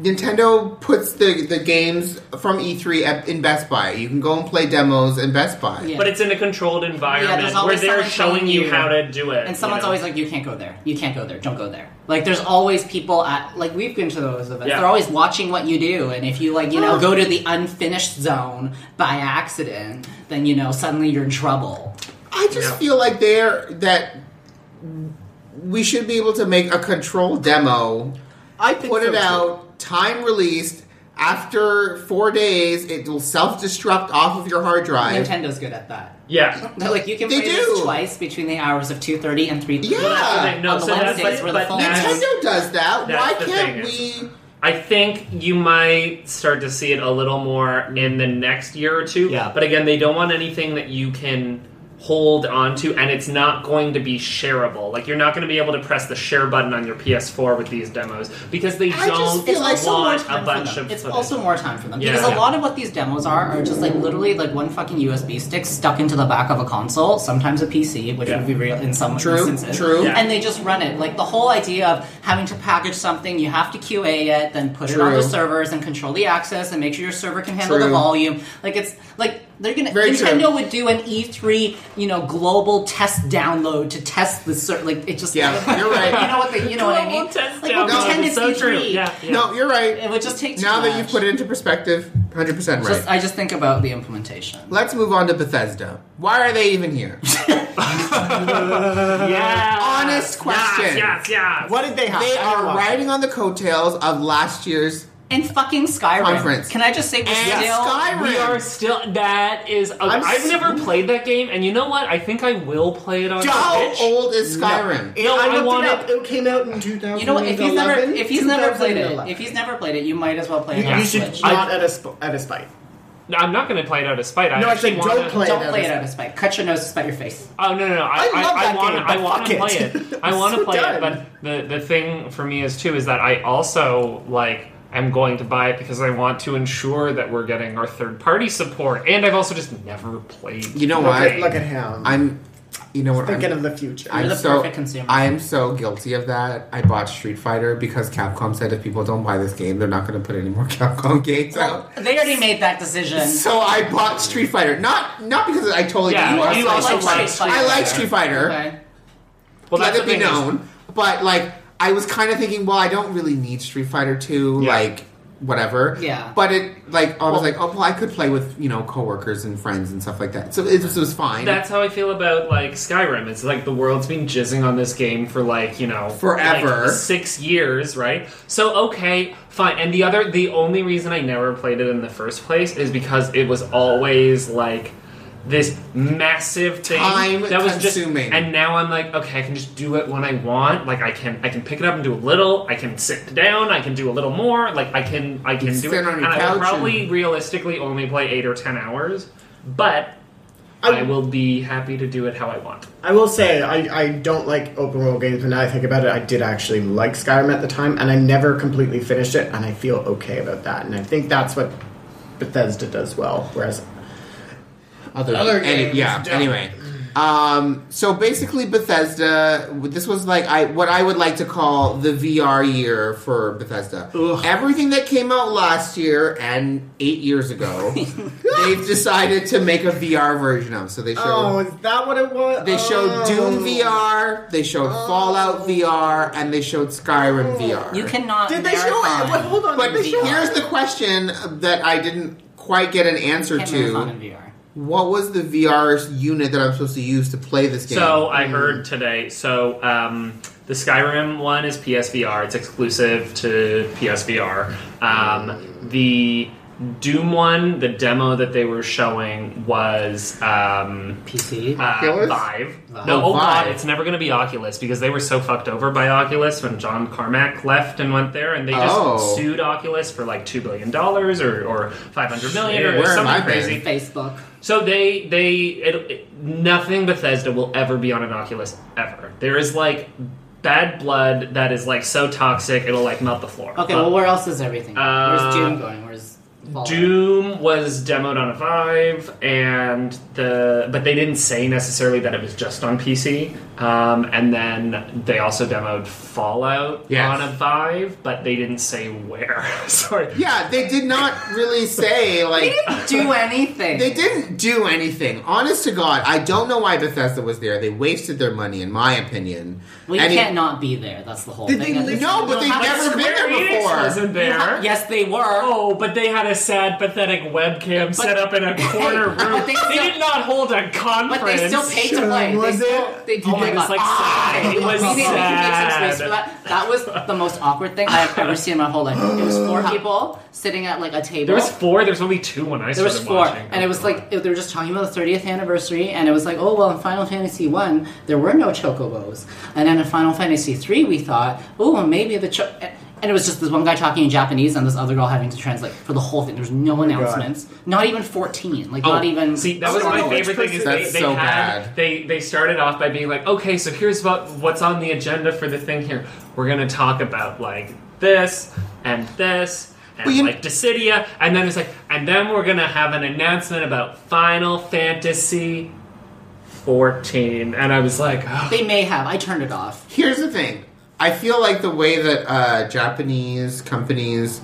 Speaker 1: Nintendo puts the the games from E3 at, in Best Buy. You can go and play demos in Best Buy.
Speaker 4: Yeah.
Speaker 3: But it's in a controlled environment where
Speaker 4: always
Speaker 3: they're
Speaker 4: someone
Speaker 3: showing
Speaker 4: telling
Speaker 3: you
Speaker 4: you.
Speaker 3: how to do it.
Speaker 4: And someone's
Speaker 3: you know?
Speaker 4: always like, "You can't go there. You can't go there. Don't go there." Like, there's always people at like we've been to those events.
Speaker 3: Yeah.
Speaker 4: They're always watching what you do, and if you like, you
Speaker 1: Oh.
Speaker 4: know, go to the unfinished zone by accident, then you know suddenly you're in trouble.
Speaker 1: I just
Speaker 3: Yeah.
Speaker 1: feel like they're that we should be able to make a control demo,
Speaker 2: I think
Speaker 1: put
Speaker 2: so,
Speaker 1: it
Speaker 2: too.
Speaker 1: out, time released. After four days, it will self destruct off of your hard drive.
Speaker 4: Nintendo's good at that.
Speaker 3: yeah.
Speaker 4: They're like, you can
Speaker 1: They
Speaker 4: play this
Speaker 1: do.
Speaker 4: twice between the hours of two thirty and three thirty.
Speaker 1: Yeah.
Speaker 3: That's the thing. No,
Speaker 4: On
Speaker 3: so
Speaker 4: the
Speaker 3: that's
Speaker 4: Wednesdays
Speaker 3: like-
Speaker 4: where the
Speaker 3: but
Speaker 4: phone-
Speaker 3: that's-
Speaker 1: Nintendo does that.
Speaker 3: That's
Speaker 1: Why
Speaker 3: the
Speaker 1: can't
Speaker 3: thing
Speaker 1: we?
Speaker 3: I think you might start to see it a little more in the next year or two.
Speaker 2: Yeah.
Speaker 3: But again, they don't want anything that you can hold on to and it's not going to be shareable. Like you're not going to be able to press the share button on your PS4 with these demos because they
Speaker 1: I just
Speaker 3: don't
Speaker 1: feel like
Speaker 3: want
Speaker 1: it's
Speaker 3: a bunch of
Speaker 4: it's
Speaker 3: footage.
Speaker 2: [laughs]
Speaker 4: also more time for them
Speaker 3: Yeah.
Speaker 4: because a
Speaker 3: Yeah.
Speaker 4: lot of what these demos are are just like literally like one fucking USB stick stuck into the back of a console, sometimes a PC, which
Speaker 3: Yeah.
Speaker 4: would be real in some
Speaker 1: True,
Speaker 4: instances.
Speaker 1: true.
Speaker 3: Yeah.
Speaker 4: And they just run it. Like the whole idea of having to package something, you have to QA it, then put it on
Speaker 1: True.
Speaker 4: the servers and control the access and make sure your server can handle the
Speaker 1: True.
Speaker 4: volume. Like it's like they're gonna
Speaker 1: Very true.
Speaker 4: Nintendo would do an E3, you know, global test download to test the ser- like it just
Speaker 1: Yeah, you're right.
Speaker 4: [laughs] you know what they, you know what I mean?
Speaker 3: Global test
Speaker 4: like we'll
Speaker 3: download.
Speaker 4: pretend it's E
Speaker 3: So
Speaker 4: E3.
Speaker 3: true. Yeah, yeah.
Speaker 1: No, you're right.
Speaker 4: It would just take too
Speaker 1: now that you've
Speaker 4: much.
Speaker 1: put it into perspective, 100% right.
Speaker 4: Just, I just think about the implementation.
Speaker 1: Let's move on to Bethesda. Why are they even here?
Speaker 3: Yeah.
Speaker 1: Honest question.
Speaker 3: Yes, yes, yes.
Speaker 2: What did they have?
Speaker 1: They
Speaker 2: I don't
Speaker 1: are
Speaker 2: know.
Speaker 1: riding on the coattails of last year's
Speaker 4: And fucking Skyrim.
Speaker 1: Conference.
Speaker 4: Can I just say we're
Speaker 1: and
Speaker 4: still
Speaker 1: Skyrim.
Speaker 3: We are still. That is. Okay,
Speaker 1: I'm
Speaker 3: I've
Speaker 1: s-
Speaker 3: never played that game, and you know what? I think I will play it on
Speaker 1: How
Speaker 3: Switch.
Speaker 2: Oh.
Speaker 1: old is
Speaker 2: No.
Speaker 1: Skyrim?
Speaker 2: It-
Speaker 3: No, I
Speaker 2: I, looked
Speaker 3: want
Speaker 2: it up.
Speaker 3: it-
Speaker 2: It came out in 2011.
Speaker 4: You know what? If he's never if he's never played it, if he's never played it, you might as well play it
Speaker 2: you,
Speaker 4: on
Speaker 2: you
Speaker 4: Switch.
Speaker 2: should
Speaker 3: I-
Speaker 2: not at a sp- at a spite.
Speaker 3: No, I'm not going to play it out of spite. I
Speaker 2: No, I
Speaker 3: actually
Speaker 2: said
Speaker 3: wanna,
Speaker 2: don't play it.
Speaker 4: Don't
Speaker 2: out
Speaker 4: play
Speaker 2: of
Speaker 4: it out of spite. Cut your nose to spite your face.
Speaker 3: Oh no, no, no! I,
Speaker 2: I love
Speaker 3: I,
Speaker 2: that
Speaker 3: want,
Speaker 2: game,
Speaker 3: I
Speaker 2: but
Speaker 3: want
Speaker 2: fuck
Speaker 3: to
Speaker 2: it.
Speaker 3: play it. I want to
Speaker 2: So
Speaker 3: play it,
Speaker 2: done.
Speaker 3: but the the thing for me is too is that I also like am going to buy it because I want to ensure that we're getting our third party support, and I've also just never played.
Speaker 1: You know
Speaker 2: Look
Speaker 1: what?
Speaker 2: at, look at him.
Speaker 1: I'm. You know what?
Speaker 2: thinking
Speaker 1: I'm,
Speaker 2: of the future.
Speaker 1: I'm
Speaker 4: the
Speaker 1: so,
Speaker 4: perfect consumer.
Speaker 1: I am so guilty of that. I bought Street Fighter because Capcom said if people don't buy this game, they're not going to put any more [laughs] Capcom games out.
Speaker 4: They already made that decision.
Speaker 1: So I bought Street Fighter. Not not because I totally.
Speaker 3: Yeah,
Speaker 1: want
Speaker 3: you
Speaker 1: Street
Speaker 3: also
Speaker 1: Fighter.
Speaker 3: like Street
Speaker 1: I like
Speaker 3: Fighter.
Speaker 1: Street Fighter.
Speaker 4: Okay.
Speaker 3: Well,
Speaker 1: let
Speaker 3: that's
Speaker 1: it
Speaker 3: the
Speaker 1: be
Speaker 3: thing is-
Speaker 1: known. But like, I was kind of thinking, well, I don't really need Street Fighter Two,
Speaker 3: Yeah.
Speaker 1: like whatever.
Speaker 4: Yeah.
Speaker 1: But it like I was like, oh well, I could play with you know coworkers and friends and stuff like that. So it just was fine.
Speaker 3: That's how I feel about like Skyrim. It's like the world's been jizzing on this game for like you know
Speaker 1: Forever.
Speaker 3: like, six years, right? So okay, fine. And the other, the only reason I never played it in the first place is because it was always like this massive thing
Speaker 1: Time
Speaker 3: that was
Speaker 1: consuming.
Speaker 3: just and now i'm like okay i can just do it when i want like i can i can pick it up and do a little i can sit down i can do a little more like i can i can do
Speaker 1: Sit
Speaker 3: it
Speaker 1: on your
Speaker 3: and i
Speaker 1: couch
Speaker 3: will
Speaker 1: and-
Speaker 3: probably realistically only play eight or ten hours but I will be happy to do it how I want.
Speaker 2: I will say I, I don't like open world games, but now I think about it, I did actually like Skyrim at the time, and I never completely finished it, and I feel okay about that. And I think that's what Bethesda does well. Whereas
Speaker 1: other,
Speaker 2: Other
Speaker 1: any-
Speaker 2: games
Speaker 1: yeah.
Speaker 2: don't.
Speaker 1: Anyway, um, so basically Bethesda. This was like I what I would like to call the VR year for Bethesda.
Speaker 2: Ugh.
Speaker 1: Everything that came out last year and eight years
Speaker 2: [laughs]
Speaker 1: ago, they've decided to make a VR version of. So they showed.
Speaker 2: oh, is that what it was?
Speaker 1: They showed
Speaker 2: Oh.
Speaker 1: Doom VR, they showed Fallout VR, and they showed Skyrim VR.
Speaker 4: You cannot
Speaker 2: Did they show it?
Speaker 4: marathon.
Speaker 2: Wait, hold on.
Speaker 1: Oh. But
Speaker 2: did they show
Speaker 1: here's
Speaker 2: it?
Speaker 1: the question that I didn't
Speaker 4: Can't marathon in
Speaker 1: to.
Speaker 4: VR.
Speaker 1: What was the VR unit that I'm supposed to use to play this game?
Speaker 3: So I heard today. So um, the Skyrim one is PSVR. It's exclusive to PSVR. Um, the Doom one, the demo that they were showing was um,
Speaker 4: PC.
Speaker 3: uh,
Speaker 1: Oculus?
Speaker 3: Vive.
Speaker 4: Vive.
Speaker 3: No,
Speaker 1: Oh,
Speaker 3: oh god,
Speaker 1: Vive.
Speaker 3: it's never going to be Oculus because they were so fucked over by Oculus when John Carmack left and went there, and they just
Speaker 1: Oh.
Speaker 3: sued Oculus for like two billion dollars or or five hundred million
Speaker 1: Shit.
Speaker 3: or
Speaker 1: Where have I
Speaker 3: something
Speaker 1: been?
Speaker 3: crazy.
Speaker 4: Facebook.
Speaker 3: So they they it, it- nothing Bethesda will ever be on an Oculus ever. There is like bad blood that is like so toxic it'll like melt the floor.
Speaker 4: Okay,
Speaker 3: But
Speaker 4: well, where else is everything?
Speaker 3: Uh,
Speaker 4: Where's Doom going? Where's Fallout?
Speaker 3: Doom was demoed on a Vive, and the but they didn't say necessarily that it was just on PC. Um, and then they also demoed Fallout
Speaker 1: Yes.
Speaker 3: on a Vive, but they didn't say where. [laughs] Sorry.
Speaker 1: yeah, they did not
Speaker 4: [laughs]
Speaker 1: really say like
Speaker 4: They didn't do anything.
Speaker 1: They didn't do anything. Honest to God, I don't know why Bethesda was there. They wasted their money, in my opinion.
Speaker 4: Well, you
Speaker 1: And it-
Speaker 4: can't not be there. That's the whole
Speaker 1: Did
Speaker 4: thing.
Speaker 1: they leave- No, but they
Speaker 4: How-
Speaker 1: never been there
Speaker 3: Square Enix
Speaker 1: before.
Speaker 3: wasn't there.
Speaker 4: Yes, they were.
Speaker 3: Oh, but they had a sad, pathetic webcam set up
Speaker 4: [laughs]
Speaker 3: in a corner room.
Speaker 4: but
Speaker 3: they,
Speaker 4: they still-
Speaker 3: did not hold a conference.
Speaker 4: But they still paid to play.
Speaker 2: Was
Speaker 4: they still,
Speaker 2: it?
Speaker 4: They did.
Speaker 3: Oh my
Speaker 4: they
Speaker 3: God, it's
Speaker 4: got-
Speaker 3: like sad. It was
Speaker 4: we need- we can make some
Speaker 3: sad.
Speaker 4: space for that. That was the most awkward thing I've ever seen in my whole life. It was four people sitting at like a table.
Speaker 3: There was four. There's only two when I
Speaker 4: There
Speaker 3: started
Speaker 4: was four,
Speaker 3: watching.
Speaker 4: and it was like they were just talking about the 30th anniversary, and it was like, oh well, in Final Fantasy One there were no chocobos, and then in Final Fantasy Three we thought, oh well, maybe the cho- and it was just this one guy talking in Japanese and this other girl having to translate for the whole thing. There was
Speaker 1: Oh
Speaker 4: no announcements, not even 14, like
Speaker 3: Oh,
Speaker 4: not even.
Speaker 3: see that
Speaker 1: I
Speaker 3: was
Speaker 1: don't
Speaker 3: my
Speaker 4: "Oh,
Speaker 1: know which
Speaker 3: favorite thing is
Speaker 1: person-
Speaker 3: they,
Speaker 1: That's
Speaker 3: they
Speaker 1: so
Speaker 3: had
Speaker 1: bad.
Speaker 3: they they started off by being like okay so here's what what's on the agenda for the thing here we're gonna talk about like this and this and
Speaker 1: Well, you-
Speaker 3: like Dissidia and then it's like and then we're gonna have an announcement about Final Fantasy 14 and I was like oh,
Speaker 4: They may have. I turned it off.
Speaker 1: Here's the thing. I feel like the way that uh, Japanese companies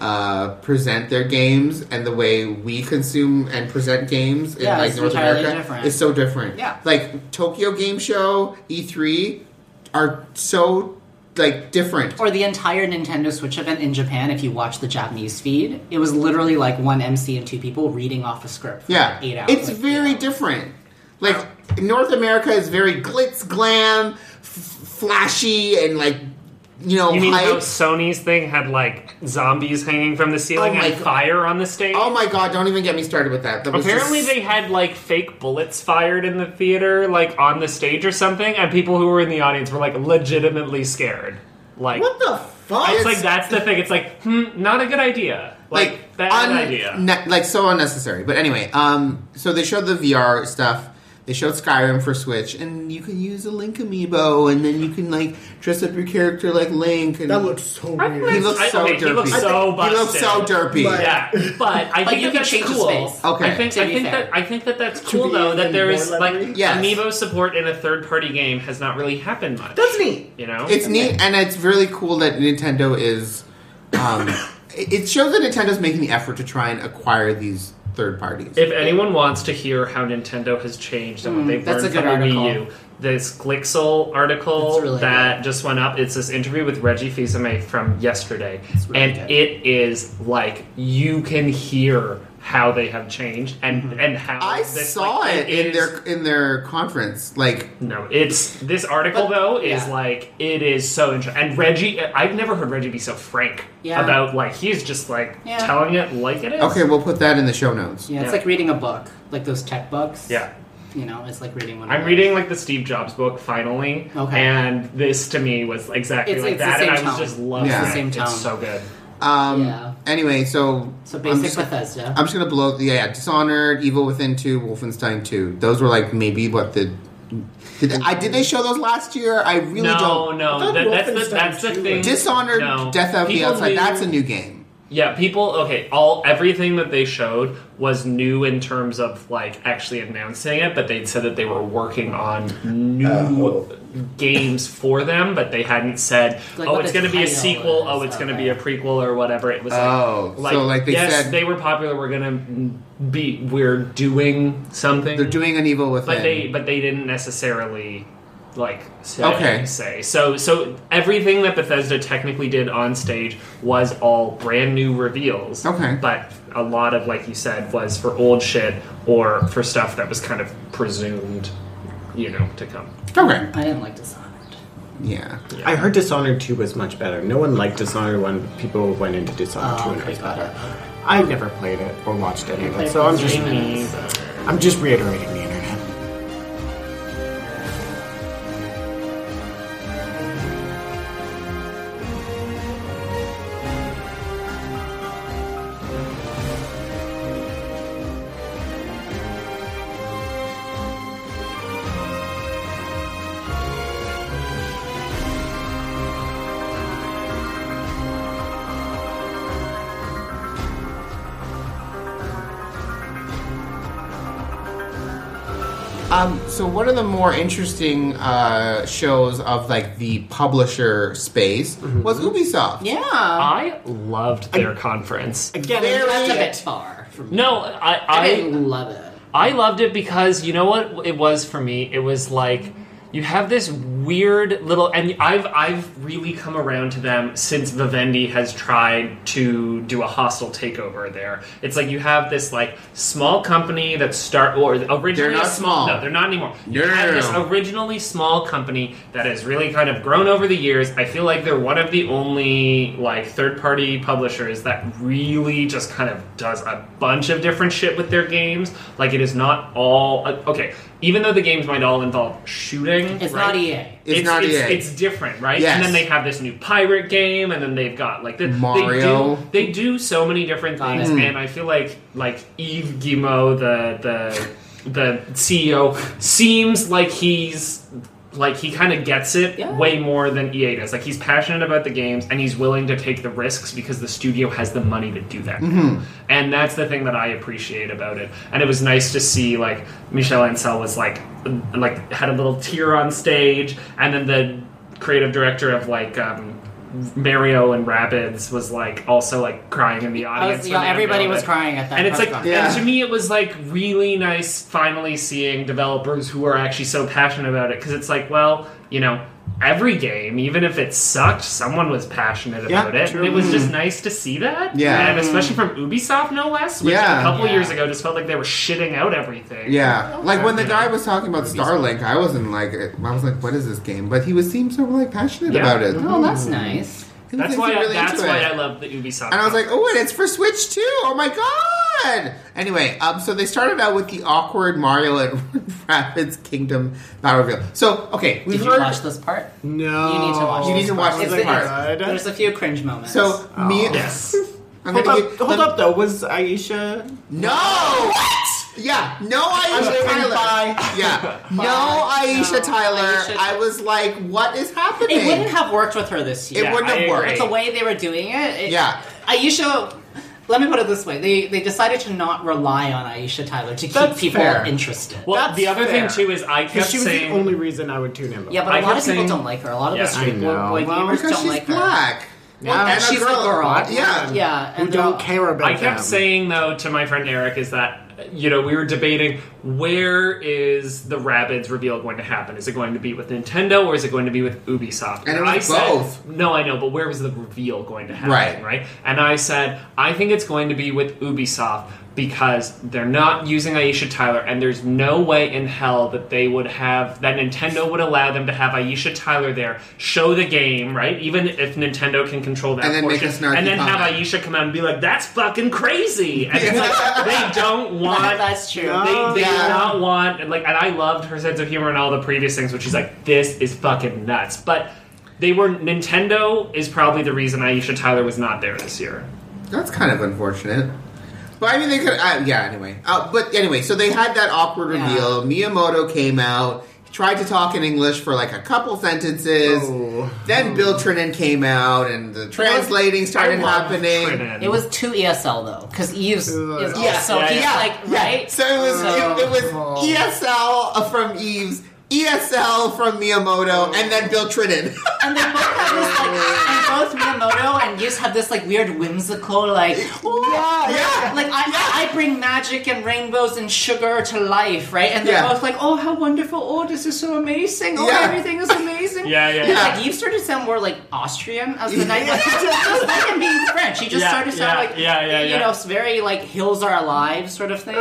Speaker 1: uh, present their games and the way we consume and present games in
Speaker 4: Yeah,
Speaker 1: like
Speaker 4: it's
Speaker 1: North
Speaker 4: entirely
Speaker 1: America
Speaker 4: different.
Speaker 1: is so different.
Speaker 4: Yeah.
Speaker 1: Like Tokyo Game Show, E3 are so like different.
Speaker 4: Or the entire Nintendo Switch event in Japan, if you watch the Japanese feed, it was literally like one MC and two people reading off a script for
Speaker 1: Yeah,
Speaker 4: like eight hours.
Speaker 1: It's
Speaker 4: like,
Speaker 1: very
Speaker 4: yeah.
Speaker 1: different. Like North America is very glitz, glam, f- flashy, and like you know,
Speaker 3: You mean how
Speaker 1: hype.
Speaker 3: Sony's thing had like zombies hanging from the ceiling
Speaker 1: Oh my
Speaker 3: and
Speaker 1: God.
Speaker 3: fire on the stage?
Speaker 1: Oh my god! Don't even get me started with that. that was
Speaker 3: Apparently,
Speaker 1: just-
Speaker 3: they had like fake bullets fired in the theater, like on the stage or something, and people who were in the audience were like legitimately scared. Like,
Speaker 1: what the fuck?
Speaker 3: it's like that's the thing. It's like, hmm, not a good idea. Like, bad
Speaker 1: un-
Speaker 3: idea.
Speaker 1: ne- like so unnecessary. But anyway, um, so they showed the VR stuff. They showed Skyrim for Switch, and you can use a Link amiibo, and then you can like dress up your character like Link. And
Speaker 2: That looks so weird.
Speaker 1: He looks
Speaker 3: I-
Speaker 1: so
Speaker 3: okay,
Speaker 1: derpy.
Speaker 3: he looks
Speaker 1: I
Speaker 3: so
Speaker 1: think- he looks so
Speaker 3: busted.
Speaker 1: derpy.
Speaker 2: But-
Speaker 3: yeah, but I
Speaker 4: But
Speaker 3: think
Speaker 4: you
Speaker 3: that
Speaker 4: can
Speaker 3: that's
Speaker 4: change the
Speaker 3: cool.
Speaker 4: space.
Speaker 1: Okay.
Speaker 3: I think
Speaker 4: To
Speaker 3: I
Speaker 4: be
Speaker 3: think
Speaker 4: fair.
Speaker 3: that I think that that's
Speaker 2: To
Speaker 3: cool
Speaker 2: be
Speaker 3: though. That
Speaker 2: even
Speaker 3: there
Speaker 2: more
Speaker 3: is like
Speaker 2: leathery?
Speaker 1: Yes.
Speaker 3: amiibo support in a third party game has not really happened much.
Speaker 2: That's neat.
Speaker 3: you know,
Speaker 1: It's neat, and it's really cool that Nintendo is. Um, [coughs] it it shows that Nintendo's making the effort to try and acquire these third parties.
Speaker 3: If anyone wants to hear how Nintendo has changed and what they've
Speaker 4: Mm, that's
Speaker 3: learned
Speaker 4: a
Speaker 3: from
Speaker 4: good
Speaker 3: the Wii U,
Speaker 4: article.
Speaker 3: this Glixel article
Speaker 4: That's really
Speaker 3: that just went up, it's this interview with Reggie Fils-Aimé from yesterday,
Speaker 4: really
Speaker 3: and
Speaker 4: good.
Speaker 3: it is like you can hear how they have changed and
Speaker 4: Mm-hmm.
Speaker 3: and how
Speaker 1: I
Speaker 3: this,
Speaker 1: saw
Speaker 3: like,
Speaker 1: it in
Speaker 3: is-
Speaker 1: their in their conference. Like
Speaker 3: no, it's this article
Speaker 4: But-
Speaker 3: though is
Speaker 4: yeah.
Speaker 3: like it is so interesting. And Reggie, I've never heard Reggie be so frank
Speaker 4: Yeah.
Speaker 3: about like he's just like
Speaker 4: Yeah.
Speaker 3: telling it like it is.
Speaker 1: okay, we'll put that in the show notes.
Speaker 4: Yeah, it's
Speaker 3: Yeah.
Speaker 4: like reading a book, like those tech books.
Speaker 3: Yeah.
Speaker 4: you know, it's like reading one. of
Speaker 3: I'm
Speaker 4: those.
Speaker 3: reading like the Steve Jobs book finally,
Speaker 4: Okay.
Speaker 3: and this to me was exactly
Speaker 4: It's-
Speaker 3: like
Speaker 4: it's the
Speaker 3: that,
Speaker 4: same
Speaker 3: and I was
Speaker 4: tone.
Speaker 3: just loving
Speaker 1: It's the
Speaker 3: it.
Speaker 4: same tone.
Speaker 3: It's so good.
Speaker 1: Um,
Speaker 4: Yeah.
Speaker 1: Anyway, so
Speaker 4: So
Speaker 1: I'm
Speaker 4: basic
Speaker 1: just,
Speaker 4: Bethesda.
Speaker 1: I'm just gonna blow. Yeah, yeah, Dishonored, Evil Within Two, Wolfenstein Two. Those were like maybe what the. Did I did they show those last year? I really
Speaker 3: no,
Speaker 1: don't.
Speaker 3: no,
Speaker 2: thought
Speaker 3: that, that's the
Speaker 2: Wolfenstein
Speaker 3: that's the
Speaker 2: 2
Speaker 3: thing.
Speaker 2: was-
Speaker 1: Dishonored,
Speaker 3: No.
Speaker 1: Death of the
Speaker 3: People
Speaker 1: Outside.
Speaker 3: knew-
Speaker 1: That's a new game.
Speaker 3: Yeah, people. Okay, all everything that they showed was new in terms of like actually announcing it, but they'd said that they were working on new
Speaker 2: Oh.
Speaker 3: games for them, but they hadn't said,
Speaker 4: Like
Speaker 3: "Oh,
Speaker 4: what
Speaker 3: it's
Speaker 4: the
Speaker 3: going to be a
Speaker 4: title
Speaker 3: sequel.
Speaker 4: is,
Speaker 3: Oh, it's going to be
Speaker 4: okay.
Speaker 3: a prequel or whatever." It was like,
Speaker 1: Oh, so, like, they
Speaker 3: yes,
Speaker 1: said-
Speaker 3: they were popular. We're going to be we're doing something.
Speaker 1: They're doing an Evil Within.
Speaker 3: but they but they didn't necessarily like say,
Speaker 1: Okay.
Speaker 3: say. So so everything that Bethesda technically did on stage was all brand new reveals.
Speaker 1: Okay.
Speaker 3: But a lot of like you said was for old shit or for stuff that was kind of presumed, you know, to come.
Speaker 1: Okay.
Speaker 4: I didn't like Dishonored.
Speaker 1: Yeah.
Speaker 2: I heard Dishonored 2 was much better. No one liked Dishonored 1, but people went into Dishonored 2 and it was better. I've never played it or watched any of it, so I'm just I'm just reiterating the internet.
Speaker 1: Um, so one of the more interesting uh, shows of like the publisher space
Speaker 3: Mm-hmm.
Speaker 1: was Ubisoft.
Speaker 4: Yeah.
Speaker 3: I loved their conference.
Speaker 2: Again,
Speaker 1: Very-
Speaker 4: That's a
Speaker 1: Yeah.
Speaker 4: bit far from me.
Speaker 3: No, I
Speaker 4: I didn't love it.
Speaker 3: I loved it because you know what it was for me. It was like you have this weird little, and I've I've really come around to them since Vivendi has tried to do a hostile takeover there. It's like you have this like small company that start or originally
Speaker 1: They're not
Speaker 3: a
Speaker 1: small.
Speaker 3: No, they're not anymore. You
Speaker 1: No, no,
Speaker 3: have
Speaker 1: no,
Speaker 3: this
Speaker 1: no.
Speaker 3: originally small company that has really kind of grown over the years. I feel like they're one of the only like third party publishers that really just kind of does a bunch of different shit with their games. Like it is not all uh, okay. Even though the games might all involve shooting,
Speaker 4: It's
Speaker 3: right?
Speaker 4: not E EA.
Speaker 1: It's not E EA.
Speaker 3: It's different, right?
Speaker 1: Yes.
Speaker 3: And then they have this new pirate game, and then they've got like the,
Speaker 1: Mario. Mm.
Speaker 3: They do, they do so many different
Speaker 4: Got
Speaker 3: things,
Speaker 4: it.
Speaker 3: and I feel like like Yves Guillemot, the the the CEO, seems like he's like he kind of gets it
Speaker 4: Yeah.
Speaker 3: way more than EA does. Like he's passionate about the games, and he's willing to take the risks because the studio has the money to do that. And that's the thing that I appreciate about it. And it was nice to see like Michelle Ansel was like like had a little tear on stage, and then the creative director of like um, Mario and Rabbids was like also like crying in the
Speaker 4: I
Speaker 3: audience.
Speaker 4: was,
Speaker 3: when
Speaker 4: yeah,
Speaker 3: they
Speaker 4: everybody
Speaker 3: unveiled
Speaker 4: was
Speaker 3: it.
Speaker 4: crying at that.
Speaker 3: And it's
Speaker 4: press
Speaker 3: like,
Speaker 4: conference.
Speaker 1: Yeah.
Speaker 3: and to me, it was like really nice finally seeing developers who are actually so passionate about it because it's like, well, you know, every game, even if it sucked, someone was passionate
Speaker 2: Yeah,
Speaker 3: about it.
Speaker 2: true.
Speaker 3: And it was just nice to see that.
Speaker 1: Yeah.
Speaker 3: And especially from Ubisoft, no less, which
Speaker 1: Yeah.
Speaker 3: a couple
Speaker 4: Yeah.
Speaker 3: years ago just felt like they were shitting out everything.
Speaker 1: Yeah, like when the guy was talking about Starlink, I wasn't like, I was like, what is this game? But he was seemed so like passionate
Speaker 3: Yeah.
Speaker 1: about it.
Speaker 4: oh,
Speaker 2: Hmm.
Speaker 4: that's nice.
Speaker 1: He
Speaker 3: That's
Speaker 1: seemed
Speaker 3: why.
Speaker 1: really
Speaker 3: that's
Speaker 1: into
Speaker 3: why
Speaker 1: it.
Speaker 3: I love the Ubisoft.
Speaker 1: And I was like, oh, and it's for Switch too. Oh my god! Anyway, um, so they started out with the awkward Mario and [laughs] Rapids Kingdom battle reveal. So okay, we've
Speaker 4: Did you
Speaker 1: heard.
Speaker 4: watch this part?
Speaker 2: No.
Speaker 4: You need to watch
Speaker 1: You need to watch
Speaker 2: Oh,
Speaker 1: this
Speaker 2: my
Speaker 1: part.
Speaker 2: God.
Speaker 4: There's a few cringe moments.
Speaker 1: so me, [laughs]
Speaker 3: yes.
Speaker 1: I'm
Speaker 2: Hold
Speaker 1: gonna
Speaker 2: up,
Speaker 1: give-
Speaker 2: hold
Speaker 1: let-
Speaker 2: up though. Was Aisha?
Speaker 1: No. What? Yeah. No, Aisha
Speaker 2: leaving.
Speaker 1: Tyler.
Speaker 2: Bye. [laughs]
Speaker 1: Yeah. No,
Speaker 4: Bye.
Speaker 1: Aisha
Speaker 4: No,
Speaker 1: Tyler.
Speaker 4: Aisha-
Speaker 1: I was like, what is happening?
Speaker 4: it wouldn't have worked with her this
Speaker 1: It
Speaker 4: year.
Speaker 1: wouldn't have
Speaker 3: I
Speaker 1: worked.
Speaker 3: agree.
Speaker 4: the way they were doing it, it
Speaker 1: Yeah.
Speaker 4: Aisha. Let me put it this way: they they decided to not rely on Aisha Tyler to keep
Speaker 2: That's
Speaker 4: people
Speaker 2: fair.
Speaker 4: interested.
Speaker 3: Well,
Speaker 2: That's
Speaker 3: the other
Speaker 2: fair.
Speaker 3: thing too is I kept
Speaker 2: Because she was
Speaker 3: saying
Speaker 2: the only reason I would tune in.
Speaker 4: yeah, but a
Speaker 3: I
Speaker 4: lot
Speaker 3: kept
Speaker 4: of people
Speaker 3: saying-
Speaker 4: don't like her. A lot of
Speaker 3: Yeah.
Speaker 4: the street
Speaker 2: I know.
Speaker 4: boy
Speaker 2: Well,
Speaker 4: gamers
Speaker 1: because
Speaker 4: don't
Speaker 1: she's
Speaker 4: like her.
Speaker 1: black.
Speaker 2: Yeah.
Speaker 1: And
Speaker 4: she's
Speaker 1: a girl.
Speaker 4: girl.
Speaker 1: Yeah.
Speaker 4: Yeah,
Speaker 2: who
Speaker 4: and they're all-
Speaker 2: don't care about
Speaker 3: I kept
Speaker 2: them.
Speaker 3: saying though to my friend Eric is that you know we were debating where is the Rabbids reveal going to happen? Is it going to be with Nintendo or is it going to be with Ubisoft?
Speaker 1: And it
Speaker 3: I
Speaker 1: was
Speaker 3: said
Speaker 1: both.
Speaker 3: no, I know, but where was the reveal going to happen?
Speaker 1: Right.
Speaker 3: right. And I said I think it's going to be with Ubisoft because they're not using Aisha Tyler, and there's no way in hell that they would have that Nintendo would allow them to have Aisha Tyler there, show the game, right? Even if Nintendo can control that
Speaker 1: And then make
Speaker 3: portion,
Speaker 1: a snarky
Speaker 3: and then have
Speaker 1: comment.
Speaker 3: Aisha come out and be like, "That's fucking crazy," and it's
Speaker 1: [laughs]
Speaker 3: like they don't want.
Speaker 4: [laughs] That's true.
Speaker 3: They, they
Speaker 1: Oh, Yeah.
Speaker 3: do not want and like, and I loved her sense of humor and all the previous things, which she's like, "This is fucking nuts." But they were Nintendo is probably the reason Aisha Tyler was not there this year.
Speaker 1: That's kind of unfortunate. But I mean, they could. Uh, yeah. Anyway. Uh, but anyway, so they had that awkward
Speaker 4: Yeah.
Speaker 1: reveal. Miyamoto came out. He tried to talk in English for like a couple sentences.
Speaker 2: Oh.
Speaker 1: Then Bill Trinan came out, and the translating started
Speaker 3: love
Speaker 1: happening.
Speaker 3: Trinan.
Speaker 4: It was too ESL though, because Eve's is
Speaker 2: Ugh.
Speaker 4: also
Speaker 1: Yeah,
Speaker 4: so
Speaker 3: yeah,
Speaker 4: he's
Speaker 3: yeah.
Speaker 4: like
Speaker 1: Yeah.
Speaker 4: right.
Speaker 1: So it was
Speaker 4: So-
Speaker 1: it, it was
Speaker 2: Oh.
Speaker 1: ESL from Eves, E ESL from Miyamoto, and then Bill Trinan. [laughs]
Speaker 4: and they both had this like, and both Miyamoto and Yus have this like weird whimsical like
Speaker 2: Yeah, yeah.
Speaker 4: like I, I bring magic and rainbows and sugar to life, right? And they're
Speaker 1: Yeah.
Speaker 4: both like, "Oh, how wonderful! Oh, this is so amazing! Oh,
Speaker 1: Yeah.
Speaker 4: everything is amazing!"
Speaker 3: Yeah, yeah,
Speaker 4: And,
Speaker 1: yeah.
Speaker 4: Like you started to sound more like Austrian as the night,
Speaker 1: [laughs] Yeah.
Speaker 4: like, just, just like him being French. You just
Speaker 3: Yeah,
Speaker 4: started to sound
Speaker 3: yeah,
Speaker 4: like
Speaker 3: yeah, yeah,
Speaker 4: you
Speaker 3: yeah.
Speaker 4: know, very like hills are alive sort
Speaker 1: [laughs]
Speaker 4: of thing.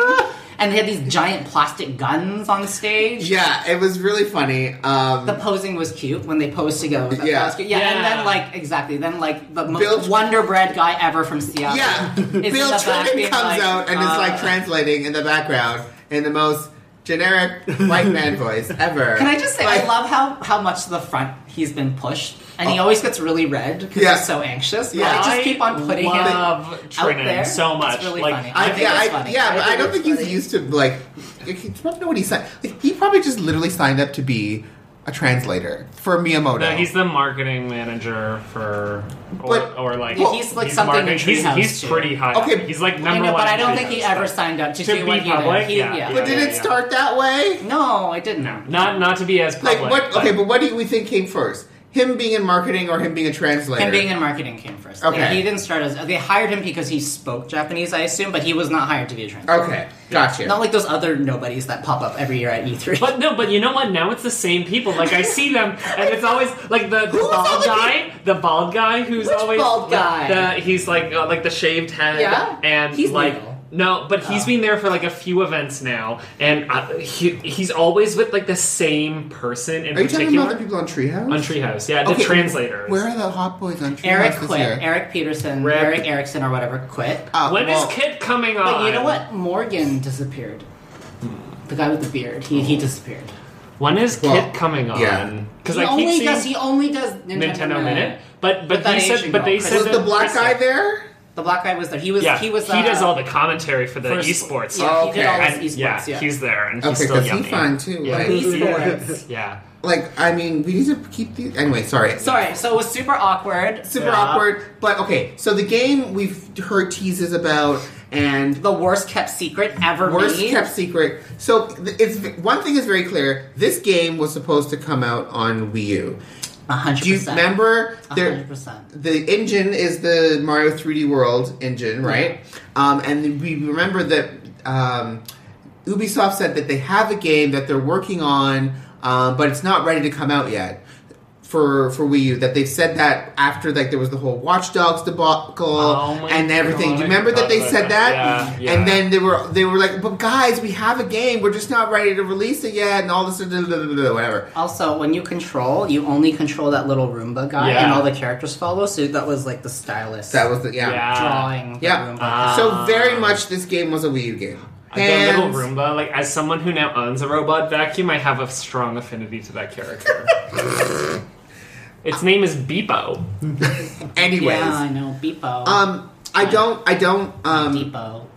Speaker 4: and they had these giant plastic guns on stage.
Speaker 1: Yeah, it was really funny. Um,
Speaker 4: The posing was cute when they posed together. That-
Speaker 1: Yeah.
Speaker 4: that was cute. yeah, yeah, and
Speaker 3: Yeah.
Speaker 4: then like exactly, then like the
Speaker 1: Bill-
Speaker 4: most Wonder Bread guy ever from Seattle.
Speaker 3: [laughs]
Speaker 1: yeah,
Speaker 4: [laughs] is in
Speaker 1: Bill
Speaker 4: the back
Speaker 1: Truman
Speaker 4: being
Speaker 1: comes
Speaker 4: like,
Speaker 1: out and is
Speaker 4: uh,
Speaker 1: like translating in the background in the most generic white
Speaker 3: [laughs]
Speaker 1: man voice ever.
Speaker 4: Can I just say I
Speaker 1: Like,
Speaker 4: love how how much the front he's been pushed, and he
Speaker 1: Oh.
Speaker 4: always gets really red because
Speaker 1: Yeah.
Speaker 4: he's so anxious. But
Speaker 1: Yeah.
Speaker 4: I just keep on putting
Speaker 3: I
Speaker 4: him.
Speaker 3: love Trinan
Speaker 4: there.
Speaker 3: so
Speaker 4: It's
Speaker 3: much.
Speaker 4: really
Speaker 3: like
Speaker 4: funny.
Speaker 3: I,
Speaker 4: I
Speaker 1: I,
Speaker 4: think
Speaker 1: yeah,
Speaker 4: that's
Speaker 1: I-
Speaker 4: funny.
Speaker 1: yeah,
Speaker 4: I
Speaker 1: but
Speaker 4: think
Speaker 1: I don't
Speaker 4: it's
Speaker 1: think he's
Speaker 4: funny.
Speaker 1: used to like. He probably know what he signed. Like, he probably just literally signed up to be a translator for Miyamoto.
Speaker 3: no, he's the marketing manager for, or,
Speaker 1: But-
Speaker 3: or like
Speaker 1: well-
Speaker 4: He's, like, something in
Speaker 3: marketing- He's,
Speaker 4: Treehouse,
Speaker 3: he's
Speaker 4: too.
Speaker 3: pretty high. up.
Speaker 1: Okay.
Speaker 3: he's like number
Speaker 4: I know,
Speaker 3: one.
Speaker 4: but I
Speaker 3: in
Speaker 4: don't think
Speaker 3: Treehouse,
Speaker 4: he ever
Speaker 3: but-
Speaker 4: signed up to,
Speaker 3: To
Speaker 4: do
Speaker 3: be
Speaker 4: what he did.
Speaker 3: public?
Speaker 4: He-
Speaker 3: Yeah, yeah.
Speaker 1: but did
Speaker 3: yeah,
Speaker 1: it
Speaker 3: yeah.
Speaker 1: start that way?
Speaker 4: No, I didn't. know.
Speaker 3: Not not to be as
Speaker 1: Like
Speaker 3: public.
Speaker 1: what?
Speaker 3: but-
Speaker 1: Okay, but what do you- we think came first? Him being in marketing or him being a translator?
Speaker 4: Him being in marketing came first.
Speaker 1: Okay.
Speaker 4: Like, he didn't start as. They hired him because he spoke Japanese, I assume, but he was not hired to be a translator.
Speaker 1: okay, gotcha.
Speaker 4: Not like those other nobodies that pop up every year at E E3.
Speaker 3: But no, but you know what? Now it's the same people. Like I see them, and it's always like the, the
Speaker 1: Who's all
Speaker 3: bald
Speaker 1: the
Speaker 3: guy, the bald guy who's
Speaker 4: Which
Speaker 3: always
Speaker 4: bald guy?
Speaker 3: The, he's like uh, like the shaved head,
Speaker 4: Yeah?
Speaker 3: and
Speaker 4: He's
Speaker 3: like.
Speaker 4: male.
Speaker 3: No, but he's
Speaker 4: Oh.
Speaker 3: been there for like a few events now, and uh, he, he's always with like the same person in
Speaker 1: Are you
Speaker 3: particular.
Speaker 1: talking about the people on Treehouse?
Speaker 3: on Treehouse, yeah, the
Speaker 1: Okay,
Speaker 3: translators.
Speaker 1: Where are the hot boys on Treehouse
Speaker 4: [laughs] Eric
Speaker 1: this
Speaker 4: quit.
Speaker 1: year?
Speaker 4: Eric Peterson,
Speaker 3: Rip.
Speaker 4: Eric Erickson, or whatever quit.
Speaker 1: Uh,
Speaker 3: When is
Speaker 1: well,
Speaker 3: Kit coming on?
Speaker 4: But you know what? Morgan disappeared. The guy with the beard. He,
Speaker 3: Hmm.
Speaker 4: he disappeared.
Speaker 3: When is
Speaker 1: Well,
Speaker 3: Kit coming on?
Speaker 1: yeah.
Speaker 3: Because
Speaker 4: he
Speaker 3: I
Speaker 4: only
Speaker 3: keep seeing
Speaker 4: does he only does Nintendo,
Speaker 3: Nintendo Minute, but but,
Speaker 4: But
Speaker 3: he
Speaker 4: that
Speaker 3: said,
Speaker 4: Asian
Speaker 3: but they
Speaker 4: girl,
Speaker 3: said
Speaker 1: was the
Speaker 3: that
Speaker 1: black
Speaker 3: Kristen-
Speaker 1: guy there?
Speaker 4: The black guy was there. He was
Speaker 3: Yeah,
Speaker 4: he was.
Speaker 3: he
Speaker 4: uh,
Speaker 3: does all the commentary for the
Speaker 4: first-
Speaker 3: esports.
Speaker 4: Yeah, he did all
Speaker 1: Okay.
Speaker 4: his
Speaker 3: And-
Speaker 4: esports.
Speaker 3: yeah,
Speaker 4: Yeah, [laughs]
Speaker 3: he's there and he's
Speaker 1: Okay,
Speaker 3: still
Speaker 1: because
Speaker 3: yummy.
Speaker 1: he's fine too.
Speaker 3: Yeah.
Speaker 1: Like,
Speaker 4: Please
Speaker 3: Yeah.
Speaker 4: forwards.
Speaker 3: Yeah.
Speaker 1: like, I mean, we need to keep the anyway. Sorry,
Speaker 4: Sorry. So it was super awkward.
Speaker 1: super
Speaker 2: Yeah.
Speaker 1: awkward. But okay, so the game we've heard teases about and
Speaker 4: The worst kept secret ever.
Speaker 1: worst
Speaker 4: made.
Speaker 1: kept secret. So th- it's one thing is very clear. This game was supposed to come out on Wii U.
Speaker 4: A hundred
Speaker 1: Do you
Speaker 4: percent.
Speaker 1: remember?
Speaker 4: A
Speaker 1: There-
Speaker 4: hundred percent.
Speaker 1: the engine is the Mario 3D World engine, right? Um, and we remember that um, Ubisoft said that they have a game that they're working on, um, but it's not ready to come out yet for for Wii U. That they've said that after like there was the whole Watch Dogs debacle
Speaker 3: Oh my
Speaker 1: and everything.
Speaker 3: God,
Speaker 1: Do you remember that they
Speaker 3: I
Speaker 1: said
Speaker 3: forgot
Speaker 1: that?
Speaker 3: that. Yeah,
Speaker 1: And
Speaker 3: yeah.
Speaker 1: then they were they were like, "But guys, we have a game. We're just not ready to release it yet." And all this, blah, blah, blah, blah, whatever.
Speaker 4: Also, when you control, you only control that little Roomba guy,
Speaker 3: Yeah.
Speaker 4: and all the characters follow suit. That was like the stylist
Speaker 1: That was the yeah.
Speaker 3: Yeah.
Speaker 4: Ah. drawing. the
Speaker 1: Yeah. Ah.
Speaker 4: Roomba.
Speaker 3: Ah.
Speaker 1: So very much this game was a Wii U game.
Speaker 3: The little
Speaker 1: Hands.
Speaker 3: Roomba, like as someone who now owns a robot vacuum, I have a strong affinity to
Speaker 1: [laughs]
Speaker 3: that character. its name is Beepo.
Speaker 1: Anyways.
Speaker 4: yeah, I know. Beepo.
Speaker 1: Um I don't I don't um
Speaker 4: Depot.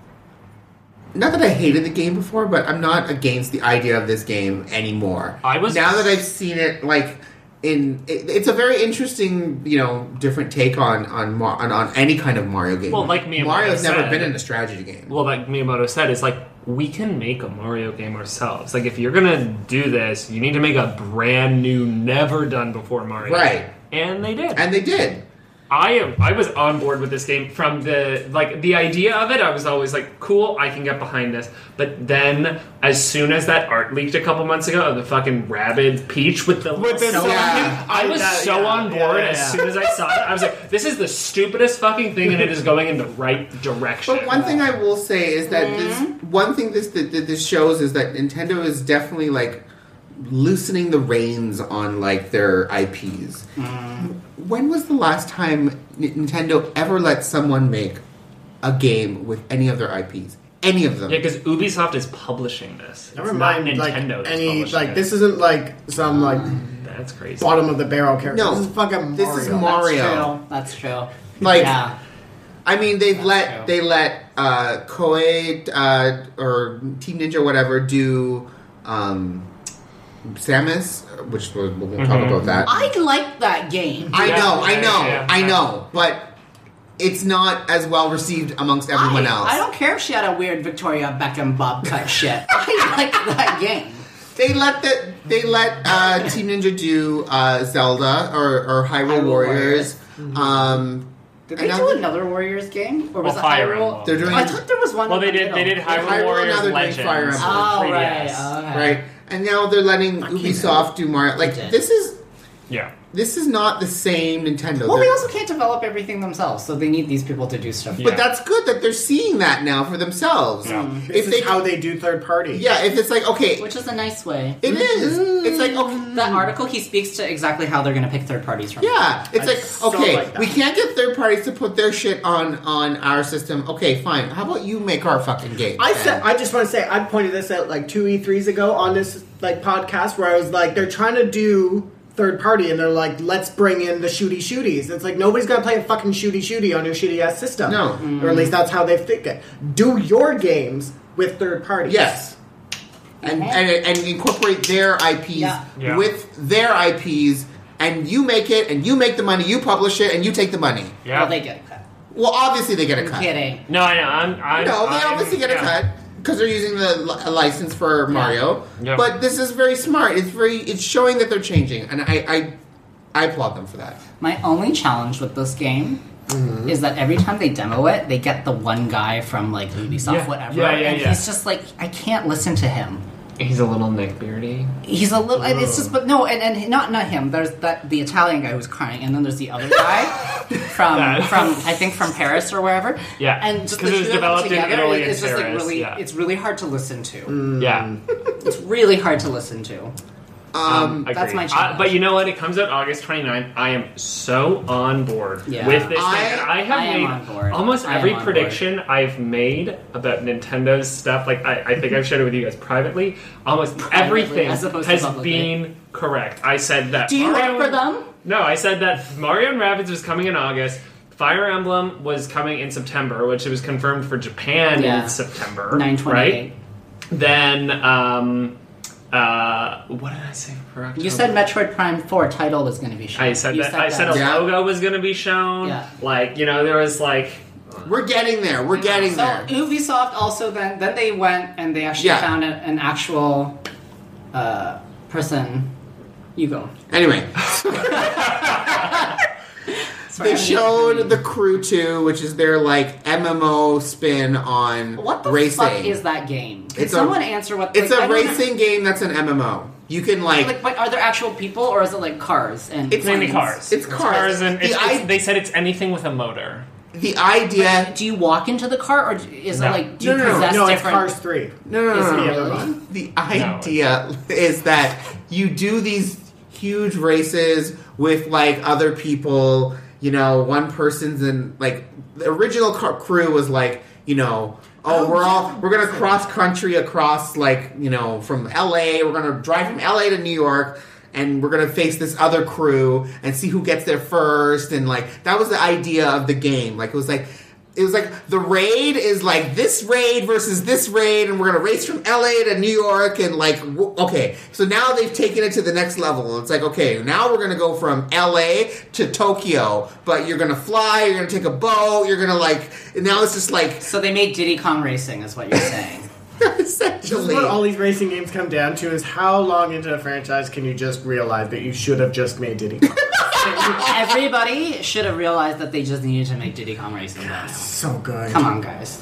Speaker 1: not that I hated the game before, but I'm not against the idea of this game anymore.
Speaker 3: I was-
Speaker 1: now that I've seen it like in it, it's a very interesting, you know, different take on on Mar- on, on any kind of Mario game.
Speaker 3: Well, like Miyamoto
Speaker 1: Mario's never
Speaker 3: said-
Speaker 1: been in a strategy game.
Speaker 3: Well, like Miyamoto said, is like we can make a Mario game ourselves. Like if you're gonna do this, you need to make a brand new, never done before Mario.
Speaker 1: Right.
Speaker 3: And they did.
Speaker 1: And they did.
Speaker 3: I am. I was on board with this game from the like the idea of it. I was always like, "Cool, I can get behind this." But then, as soon as that art leaked a couple months ago of the fucking rabid peach with the
Speaker 2: With uh, the
Speaker 3: so-
Speaker 1: yeah.
Speaker 3: I was
Speaker 2: Yeah,
Speaker 3: so
Speaker 2: yeah,
Speaker 3: on
Speaker 2: yeah,
Speaker 3: board
Speaker 2: yeah,
Speaker 3: as
Speaker 2: yeah.
Speaker 3: soon as I saw it. I was like, "This is the stupidest fucking thing," and it is going in the right direction.
Speaker 1: But one thing I will say is that this one thing this that, that this shows is that Nintendo is definitely like loosening the reins on like their IPs. When was the last time N- Nintendo ever let someone make a game with any of their IPs? Any of them?
Speaker 3: yeah, because Ubisoft is publishing this. It's
Speaker 2: Never
Speaker 3: not
Speaker 2: mind, like
Speaker 3: Nintendo. that's
Speaker 2: any
Speaker 3: publishing
Speaker 2: like
Speaker 3: it.
Speaker 2: this isn't like some like
Speaker 3: That's crazy.
Speaker 2: bottom of the barrel character.
Speaker 1: No,
Speaker 2: this is fucking
Speaker 1: this
Speaker 2: Mario.
Speaker 1: is Mario.
Speaker 4: That's true. That's true.
Speaker 1: Like-
Speaker 4: yeah.
Speaker 1: I mean, they've let
Speaker 4: true.
Speaker 1: they let uh, Koei uh, or Team Ninja whatever do um, Samus, which we'll, we'll talk about that.
Speaker 4: I like that game.
Speaker 1: I
Speaker 3: Yeah,
Speaker 1: know, I
Speaker 3: yeah,
Speaker 1: know,
Speaker 3: yeah,
Speaker 1: I
Speaker 3: yeah.
Speaker 1: know, but it's not as well received amongst everyone
Speaker 4: I,
Speaker 1: else.
Speaker 4: I don't care if she had a weird Victoria Beckham
Speaker 1: [laughs]
Speaker 4: bob cut shit. I like that game.
Speaker 1: They let the they let [laughs] uh, Team Ninja do uh, Zelda or, or Hyrule,
Speaker 4: Hyrule
Speaker 1: Warriors. Um,
Speaker 4: Did they do
Speaker 1: Another-
Speaker 4: another Warriors game?
Speaker 3: Well,
Speaker 4: Or was it
Speaker 3: Fire
Speaker 4: Hyrule?
Speaker 3: Emblem.
Speaker 1: They're doing.
Speaker 4: I thought there was one.
Speaker 3: Well,
Speaker 4: in
Speaker 3: they
Speaker 4: the
Speaker 3: did. They
Speaker 4: middle.
Speaker 3: did Hyrule,
Speaker 1: Hyrule,
Speaker 3: Warriors
Speaker 1: now they're doing
Speaker 3: Legends.
Speaker 1: Fire Emblem.
Speaker 3: on
Speaker 4: Oh, right.
Speaker 3: 3DS.
Speaker 4: okay.
Speaker 1: right, and now they're letting Ubisoft do Mario. Like
Speaker 4: They did.
Speaker 1: this is
Speaker 3: Yeah.
Speaker 1: this is not the same Nintendo.
Speaker 4: Well,
Speaker 1: They're-
Speaker 4: they also can't develop everything themselves, so they need these people to do stuff.
Speaker 3: Yeah.
Speaker 1: but that's good that they're seeing that now for themselves.
Speaker 3: Yeah.
Speaker 2: This
Speaker 1: If
Speaker 2: is
Speaker 1: they,
Speaker 2: how they do third party.
Speaker 1: yeah, if it's like okay,
Speaker 4: Which is a nice way.
Speaker 1: it is. It's like okay,
Speaker 4: That article, he speaks to exactly how they're going to pick third parties from.
Speaker 1: Yeah, it's
Speaker 2: I
Speaker 1: like
Speaker 2: so
Speaker 1: okay,
Speaker 2: like that.
Speaker 1: we can't get third parties to put their shit on on our system. Okay, fine. How about you make our fucking game?
Speaker 2: I
Speaker 1: then?
Speaker 2: said I just want to say I pointed this out like two E3s ago on this like podcast where I was like they're trying to do third party and they're like let's bring in the shooty shooties. It's like nobody's gonna play a fucking shooty shooty on your shitty ass system.
Speaker 1: No.
Speaker 2: or at least that's how they think it. Do your games with third parties.
Speaker 1: yes, and and, and incorporate their IPs
Speaker 4: Yeah.
Speaker 3: Yeah.
Speaker 1: with their IPs, and you make it, and you make the money, you publish it, and you take the money.
Speaker 3: Yeah.
Speaker 4: Well, they get cut.
Speaker 1: Well, obviously they get a
Speaker 4: I'm
Speaker 1: cut.
Speaker 4: kidding.
Speaker 3: no, I know. I'm. I'm
Speaker 1: No, they
Speaker 3: I'm-
Speaker 1: obviously get a
Speaker 3: yeah.
Speaker 1: cut because they're using the li- license for Mario.
Speaker 3: Yeah.
Speaker 1: But this is very smart. It's very it's showing that they're changing, and I I, I applaud them for that.
Speaker 4: My only challenge with this game
Speaker 1: Mm-hmm.
Speaker 4: is that every time they demo it, they get the one guy from like Ubisoft,
Speaker 3: Yeah.
Speaker 4: whatever,
Speaker 3: Yeah, yeah,
Speaker 4: and
Speaker 3: yeah.
Speaker 4: he's just like, I can't listen to him.
Speaker 3: He's a little Nick Beardy.
Speaker 4: He's a little. and It's just, but no, and, and not not him. There's that the Italian guy who's crying, and then there's the
Speaker 3: [laughs]
Speaker 4: other guy from
Speaker 3: Yeah.
Speaker 4: from I think from Paris or wherever.
Speaker 3: Yeah,
Speaker 4: and just the
Speaker 3: 'cause it was
Speaker 4: two of them
Speaker 3: developed in
Speaker 4: together,
Speaker 3: Italy
Speaker 4: it's
Speaker 3: and
Speaker 4: just
Speaker 3: Paris,
Speaker 4: like really,
Speaker 3: yeah.
Speaker 4: it's really hard to listen to.
Speaker 3: Yeah.
Speaker 4: It's really hard to listen to.
Speaker 1: Um,
Speaker 4: That's
Speaker 3: Agreed.
Speaker 4: my
Speaker 3: I-
Speaker 4: challenge.
Speaker 3: Uh, but you know what? It comes out August 29th. I am so on board
Speaker 4: Yeah.
Speaker 3: with this.
Speaker 1: I-
Speaker 3: thing. And I have
Speaker 4: I am
Speaker 3: made
Speaker 4: on board.
Speaker 3: almost
Speaker 4: I am
Speaker 3: every
Speaker 4: on
Speaker 3: prediction I've made about Nintendo's stuff. Like I, I think I've shared it with you guys privately. Almost
Speaker 4: Privately,
Speaker 3: everything
Speaker 4: as opposed to
Speaker 3: has
Speaker 4: publicly.
Speaker 3: been correct. I said that.
Speaker 4: Do you
Speaker 3: Mario-
Speaker 4: work for them?
Speaker 3: No, I said that Mario and Rabbids was coming in August. Fire Emblem was coming in September, which it was confirmed for Japan
Speaker 4: Yeah.
Speaker 3: in September.
Speaker 4: Nine
Speaker 3: Right?
Speaker 4: twenty-eight.
Speaker 3: Then, um, uh, what did I say for October?
Speaker 4: You said Metroid Prime Four title was going to be shown.
Speaker 3: I said
Speaker 4: You
Speaker 3: that. I said a
Speaker 1: Yeah.
Speaker 3: logo was going to be shown.
Speaker 4: Yeah.
Speaker 3: Like you know, there was like
Speaker 1: we're getting there. We're getting
Speaker 4: So
Speaker 1: there.
Speaker 4: Ubisoft also then then they went and they actually
Speaker 1: Yeah.
Speaker 4: found a, an actual uh, person. You go.
Speaker 1: Anyway,
Speaker 4: Sorry,
Speaker 1: they
Speaker 4: I need-
Speaker 1: showed the crew two, which is their like MMO spin on
Speaker 4: What the
Speaker 1: racing.
Speaker 4: fuck is that game? Can
Speaker 1: It's a-
Speaker 4: someone answer what?
Speaker 1: It's
Speaker 4: like, I
Speaker 1: a
Speaker 4: don't know-
Speaker 1: racing game that's an MMO. You can like,
Speaker 4: Like, but are there actual people or is it like cars and?
Speaker 1: It's
Speaker 3: mainly
Speaker 4: planes?
Speaker 3: cars.
Speaker 1: It's cars.
Speaker 3: and
Speaker 1: The
Speaker 3: it's, it's-
Speaker 1: i-
Speaker 3: they said it's anything with a motor.
Speaker 1: the idea.
Speaker 4: Do you walk into the car or is
Speaker 3: No.
Speaker 4: it like do you
Speaker 1: No, no, no.
Speaker 4: possess
Speaker 2: no, it's
Speaker 4: different?
Speaker 2: Cars Three.
Speaker 1: No, no,
Speaker 4: Is
Speaker 1: no,
Speaker 4: it
Speaker 1: no, no.
Speaker 4: really?
Speaker 1: The idea is that you do these huge races with like other people. You know, one person's in like the original car- crew was like, you know, oh, we're all we're gonna cross country across like you know from L.A. We're gonna drive from L.A. to New York. And we're gonna face this other crew and see who gets there first, and like that was the idea of the game. Like it was like it was like the raid is like this raid versus this raid, and we're gonna race from LA to New York, and like w- okay, so now they've taken it to the next level. It's like okay, now we're gonna go from LA to Tokyo, but you're gonna fly, you're gonna take a boat, you're gonna like and now it's just like [laughs]
Speaker 4: So they made Diddy Kong Racing, is what you're saying.
Speaker 2: This
Speaker 1: essentially
Speaker 2: is what all these racing games come down to: is how long into a franchise can you just realize that you should have just made
Speaker 1: [laughs]
Speaker 2: Diddy? Kong?
Speaker 4: Everybody should have realized that they just needed to make Diddy Kong Racing. Though.
Speaker 2: so good.
Speaker 4: Come on, guys.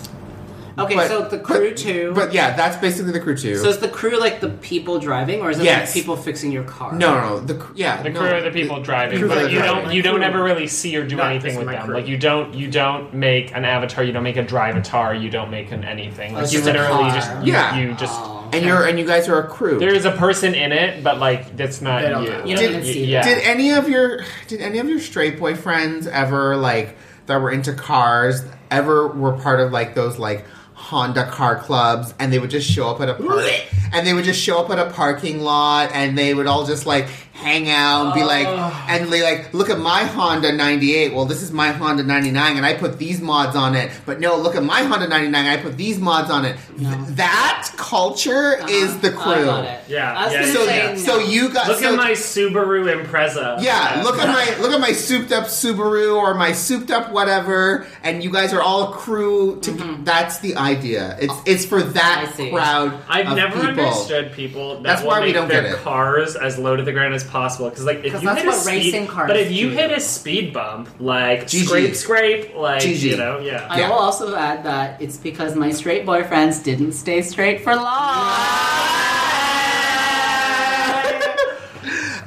Speaker 4: Okay,
Speaker 1: But-
Speaker 4: so the crew
Speaker 1: but-
Speaker 4: too.
Speaker 1: But yeah, that's basically the crew too.
Speaker 4: so is the crew like the people driving, or is it
Speaker 1: Yes.
Speaker 4: like people fixing your car?
Speaker 1: no, no, no, the cr- yeah,
Speaker 3: The
Speaker 1: no,
Speaker 3: crew are the people driving,
Speaker 2: crew are
Speaker 3: but
Speaker 2: the
Speaker 3: you
Speaker 1: driving.
Speaker 3: don't you don't
Speaker 2: Crew.
Speaker 3: ever really see or do
Speaker 2: Not
Speaker 3: anything
Speaker 2: just
Speaker 3: with
Speaker 2: my
Speaker 3: them.
Speaker 2: crew.
Speaker 3: Like you don't you don't make an avatar, you don't make a drivatar, you don't make an anything. Like
Speaker 4: it's
Speaker 3: you
Speaker 4: just a
Speaker 3: literally
Speaker 4: car.
Speaker 3: just
Speaker 1: Yeah.
Speaker 3: you, you just
Speaker 4: Oh.
Speaker 1: and you're and you guys are a crew.
Speaker 3: there is a person in it, but like that's not
Speaker 2: They don't
Speaker 3: you.
Speaker 2: know.
Speaker 4: You don't
Speaker 1: Did-
Speaker 4: even see
Speaker 3: yeah.
Speaker 4: that.
Speaker 1: Did any of your did any of your straight boy friends ever like that were into cars ever were part of like those like Honda car clubs and they would just show up at a park and they would just show up at a parking lot and they would all just like hang out and be like and they like look at my Honda 98 well this is my Honda 99 and I put these mods on it but no look at my Honda 99 I put these mods on it Th- that culture
Speaker 3: Uh-huh.
Speaker 1: is the crew
Speaker 4: Oh, I got it.
Speaker 3: Yeah,
Speaker 4: I was
Speaker 3: yeah,
Speaker 4: gonna
Speaker 1: so
Speaker 4: say no.
Speaker 1: so you got
Speaker 3: Look
Speaker 1: so,
Speaker 3: at my Subaru Impreza. Uh,
Speaker 1: yeah, look at my look at my souped up Subaru or my souped up whatever, and you guys are all a crew. To, That's the idea. It's it's for
Speaker 4: Mm-hmm. I
Speaker 1: that
Speaker 4: see.
Speaker 1: crowd.
Speaker 3: I've
Speaker 1: of
Speaker 3: never
Speaker 1: people.
Speaker 3: understood people that
Speaker 1: That's
Speaker 3: will
Speaker 1: why we
Speaker 3: make
Speaker 1: don't
Speaker 3: their
Speaker 1: get it.
Speaker 3: cars as low to the ground as possible because like if
Speaker 4: 'Cause
Speaker 3: you
Speaker 4: that's
Speaker 3: hit a
Speaker 4: what
Speaker 3: speed,
Speaker 4: racing cars
Speaker 3: but if you
Speaker 4: do.
Speaker 3: hit a speed bump, like
Speaker 1: GG.
Speaker 3: scrape, scrape, like
Speaker 1: GG.
Speaker 3: you know, yeah.
Speaker 4: I
Speaker 1: Yeah.
Speaker 4: will also add that it's because my straight boyfriends didn't stay straight for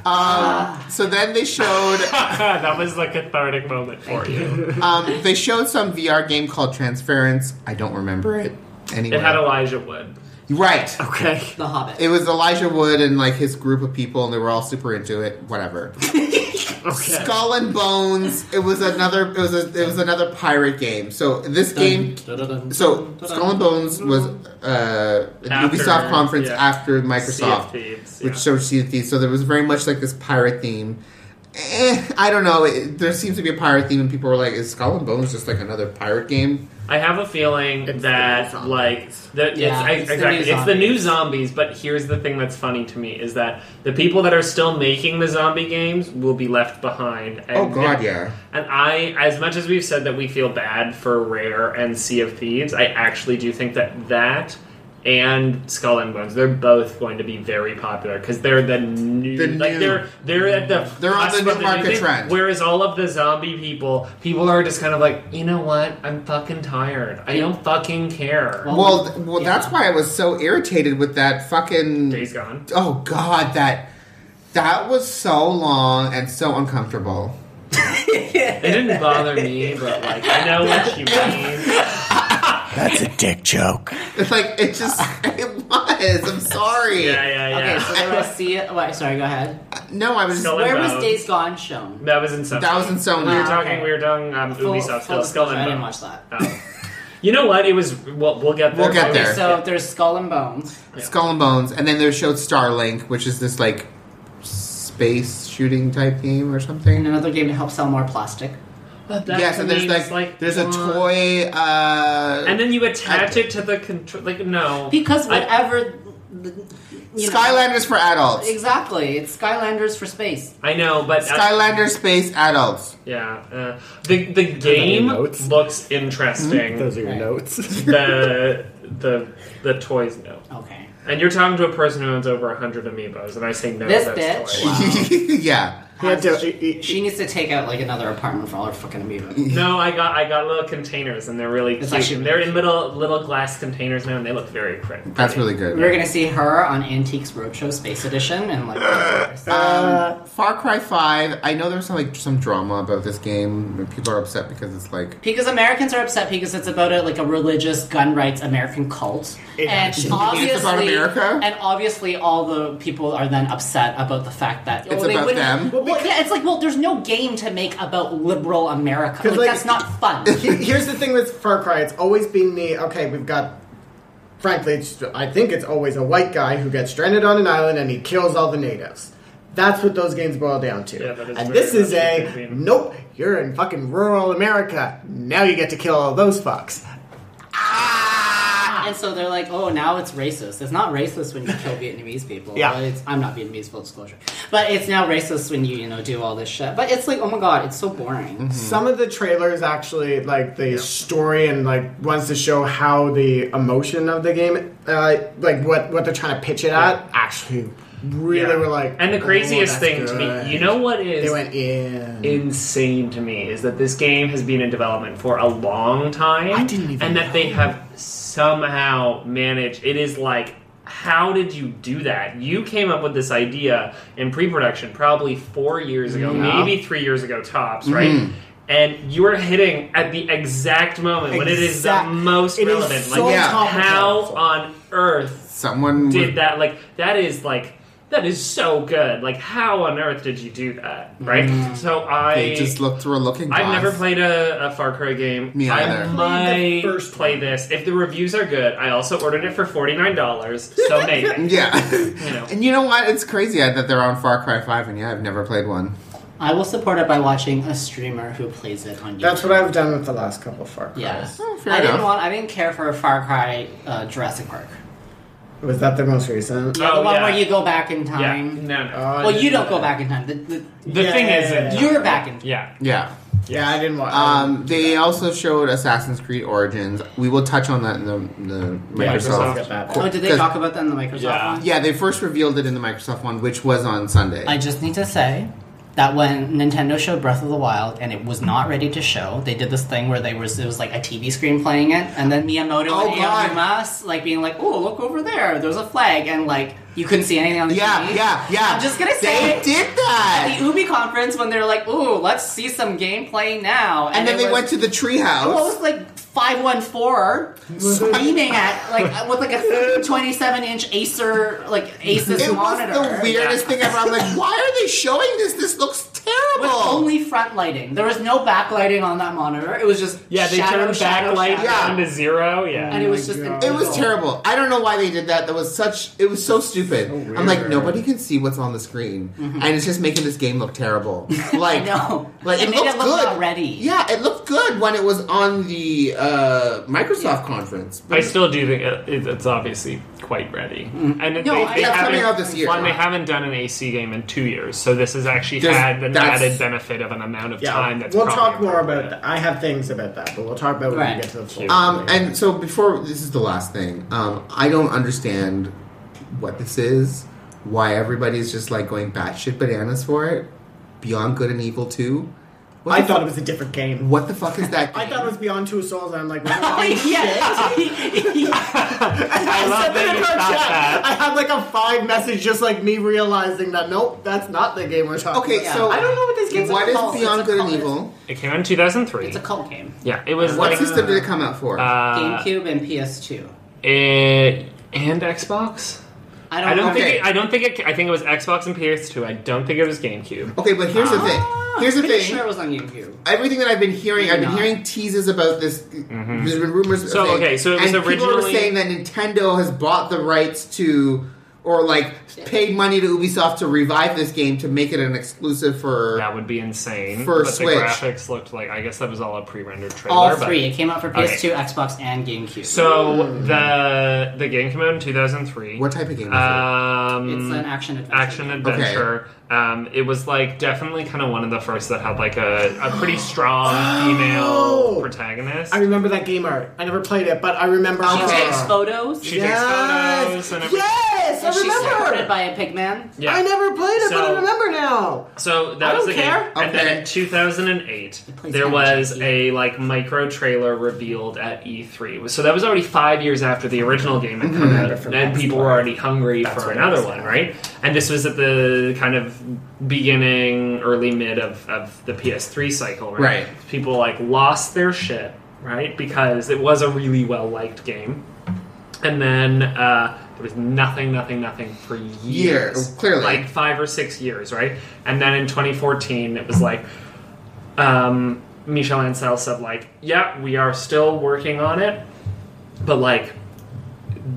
Speaker 4: long.
Speaker 1: So then they
Speaker 3: [laughs]
Speaker 1: showed
Speaker 3: that was the cathartic moment for you.
Speaker 1: um, they showed some VR game called Transference. I don't remember it anyway.
Speaker 3: It had Elijah Wood.
Speaker 1: right.
Speaker 5: Okay.
Speaker 4: the Hobbit.
Speaker 1: It was Elijah Wood and like his group of people, and they were all super into it. Whatever.
Speaker 5: Okay.
Speaker 1: Skull and Bones. It was another. It was a, It was another pirate game. So this game. So Skull and Bones was uh, an
Speaker 3: After,
Speaker 1: Ubisoft conference
Speaker 3: yeah.
Speaker 1: after
Speaker 3: Sea of
Speaker 1: Microsoft,
Speaker 3: Thieves,
Speaker 1: which
Speaker 3: yeah.
Speaker 1: showed Sea of Thieves. So there was very much like this pirate theme. Eh, I don't know. It, there seems to be a pirate theme, and people were like, "Is Skull and Bones just like another pirate game?"
Speaker 3: I have a feeling
Speaker 2: It's
Speaker 3: that
Speaker 2: the new zombies.
Speaker 3: like the,
Speaker 4: Yeah,
Speaker 3: it's,
Speaker 4: it's
Speaker 3: I,
Speaker 4: the
Speaker 3: exactly
Speaker 4: new
Speaker 3: it's the new
Speaker 4: zombies.
Speaker 3: zombies. But here's the thing that's funny to me is that the people that are still making the zombie games will be left behind. And
Speaker 1: Oh God,
Speaker 3: and-
Speaker 1: yeah.
Speaker 3: And I, as much as we've said that we feel bad for Rare and Sea of Thieves, I actually do think that that and Skull and Bones, they're both going to be very popular because they're the new,
Speaker 1: The
Speaker 3: like
Speaker 1: new-
Speaker 3: they're they're at the
Speaker 1: They're on
Speaker 3: cusp
Speaker 1: the
Speaker 3: of
Speaker 1: new market
Speaker 3: thing,
Speaker 1: trend.
Speaker 3: Whereas all of the zombie people, people are just kind of like, you know what? I'm fucking tired. I don't fucking care.
Speaker 4: Well,
Speaker 1: Well, th- well,
Speaker 4: Yeah.
Speaker 1: that's why I was so irritated with that fucking
Speaker 3: Days gone.
Speaker 1: Oh God, that that was so long and so uncomfortable.
Speaker 3: It didn't bother me, but like I know what
Speaker 1: [laughs]
Speaker 3: you mean.
Speaker 2: That's a dick joke.
Speaker 1: It's like it just [laughs] it was. I'm sorry.
Speaker 3: Yeah, yeah, yeah.
Speaker 4: Okay, so
Speaker 1: [laughs]
Speaker 4: there was Sea. Wait, sorry, go ahead.
Speaker 1: No, I was.
Speaker 3: Skull
Speaker 4: Where
Speaker 3: and
Speaker 4: was
Speaker 3: Bones.
Speaker 4: Days Gone shown?
Speaker 3: That was insane.
Speaker 1: That was in Sony.
Speaker 3: We were
Speaker 4: Wow.
Speaker 3: talking. We were talking um,
Speaker 4: Ah, Full-
Speaker 3: Ubisoft
Speaker 4: full
Speaker 3: still. Skull
Speaker 4: disclosure, I
Speaker 3: and
Speaker 4: didn't
Speaker 3: Bones.
Speaker 4: watch that.
Speaker 3: Oh. [laughs] You know what? It was. We'll, we'll get there.
Speaker 1: We'll get there.
Speaker 4: So there's Skull and Bones.
Speaker 1: Skull and Bones, and then they showed Starlink, which is this like space shooting type game or
Speaker 4: And
Speaker 1: something.
Speaker 4: another game to help sell more plastic.
Speaker 3: But that
Speaker 1: Yes,
Speaker 3: to
Speaker 1: and there's
Speaker 3: me is
Speaker 1: like, there's a toy. Uh,
Speaker 3: And then you attach it to the control. Like no.
Speaker 4: Because
Speaker 3: I-
Speaker 4: whatever. the- you know-
Speaker 1: Skylanders for adults.
Speaker 4: Exactly. It's Skylanders for space.
Speaker 3: I know, but uh,
Speaker 1: Skylanders space adults.
Speaker 3: yeah, uh, the the game
Speaker 2: notes?
Speaker 3: looks interesting.
Speaker 2: Hmm? Those are your
Speaker 4: Right.
Speaker 3: [laughs]
Speaker 2: notes. [laughs]
Speaker 3: the the the toys no.
Speaker 4: Okay.
Speaker 3: And you're talking to a person who owns over hundred amiibos, and I say no.
Speaker 4: This
Speaker 3: that's
Speaker 4: bitch.
Speaker 1: [laughs]
Speaker 3: toys.
Speaker 1: yeah.
Speaker 2: He had to- e,
Speaker 4: She needs to take out like another apartment for all her
Speaker 1: [laughs]
Speaker 4: fucking amoeba.
Speaker 3: No, I got I got little containers, and they're really
Speaker 4: It's
Speaker 3: cute.
Speaker 4: actually-
Speaker 3: they're in little little glass containers now, and they look very pretty.
Speaker 1: That's really good.
Speaker 4: We're gonna see her on Antiques Roadshow Space Edition and
Speaker 1: [laughs]
Speaker 4: like.
Speaker 3: uh,
Speaker 1: Um, Far Cry Five. I know there was some like some drama about this game. and People are upset because it's like
Speaker 4: Because Americans are upset because it's about a, like a religious gun rights American cult,
Speaker 2: It-
Speaker 4: and
Speaker 2: it's
Speaker 1: about
Speaker 4: obviously,
Speaker 1: America?
Speaker 4: and obviously, all the people are then upset about the fact that
Speaker 1: It's
Speaker 4: they
Speaker 1: about
Speaker 4: wouldn't-
Speaker 1: them?
Speaker 4: Well, yeah, it's like well, there's no game to make about liberal America.
Speaker 2: 'Cause,
Speaker 4: Like,
Speaker 2: like-
Speaker 4: that's not fun.
Speaker 1: [laughs]
Speaker 2: Here- Here's the thing with Far Cry. It's always been the okay. We've got. Frankly, it's, I think it's always a white guy who gets stranded on an island and he kills all the natives. That's what those games boil down to.
Speaker 3: Yeah, that is
Speaker 2: and
Speaker 3: very
Speaker 2: this is
Speaker 3: much
Speaker 2: a
Speaker 3: what they've been.
Speaker 2: nope. You're in fucking rural America. Now you get to kill all those fucks.
Speaker 4: and so they're like, oh, now it's racist. It's not racist when you kill Vietnamese people.
Speaker 2: Yeah.
Speaker 4: But it's, I'm not Vietnamese, full disclosure. But it's now racist when you you know do all this shit. But it's like, oh my god, it's so boring.
Speaker 2: Some of the trailers actually like the story and like wants to show how the emotion of the game, uh, like what what they're trying to pitch it at, actually really
Speaker 3: Yeah.
Speaker 2: were like.
Speaker 3: and the
Speaker 2: "Oh,
Speaker 3: craziest
Speaker 2: that's
Speaker 3: thing to
Speaker 2: good."
Speaker 3: me, you know what is
Speaker 2: They went in.
Speaker 3: insane to me is that this game has been in development for a long time.
Speaker 2: I didn't even
Speaker 3: And that they
Speaker 2: know.
Speaker 3: have somehow managed it is like how did you do that? You came up with this idea in pre-production probably 4 years ago,
Speaker 4: Yeah.
Speaker 3: maybe 3 years ago tops,
Speaker 2: Mm-hmm.
Speaker 3: right? And you're hitting at the exact moment when it is the
Speaker 2: Exact-
Speaker 3: most
Speaker 2: it is
Speaker 3: relevant.
Speaker 2: so
Speaker 3: like
Speaker 1: Yeah.
Speaker 2: topical.
Speaker 3: how on earth
Speaker 1: someone
Speaker 3: did
Speaker 1: did
Speaker 3: that like that is like that is so good like how on earth did you do that right so i
Speaker 1: Mm. they just looked through a looking glass.
Speaker 3: I've never played a, a Far Cry game.
Speaker 1: Me
Speaker 3: I
Speaker 1: either.
Speaker 3: might
Speaker 2: Played the first
Speaker 3: play
Speaker 2: one.
Speaker 3: this if the reviews are good. I also ordered it for forty nine dollars,
Speaker 2: [laughs]
Speaker 3: so maybe
Speaker 1: [laughs] Yeah.
Speaker 3: [laughs] you know.
Speaker 1: and you know what? It's crazy that they're on Far Cry Five, and yeah, I've never played one.
Speaker 4: I will support it by watching a streamer who plays it on YouTube.
Speaker 2: That's what I've done with the last couple of Far Cries.
Speaker 4: Yeah.
Speaker 1: Oh, fair
Speaker 4: I didn't
Speaker 1: enough.
Speaker 4: want. I didn't care for Far Cry uh, Jurassic Park.
Speaker 2: Was that the most recent?
Speaker 4: Yeah,
Speaker 3: Oh,
Speaker 4: the one
Speaker 3: yeah.
Speaker 4: where you go back in
Speaker 3: Yeah,
Speaker 4: time.
Speaker 3: no, no.
Speaker 2: Oh,
Speaker 1: Uh,
Speaker 4: Well, you
Speaker 2: yeah.
Speaker 4: don't go back in time. The, the,
Speaker 3: the
Speaker 2: yeah,
Speaker 3: thing
Speaker 2: yeah,
Speaker 3: is,
Speaker 2: yeah,
Speaker 3: that
Speaker 4: you're back in time.
Speaker 3: yeah,
Speaker 1: Yeah.
Speaker 2: Yeah, I didn't watch.
Speaker 1: Um, they also showed Assassin's Creed Origins. We will touch on that in the, the
Speaker 2: yeah,
Speaker 1: Microsoft.
Speaker 2: Microsoft got that.
Speaker 4: Oh, did they
Speaker 1: 'Cause-
Speaker 4: talk about that in the Microsoft
Speaker 6: Yeah.
Speaker 4: one?
Speaker 1: Yeah, they first revealed it in the Microsoft one, which was on Sunday.
Speaker 4: I just need to say that when Nintendo showed Breath of the Wild and it was not ready to show, they did this thing where they was it was like a TV screen playing it, and then Miyamoto
Speaker 1: Oh,
Speaker 4: and
Speaker 1: God.
Speaker 4: Aoyama like being like, "Oh, look over there! There's a flag," and like you couldn't see anything on the
Speaker 1: yeah,
Speaker 4: TV.
Speaker 1: yeah, yeah.
Speaker 4: I'm just gonna say
Speaker 1: they did
Speaker 4: At
Speaker 1: that,
Speaker 4: the Ubi conference, when they're like, "Ooh, let's see some gameplay now,"
Speaker 1: and then
Speaker 4: it
Speaker 1: they
Speaker 4: was-
Speaker 1: went to the
Speaker 4: Well, it was
Speaker 1: treehouse.
Speaker 4: like five one four screaming at like with like a twenty seven inch Acer like Asus
Speaker 1: It was
Speaker 4: monitor.
Speaker 1: the weirdest thing ever. I'm like, why are they showing this? This looks terrible.
Speaker 4: with only front lighting. There was no backlighting on that monitor. It was just
Speaker 3: Yeah, they
Speaker 4: shadow,
Speaker 3: turned backlight
Speaker 4: shadow,
Speaker 3: Oh
Speaker 4: shadow.
Speaker 1: Yeah.
Speaker 3: down to zero. Yeah.
Speaker 4: and it was just
Speaker 2: God.
Speaker 1: It was
Speaker 4: [laughs]
Speaker 1: terrible. I don't know why they did that. That was such. It was so stupid.
Speaker 2: So
Speaker 1: I'm like,
Speaker 2: weird.
Speaker 1: nobody can see what's on the screen, and it's just making this game look
Speaker 4: [laughs]
Speaker 1: terrible. Like,
Speaker 4: Mm-hmm. know.
Speaker 1: like
Speaker 4: It
Speaker 1: it,
Speaker 4: made
Speaker 1: looked
Speaker 4: it look
Speaker 1: good
Speaker 4: not ready.
Speaker 1: Yeah, it looked good when it was on the uh, Microsoft conference.
Speaker 3: I still do think it, it- it's obviously quite ready.
Speaker 1: Mm-hmm.
Speaker 3: And it-
Speaker 4: No,
Speaker 3: they,
Speaker 4: I-
Speaker 3: they
Speaker 4: that's
Speaker 3: haven't-
Speaker 1: coming out this year.
Speaker 3: One, they haven't done an AC game in two years, so this has actually
Speaker 1: There's-
Speaker 3: had an
Speaker 1: that's-
Speaker 3: added benefit of an amount of
Speaker 2: Yeah,
Speaker 3: time. That's
Speaker 2: we'll
Speaker 3: probably
Speaker 2: talk more about
Speaker 3: appropriate.
Speaker 2: that. I have things about that, but we'll talk about when
Speaker 4: Right.
Speaker 2: we get to the full.
Speaker 1: Um,
Speaker 2: later.
Speaker 1: and so before this is the last thing. Um, I don't understand what this is. Why everybody's just like going batshit bananas for it? Beyond Good and Evil Two. What
Speaker 2: I
Speaker 1: the
Speaker 2: thought it
Speaker 1: fuck-
Speaker 2: was a different game.
Speaker 1: What the fuck is that?
Speaker 2: [laughs] I thought it was Beyond Two Souls, and I'm like,
Speaker 4: Oh,
Speaker 2: I
Speaker 4: yeah.
Speaker 3: I love that you thought that.
Speaker 2: had like a five message, just like me realizing that nope, that's not the game we're talking.
Speaker 1: Okay,
Speaker 2: about.
Speaker 1: so
Speaker 4: I don't know what this game's
Speaker 1: What is
Speaker 4: called.
Speaker 1: Beyond
Speaker 4: It's a
Speaker 1: Good and
Speaker 4: cult.
Speaker 1: Evil?
Speaker 3: It came out in 2003.
Speaker 4: [laughs] it's a cult game.
Speaker 3: yeah, it was
Speaker 1: What
Speaker 3: like
Speaker 1: system did it come out for?
Speaker 3: uh,
Speaker 4: GameCube and PS2.
Speaker 3: it, and Xbox.
Speaker 4: I don't,
Speaker 3: I don't
Speaker 4: know.
Speaker 1: Okay.
Speaker 3: think it, I don't think it. I think it was Xbox and PS2. I don't think it was GameCube.
Speaker 1: okay, but here's
Speaker 3: uh,
Speaker 1: the thing. Here's the
Speaker 4: I'm Ah, pretty
Speaker 1: thing.
Speaker 4: Sure, it was on GameCube.
Speaker 1: Everything that I've been hearing, I've been
Speaker 4: Not.
Speaker 1: hearing teases about this. There's been rumors. of
Speaker 3: Mm-hmm. So,
Speaker 1: things,
Speaker 3: okay, so it was
Speaker 1: and people were
Speaker 3: originally-
Speaker 1: saying that Nintendo has bought the rights to, or like paid money to Ubisoft to revive this game to make it an exclusive for.
Speaker 3: That would be insane.
Speaker 1: For
Speaker 3: but
Speaker 1: Switch.
Speaker 3: the graphics looked like. I guess that was all a pre-rendered trailer.
Speaker 4: All
Speaker 3: but-
Speaker 4: three. It came out for
Speaker 3: Okay.
Speaker 4: PS2, Xbox, and GameCube.
Speaker 3: So the the game came out in 2003.
Speaker 1: what type of game? Is
Speaker 3: Um,
Speaker 4: it's an action adventure.
Speaker 3: action
Speaker 4: game.
Speaker 3: adventure. Um, it was like definitely kind of one of the first that had like a, a pretty
Speaker 2: [gasps]
Speaker 3: strong female protagonist.
Speaker 2: Oh! I remember that game art. I never played it, but I remember.
Speaker 4: She
Speaker 2: her.
Speaker 4: takes photos.
Speaker 3: she takes photos
Speaker 2: yes,
Speaker 3: and everything.
Speaker 2: yes,
Speaker 4: and
Speaker 2: I
Speaker 4: she's supported
Speaker 2: remember.
Speaker 4: by a pig man.
Speaker 3: Yeah.
Speaker 2: I never played it, but
Speaker 3: So-
Speaker 2: I remember now.
Speaker 3: So that
Speaker 2: I
Speaker 3: was
Speaker 2: don't
Speaker 3: the
Speaker 2: care.
Speaker 3: game. And then
Speaker 1: Okay.
Speaker 3: in 2008,
Speaker 4: plays
Speaker 3: there
Speaker 4: Magic,
Speaker 3: was
Speaker 4: yeah.
Speaker 3: a like micro trailer revealed at E3. So that was already five years after the original game had come out,
Speaker 2: Different
Speaker 3: and
Speaker 2: last
Speaker 3: people
Speaker 2: one.
Speaker 3: were already hungry for
Speaker 2: what it
Speaker 3: another
Speaker 2: was.
Speaker 3: one, right? And this was at the kind of beginning, early mid of, of the PS3 cycle, right?
Speaker 1: Right.
Speaker 3: People like lost their shit, right? Because it was a really well liked game, and then. Uh, there was nothing, nothing, nothing for years.
Speaker 1: Years, clearly.
Speaker 3: Like five or six years, right? And then in 2014, it was like, um, Michel Ancel said, like, yeah, we are still working on it, but like,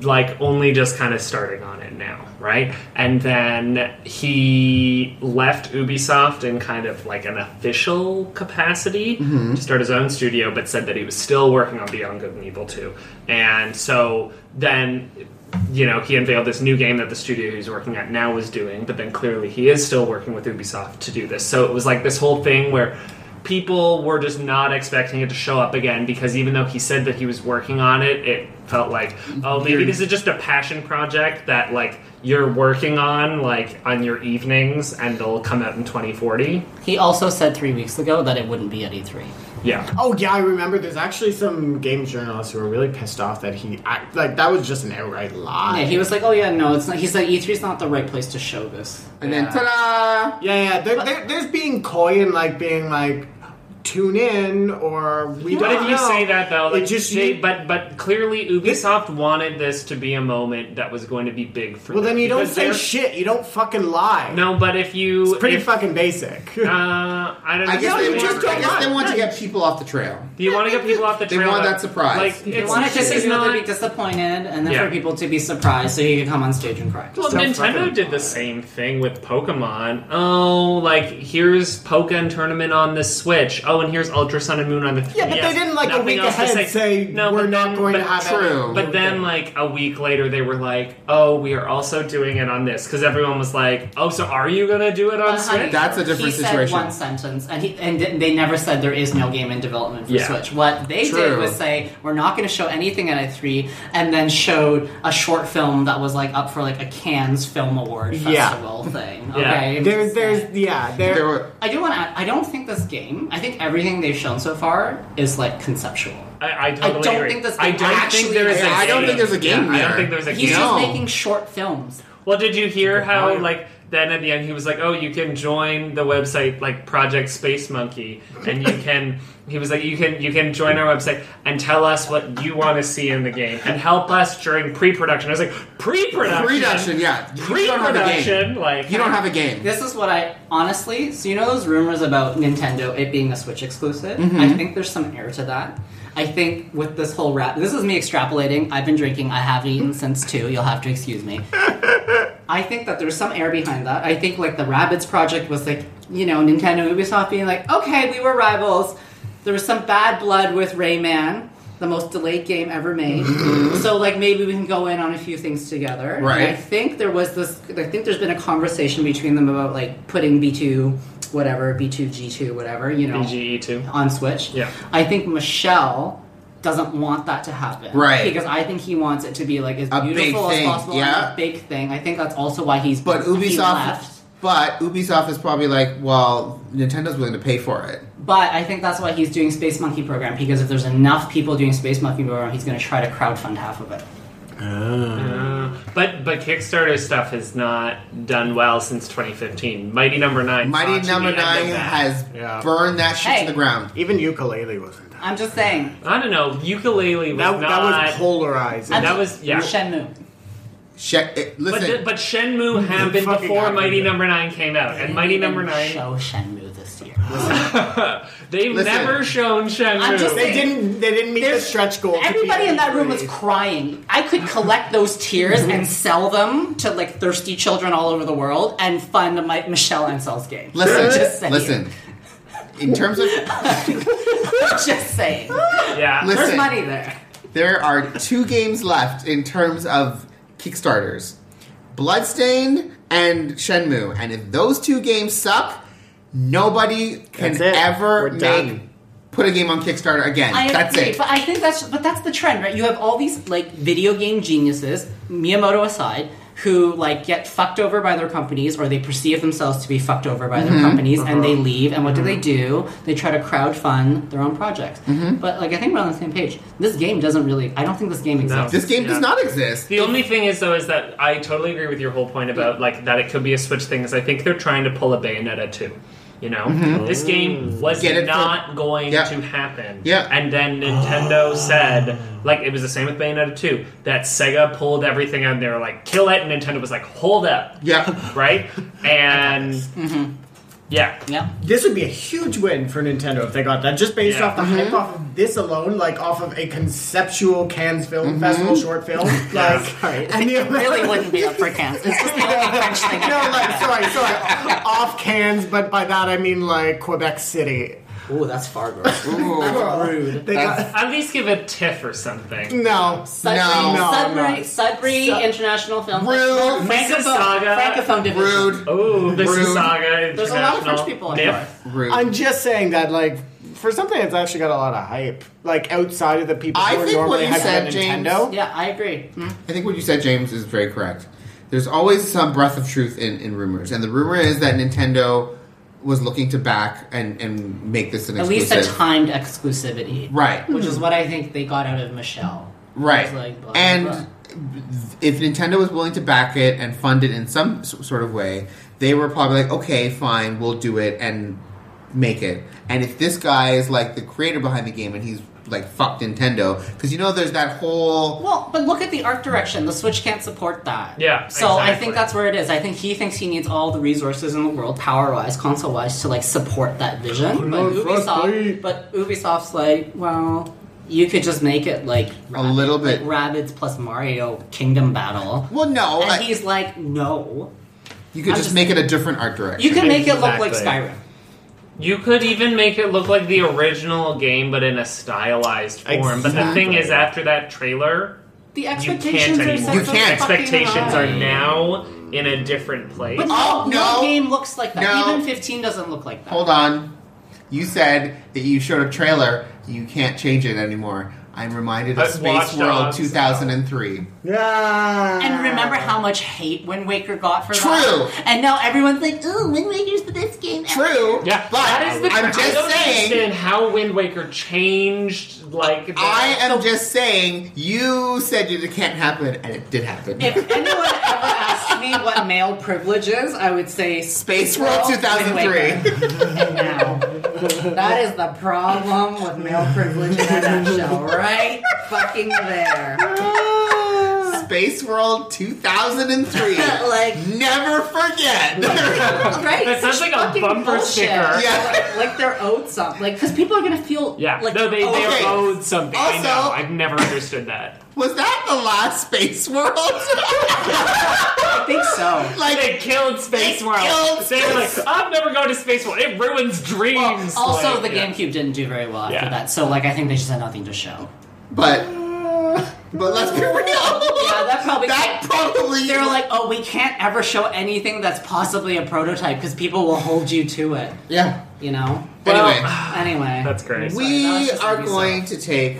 Speaker 3: like only just kind of starting on it now, right? And then he left Ubisoft in kind of like an official capacity to start his own studio, but said that he was still working on Beyond Good and Evil 2. And so then, you know, he unveiled this new game that the studio he's working at now was doing, but then clearly he is still working with Ubisoft to do this. So it was like this whole thing where people were just not expecting it to show up again because even though he said that he was working on it, it felt like, oh, maybe this is just a passion project that like you're working on like on your evenings and it'll come out in 2040.
Speaker 4: He also said three weeks ago that it wouldn't be at E E3.
Speaker 3: Yeah.
Speaker 2: Oh yeah, I remember. There's actually some game journalists who were really pissed off that he act, like that was just an outright lie.
Speaker 4: Yeah, he was like, "Oh yeah, no, it's not." He said E3's not the right place to show this.
Speaker 1: it? And then ta-da!
Speaker 2: Yeah, yeah. There, there, there's being coy and like being like, tune in or we
Speaker 3: But if
Speaker 2: don't
Speaker 3: you
Speaker 2: know.
Speaker 3: say that though, like
Speaker 2: it just
Speaker 3: they-
Speaker 2: you-
Speaker 3: but but clearly Ubisoft wanted this to be a moment that was going to be big for
Speaker 2: well,
Speaker 3: them
Speaker 2: then you don't
Speaker 3: because
Speaker 2: say
Speaker 3: they're-
Speaker 2: shit. You don't fucking lie.
Speaker 3: No, but if you
Speaker 2: it's pretty
Speaker 3: if,
Speaker 2: fucking basic. [laughs]
Speaker 3: uh, I don't
Speaker 1: I
Speaker 3: know.
Speaker 1: guess, they,
Speaker 2: you
Speaker 1: want,
Speaker 2: just
Speaker 1: I
Speaker 2: don't
Speaker 1: guess they
Speaker 2: want-
Speaker 1: want to get people off the trail.
Speaker 3: Do you want to get people off the
Speaker 1: They
Speaker 3: trail?
Speaker 1: want that surprise.
Speaker 3: Like,
Speaker 1: They
Speaker 4: He
Speaker 3: it's,
Speaker 4: wanted
Speaker 3: this
Speaker 4: to
Speaker 3: is
Speaker 4: see people
Speaker 3: not
Speaker 4: to be disappointed, and then
Speaker 3: Yeah.
Speaker 4: for people to be surprised, so he could come on stage and cry.
Speaker 3: Well,
Speaker 2: Stuff
Speaker 3: Nintendo
Speaker 2: fucking-
Speaker 3: did the same thing with Pokemon. Oh, like here's Pokemon tournament on the Switch. oh, and here's Ultra Sun and Moon on the 3DS.
Speaker 2: Yeah, but they didn't, like, a
Speaker 3: Nothing
Speaker 2: week
Speaker 3: else to
Speaker 2: ahead say, "We're
Speaker 3: but
Speaker 2: not
Speaker 3: then-
Speaker 2: going to
Speaker 3: but-
Speaker 2: have
Speaker 1: it." True.
Speaker 3: But then, like a week later, they were like, "Oh, we are also doing it on this," because everyone was like, "Oh, so are you gonna do it on
Speaker 4: But honey,
Speaker 3: Switch?"
Speaker 1: That's a different
Speaker 4: he
Speaker 1: situation.
Speaker 4: Said one sentence, and he and th- they never said there is no game in development for
Speaker 3: Yeah.
Speaker 4: Switch. What they
Speaker 1: True.
Speaker 4: did was say we're not going to show anything at E3, and then showed a short film that was like up for like a Cannes Film Award
Speaker 2: Yeah.
Speaker 4: festival thing.
Speaker 3: Yeah.
Speaker 4: Okay,
Speaker 2: There's, there's, yeah, there.
Speaker 1: There were
Speaker 4: I do want to. I don't think this game. I think everything they've shown so far is like conceptual.
Speaker 3: I, I totally
Speaker 4: don't
Speaker 3: agree.
Speaker 4: think this
Speaker 3: I
Speaker 4: game
Speaker 3: don't think
Speaker 4: actually
Speaker 3: there is. a
Speaker 4: exists.
Speaker 1: I don't think there's a game
Speaker 3: Yeah, I don't
Speaker 1: there.
Speaker 3: think there's a
Speaker 4: He's
Speaker 3: game.
Speaker 1: No.
Speaker 4: just making short films.
Speaker 3: Well, did you hear how
Speaker 2: point.
Speaker 3: like then at the end he was like, "Oh, you can join the website like Project Space Monkey,
Speaker 1: [laughs]
Speaker 3: and you can." He was like, "You can you can join our website and tell us what you want to see in the game and help us during pre-production." I was like, "Pre-production,
Speaker 1: pre-production. Yeah, you don't have a game.
Speaker 3: pre-production, like
Speaker 1: You don't have a game.
Speaker 4: This is what I honestly. So you know those rumors about Nintendo it being a Switch exclusive. I think there's some air to that. I think with this whole rap, this is me extrapolating. I've been drinking. I haven't eaten since two. You'll have to excuse me. I think that there's some air behind that. I think like the Rabbids project was like, you know, Nintendo and Ubisoft being like, okay, we were rivals. There was some bad blood with Rayman, the most delayed game ever made. so like maybe we can go in on a few things together. And I
Speaker 1: Right.
Speaker 4: think there was this. I think there's been a conversation between them about like putting B2, whatever B2 G2, whatever you know,
Speaker 3: BGE two.
Speaker 4: on Switch.
Speaker 3: Yeah.
Speaker 4: I think Michelle doesn't want that to happen.
Speaker 1: Right.
Speaker 4: Because I think he wants it to be like as
Speaker 1: A big
Speaker 4: beautiful as
Speaker 1: thing,
Speaker 4: possible
Speaker 1: yeah.
Speaker 4: and a big thing. I think that's also why he's
Speaker 1: But
Speaker 4: he
Speaker 1: Ubisoft,
Speaker 4: left.
Speaker 1: but Ubisoft is probably like, well, Nintendo's willing to pay for it.
Speaker 4: But I think that's why he's doing Space Monkey program because if there's enough people doing Space Monkey program, he's going to try to crowdfund half of it.
Speaker 3: Uh, but but Kickstarter stuff has not done well since 2015. Mighty Number Nine. saw to
Speaker 1: Mighty
Speaker 3: the
Speaker 1: Number
Speaker 3: end of
Speaker 1: Nine
Speaker 3: that.
Speaker 1: has
Speaker 2: Yeah.
Speaker 1: burned that shit
Speaker 4: Hey.
Speaker 1: to the ground.
Speaker 2: Even ukulele wasn't that.
Speaker 4: I'm just saying.
Speaker 3: I don't know. Ukulele was
Speaker 2: That,
Speaker 3: not.
Speaker 2: that was polarizing.
Speaker 3: That was- yeah.
Speaker 4: Shenmue.
Speaker 1: She- it-
Speaker 3: but,
Speaker 1: listen,
Speaker 3: the- but Shenmue happened
Speaker 2: Fucking
Speaker 3: before
Speaker 2: happened,
Speaker 3: Mighty
Speaker 2: yeah.
Speaker 3: Number Nine came out, and Mighty Number Nine
Speaker 4: Show Shenmue this year.
Speaker 3: [laughs] They've
Speaker 1: Listen.
Speaker 3: never shown Shenmue.
Speaker 4: I'm just
Speaker 2: they
Speaker 4: saying-
Speaker 2: didn't. They didn't meet the
Speaker 4: There's-
Speaker 2: stretch goal. to be
Speaker 4: Everybody in that room was
Speaker 2: E3.
Speaker 4: crying. I could collect those
Speaker 1: [laughs]
Speaker 4: tears and sell them to like thirsty children all over the world and fund my Michelle Ansel's game.
Speaker 1: listen,
Speaker 4: just saying.
Speaker 1: listen. In terms of,
Speaker 4: [laughs] Just saying.
Speaker 3: yeah.
Speaker 1: Listen.
Speaker 4: There's money there.
Speaker 1: there are two games left in terms of Kickstarters: Bloodstained and Shenmue. And if those two games suck, nobody can
Speaker 2: That's it.
Speaker 1: ever
Speaker 2: We're
Speaker 1: make
Speaker 2: done.
Speaker 1: put a game on Kickstarter again.
Speaker 4: I
Speaker 1: That's
Speaker 4: agree,
Speaker 1: it.
Speaker 4: but I think that's but that's the trend, right? You have all these like video game geniuses, Miyamoto aside, who like get fucked over by their companies or they perceive themselves to be fucked over by their companies and they leave and what do they do? They try to crowdfund their own projects. But like I think we're on the same page. This game doesn't really I don't think this game exists.
Speaker 1: This game
Speaker 3: Yeah.
Speaker 1: does not exist.
Speaker 3: The only thing is, though, is that I totally agree with your whole point about like that it could be a Switch thing. Is I think they're trying to pull a Bayonetta too. You know, this game was
Speaker 1: Mm-hmm. Get it for-
Speaker 3: not going
Speaker 1: Yeah.
Speaker 3: to happen.
Speaker 1: Yeah.
Speaker 3: And then Nintendo said, like, it was the same with Bayonetta 2, that Sega pulled everything out and they were like, kill it. And Nintendo was like, hold up.
Speaker 1: Yeah. [laughs]
Speaker 3: Right? And
Speaker 1: Mm-hmm.
Speaker 3: yeah.
Speaker 4: yeah.
Speaker 2: This would be a huge win for Nintendo if they got that, just based
Speaker 3: Yeah.
Speaker 2: off the
Speaker 4: Mm-hmm.
Speaker 2: hype off of this alone, like off of a conceptual Cannes Film Festival short
Speaker 4: [laughs]
Speaker 2: film. Like, [laughs]
Speaker 4: Mm-hmm. Sorry.
Speaker 2: and the
Speaker 4: It [laughs] really wouldn't be up for cans. It's just the only French thing.
Speaker 2: No,
Speaker 4: I
Speaker 2: like, sorry, sorry. off Cannes, but by that I mean like Quebec City.
Speaker 4: know. Ooh, that's far [laughs] gross. rude.
Speaker 2: They got,
Speaker 3: At least give a TIFF or something.
Speaker 2: [laughs] no,
Speaker 4: Sudbury,
Speaker 1: No,
Speaker 2: no,
Speaker 4: Sudbury,
Speaker 2: no.
Speaker 4: Sudbury
Speaker 2: Sud-
Speaker 4: International Film
Speaker 1: Rude.
Speaker 4: Festival.
Speaker 3: Mrs. Saga.
Speaker 4: Francophone, Francophone division.
Speaker 1: Rude.
Speaker 3: Oh, this is
Speaker 1: Rude.
Speaker 3: Saga.
Speaker 4: There's a lot of
Speaker 3: International
Speaker 4: French people in
Speaker 3: NIF.
Speaker 4: North.
Speaker 1: Rude.
Speaker 2: I'm just saying that, like, for something that's actually got a lot of hype, like outside of the people
Speaker 1: I
Speaker 2: who are
Speaker 1: think what
Speaker 2: normally
Speaker 1: you
Speaker 2: hyped
Speaker 1: said,
Speaker 2: about
Speaker 1: James-
Speaker 2: Nintendo.
Speaker 4: Yeah, I agree. Mm.
Speaker 1: I think what you said, James, is very correct. There's always some breath of truth in, in rumors, and the rumor is that Nintendo was looking to back and, and make this an
Speaker 4: At least
Speaker 1: exclusive.
Speaker 4: a timed exclusivity.
Speaker 1: Right,
Speaker 4: Which is what I think they got out of Michelle.
Speaker 1: right.
Speaker 4: It's like, blah, blah,
Speaker 1: and
Speaker 4: blah.
Speaker 1: if Nintendo was willing to back it and fund it in some s- sort of way, they were probably like, okay, fine, we'll do it and make it. And if this guy is like the creator behind the game and he's like fuck Nintendo, because you know there's that whole
Speaker 4: Well, but look at the art direction. The Switch can't support that.
Speaker 3: Yeah,
Speaker 4: So I
Speaker 3: exactly.
Speaker 4: think that's where it is. I think he thinks he needs all the resources in the world, power wise, console wise, to like support that vision. But Ubisoft, but Ubisoft's like, well, you could just make it like
Speaker 1: a little
Speaker 4: like
Speaker 1: bit.
Speaker 4: Rabbids plus Mario Kingdom Battle.
Speaker 1: Well, no,
Speaker 4: And
Speaker 1: I-
Speaker 4: he's like, no.
Speaker 1: you could
Speaker 4: I'm
Speaker 1: just
Speaker 4: just-
Speaker 1: make it a different art direction.
Speaker 4: You can make it look like
Speaker 2: Exactly.
Speaker 4: Skyrim.
Speaker 3: You could even make it look like the original game, but in a stylized form. But the thing
Speaker 2: Exactly.
Speaker 3: is, after that trailer,
Speaker 4: The
Speaker 3: you
Speaker 4: expectations
Speaker 3: can't
Speaker 4: are
Speaker 3: anymore.
Speaker 4: set
Speaker 1: You
Speaker 4: so
Speaker 1: can't.
Speaker 4: fucking
Speaker 3: Expectations
Speaker 4: high.
Speaker 3: are now in a different place.
Speaker 4: But no,
Speaker 1: Oh,
Speaker 4: no
Speaker 1: no.
Speaker 4: game looks like that.
Speaker 1: No.
Speaker 4: Even 15 doesn't look like that.
Speaker 1: Hold on. You said that you showed a trailer. You can't change it anymore. I'm reminded of
Speaker 3: But
Speaker 1: Space
Speaker 3: Watch
Speaker 1: World
Speaker 3: Dogs-
Speaker 1: 2003.
Speaker 2: Yeah.
Speaker 4: And remember how much hate Wind Waker got for
Speaker 1: True.
Speaker 4: that? And now everyone's like, ooh, Wind Waker's the best game ever.
Speaker 1: True.
Speaker 3: Yeah,
Speaker 1: But
Speaker 3: that is the.
Speaker 1: I'm
Speaker 3: I
Speaker 1: just
Speaker 3: don't
Speaker 1: saying.
Speaker 3: understand how Wind Waker changed. Like the-
Speaker 1: I
Speaker 3: [laughs]
Speaker 1: am just saying. You said it can't happen, and it did happen.
Speaker 4: If anyone ever asked me what male privilege is, I would say
Speaker 1: Space World
Speaker 4: Wind
Speaker 1: 2003.
Speaker 4: Waker. and now, that is the problem with male privilege in a nutshell, right? Fucking there.
Speaker 1: [laughs] Space World 2003.
Speaker 4: like,
Speaker 1: Never forget. [laughs]
Speaker 4: right?
Speaker 3: That sounds like
Speaker 4: such
Speaker 3: a
Speaker 4: fucking
Speaker 3: bumper
Speaker 4: bullshit.
Speaker 3: sticker.
Speaker 1: Yeah.
Speaker 4: Like, like they're owed something. Like, because people are gonna feel
Speaker 3: yeah,
Speaker 4: like
Speaker 3: no, they, they
Speaker 1: okay.
Speaker 3: are owed something. I know.
Speaker 1: Also-
Speaker 3: I've never understood that.
Speaker 1: Was that the last Space World? [laughs]
Speaker 4: I think so.
Speaker 3: They
Speaker 1: like,
Speaker 3: killed Space
Speaker 1: They
Speaker 3: World.
Speaker 1: killed
Speaker 3: they were like,
Speaker 1: Space-
Speaker 3: I'm never going to Space World. It ruins dreams.
Speaker 4: Also,
Speaker 3: Like,
Speaker 4: the
Speaker 3: yeah.
Speaker 4: GameCube didn't do very well after
Speaker 3: Yeah.
Speaker 4: that, so like I think they just had nothing to show.
Speaker 1: but but let's be real.
Speaker 4: Yeah, that probably.
Speaker 1: that probably
Speaker 4: they were like, oh, we can't ever show anything that's possibly a prototype because people will hold you to it.
Speaker 1: yeah.
Speaker 4: You know.
Speaker 3: Well,
Speaker 1: anyway,
Speaker 4: Anyway,
Speaker 3: That's great.
Speaker 4: that was
Speaker 1: we
Speaker 4: just
Speaker 1: are
Speaker 4: Ubisoft.
Speaker 1: going to take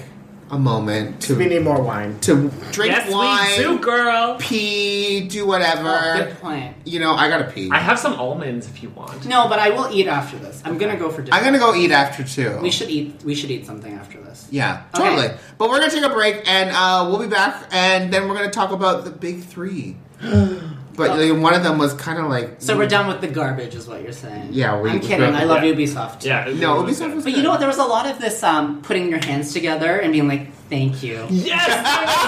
Speaker 1: a moment
Speaker 2: We
Speaker 1: to
Speaker 2: need more wine.
Speaker 1: to drink
Speaker 3: yes,
Speaker 1: wine,
Speaker 3: we do, girl.
Speaker 1: pee, do
Speaker 4: Oh,
Speaker 1: whatever.
Speaker 4: good point.
Speaker 1: you know, I gotta pee.
Speaker 3: I have some almonds if you want.
Speaker 4: No, but I will eat after this. I'm gonna go for dinner.
Speaker 1: I'm gonna go eat after too.
Speaker 4: we should eat. We should eat something after this.
Speaker 1: Yeah,
Speaker 4: Okay.
Speaker 1: totally. But we're gonna take a break, and uh, we'll be back, and then we're gonna talk about the big three. But like, one of them was kind of like
Speaker 4: So
Speaker 1: [laughs]
Speaker 4: we're done with the garbage, is what you're saying.
Speaker 1: Yeah, we-
Speaker 4: I'm kidding. I love Ubisoft.
Speaker 3: Yeah.
Speaker 1: No, Ubisoft was
Speaker 4: But you know what? There was a lot of this um, putting your hands together and being like, "Thank you."
Speaker 3: Yes,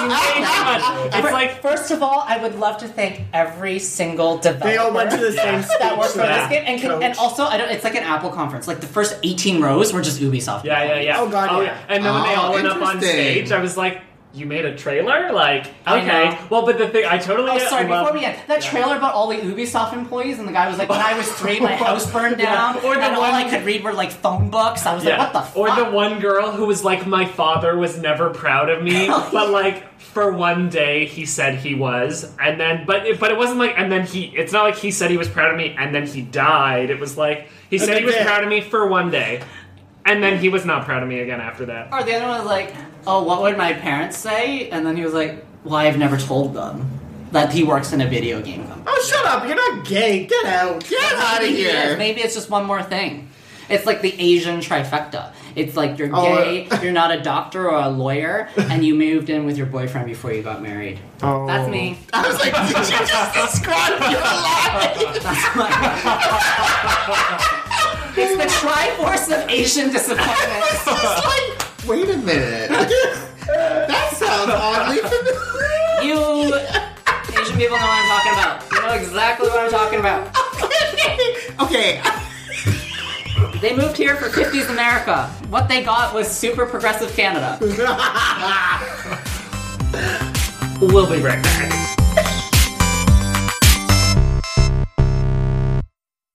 Speaker 3: that was way too much. It's
Speaker 4: Fir-
Speaker 3: like
Speaker 4: first of all, I would love to thank every single developer
Speaker 2: They all went to the same
Speaker 3: Yeah.
Speaker 4: [laughs] that worked for
Speaker 3: Yeah.
Speaker 4: this game, and, can, and
Speaker 2: Coach.
Speaker 4: also I don't. It's like an Apple conference. Like the first eighteen rows were just Ubisoft.
Speaker 3: Yeah, yeah, yeah.
Speaker 2: Oh, God, yeah.
Speaker 3: And then when they
Speaker 1: Oh,
Speaker 3: all went up on
Speaker 1: interesting.
Speaker 3: stage, I was like, "You made a trailer? Like,
Speaker 4: I know.
Speaker 3: okay." Well, but the thing I totally.
Speaker 4: Oh, sorry.
Speaker 3: love-
Speaker 4: Before we end, that
Speaker 3: Yeah.
Speaker 4: trailer about all the Ubisoft employees, and the guy was like, "When I was three, my house
Speaker 3: [laughs]
Speaker 4: burned
Speaker 3: Yeah.
Speaker 4: down,
Speaker 3: Or the
Speaker 4: and all
Speaker 3: one-
Speaker 4: I could read were like phone books." I was
Speaker 3: Yeah.
Speaker 4: like, "What the fuck?"
Speaker 3: or the one girl who was like, "My father was never proud of me, but like for one day he said he was, and then but it, but it wasn't like and then he. It's not like he said he was proud of me and then he died. It was like he said he was
Speaker 2: Okay.
Speaker 3: proud of me for one day, and then he was not proud of me again after that.
Speaker 4: Or the other one was like, "Oh, what would my parents say?" And then he was like, "Well, I've never told them that he works in a video game company."
Speaker 2: Oh, shut up! You're not gay. Get out.
Speaker 1: get
Speaker 4: [laughs]
Speaker 1: out of
Speaker 4: Maybe it is.
Speaker 1: here.
Speaker 4: Maybe it's just one more thing. It's like the Asian trifecta. It's like you're
Speaker 1: Oh,
Speaker 4: gay, you're not a doctor or a
Speaker 1: [laughs]
Speaker 4: lawyer, and you moved in with your boyfriend before you got married.
Speaker 2: Oh.
Speaker 4: That's me.
Speaker 1: I was like, did you just
Speaker 4: [laughs]
Speaker 1: describe your life?
Speaker 4: That's my. [laughs] it's the triforce of Asian
Speaker 1: [laughs]
Speaker 4: disappointment.
Speaker 1: It's like, wait a minute. that sounds oddly familiar.
Speaker 4: You Asian people know what I'm talking about. You know exactly what I'm talking about.
Speaker 1: okay. [laughs]
Speaker 4: They moved here for 50s America. What they got was super progressive Canada.
Speaker 3: We'll be right back.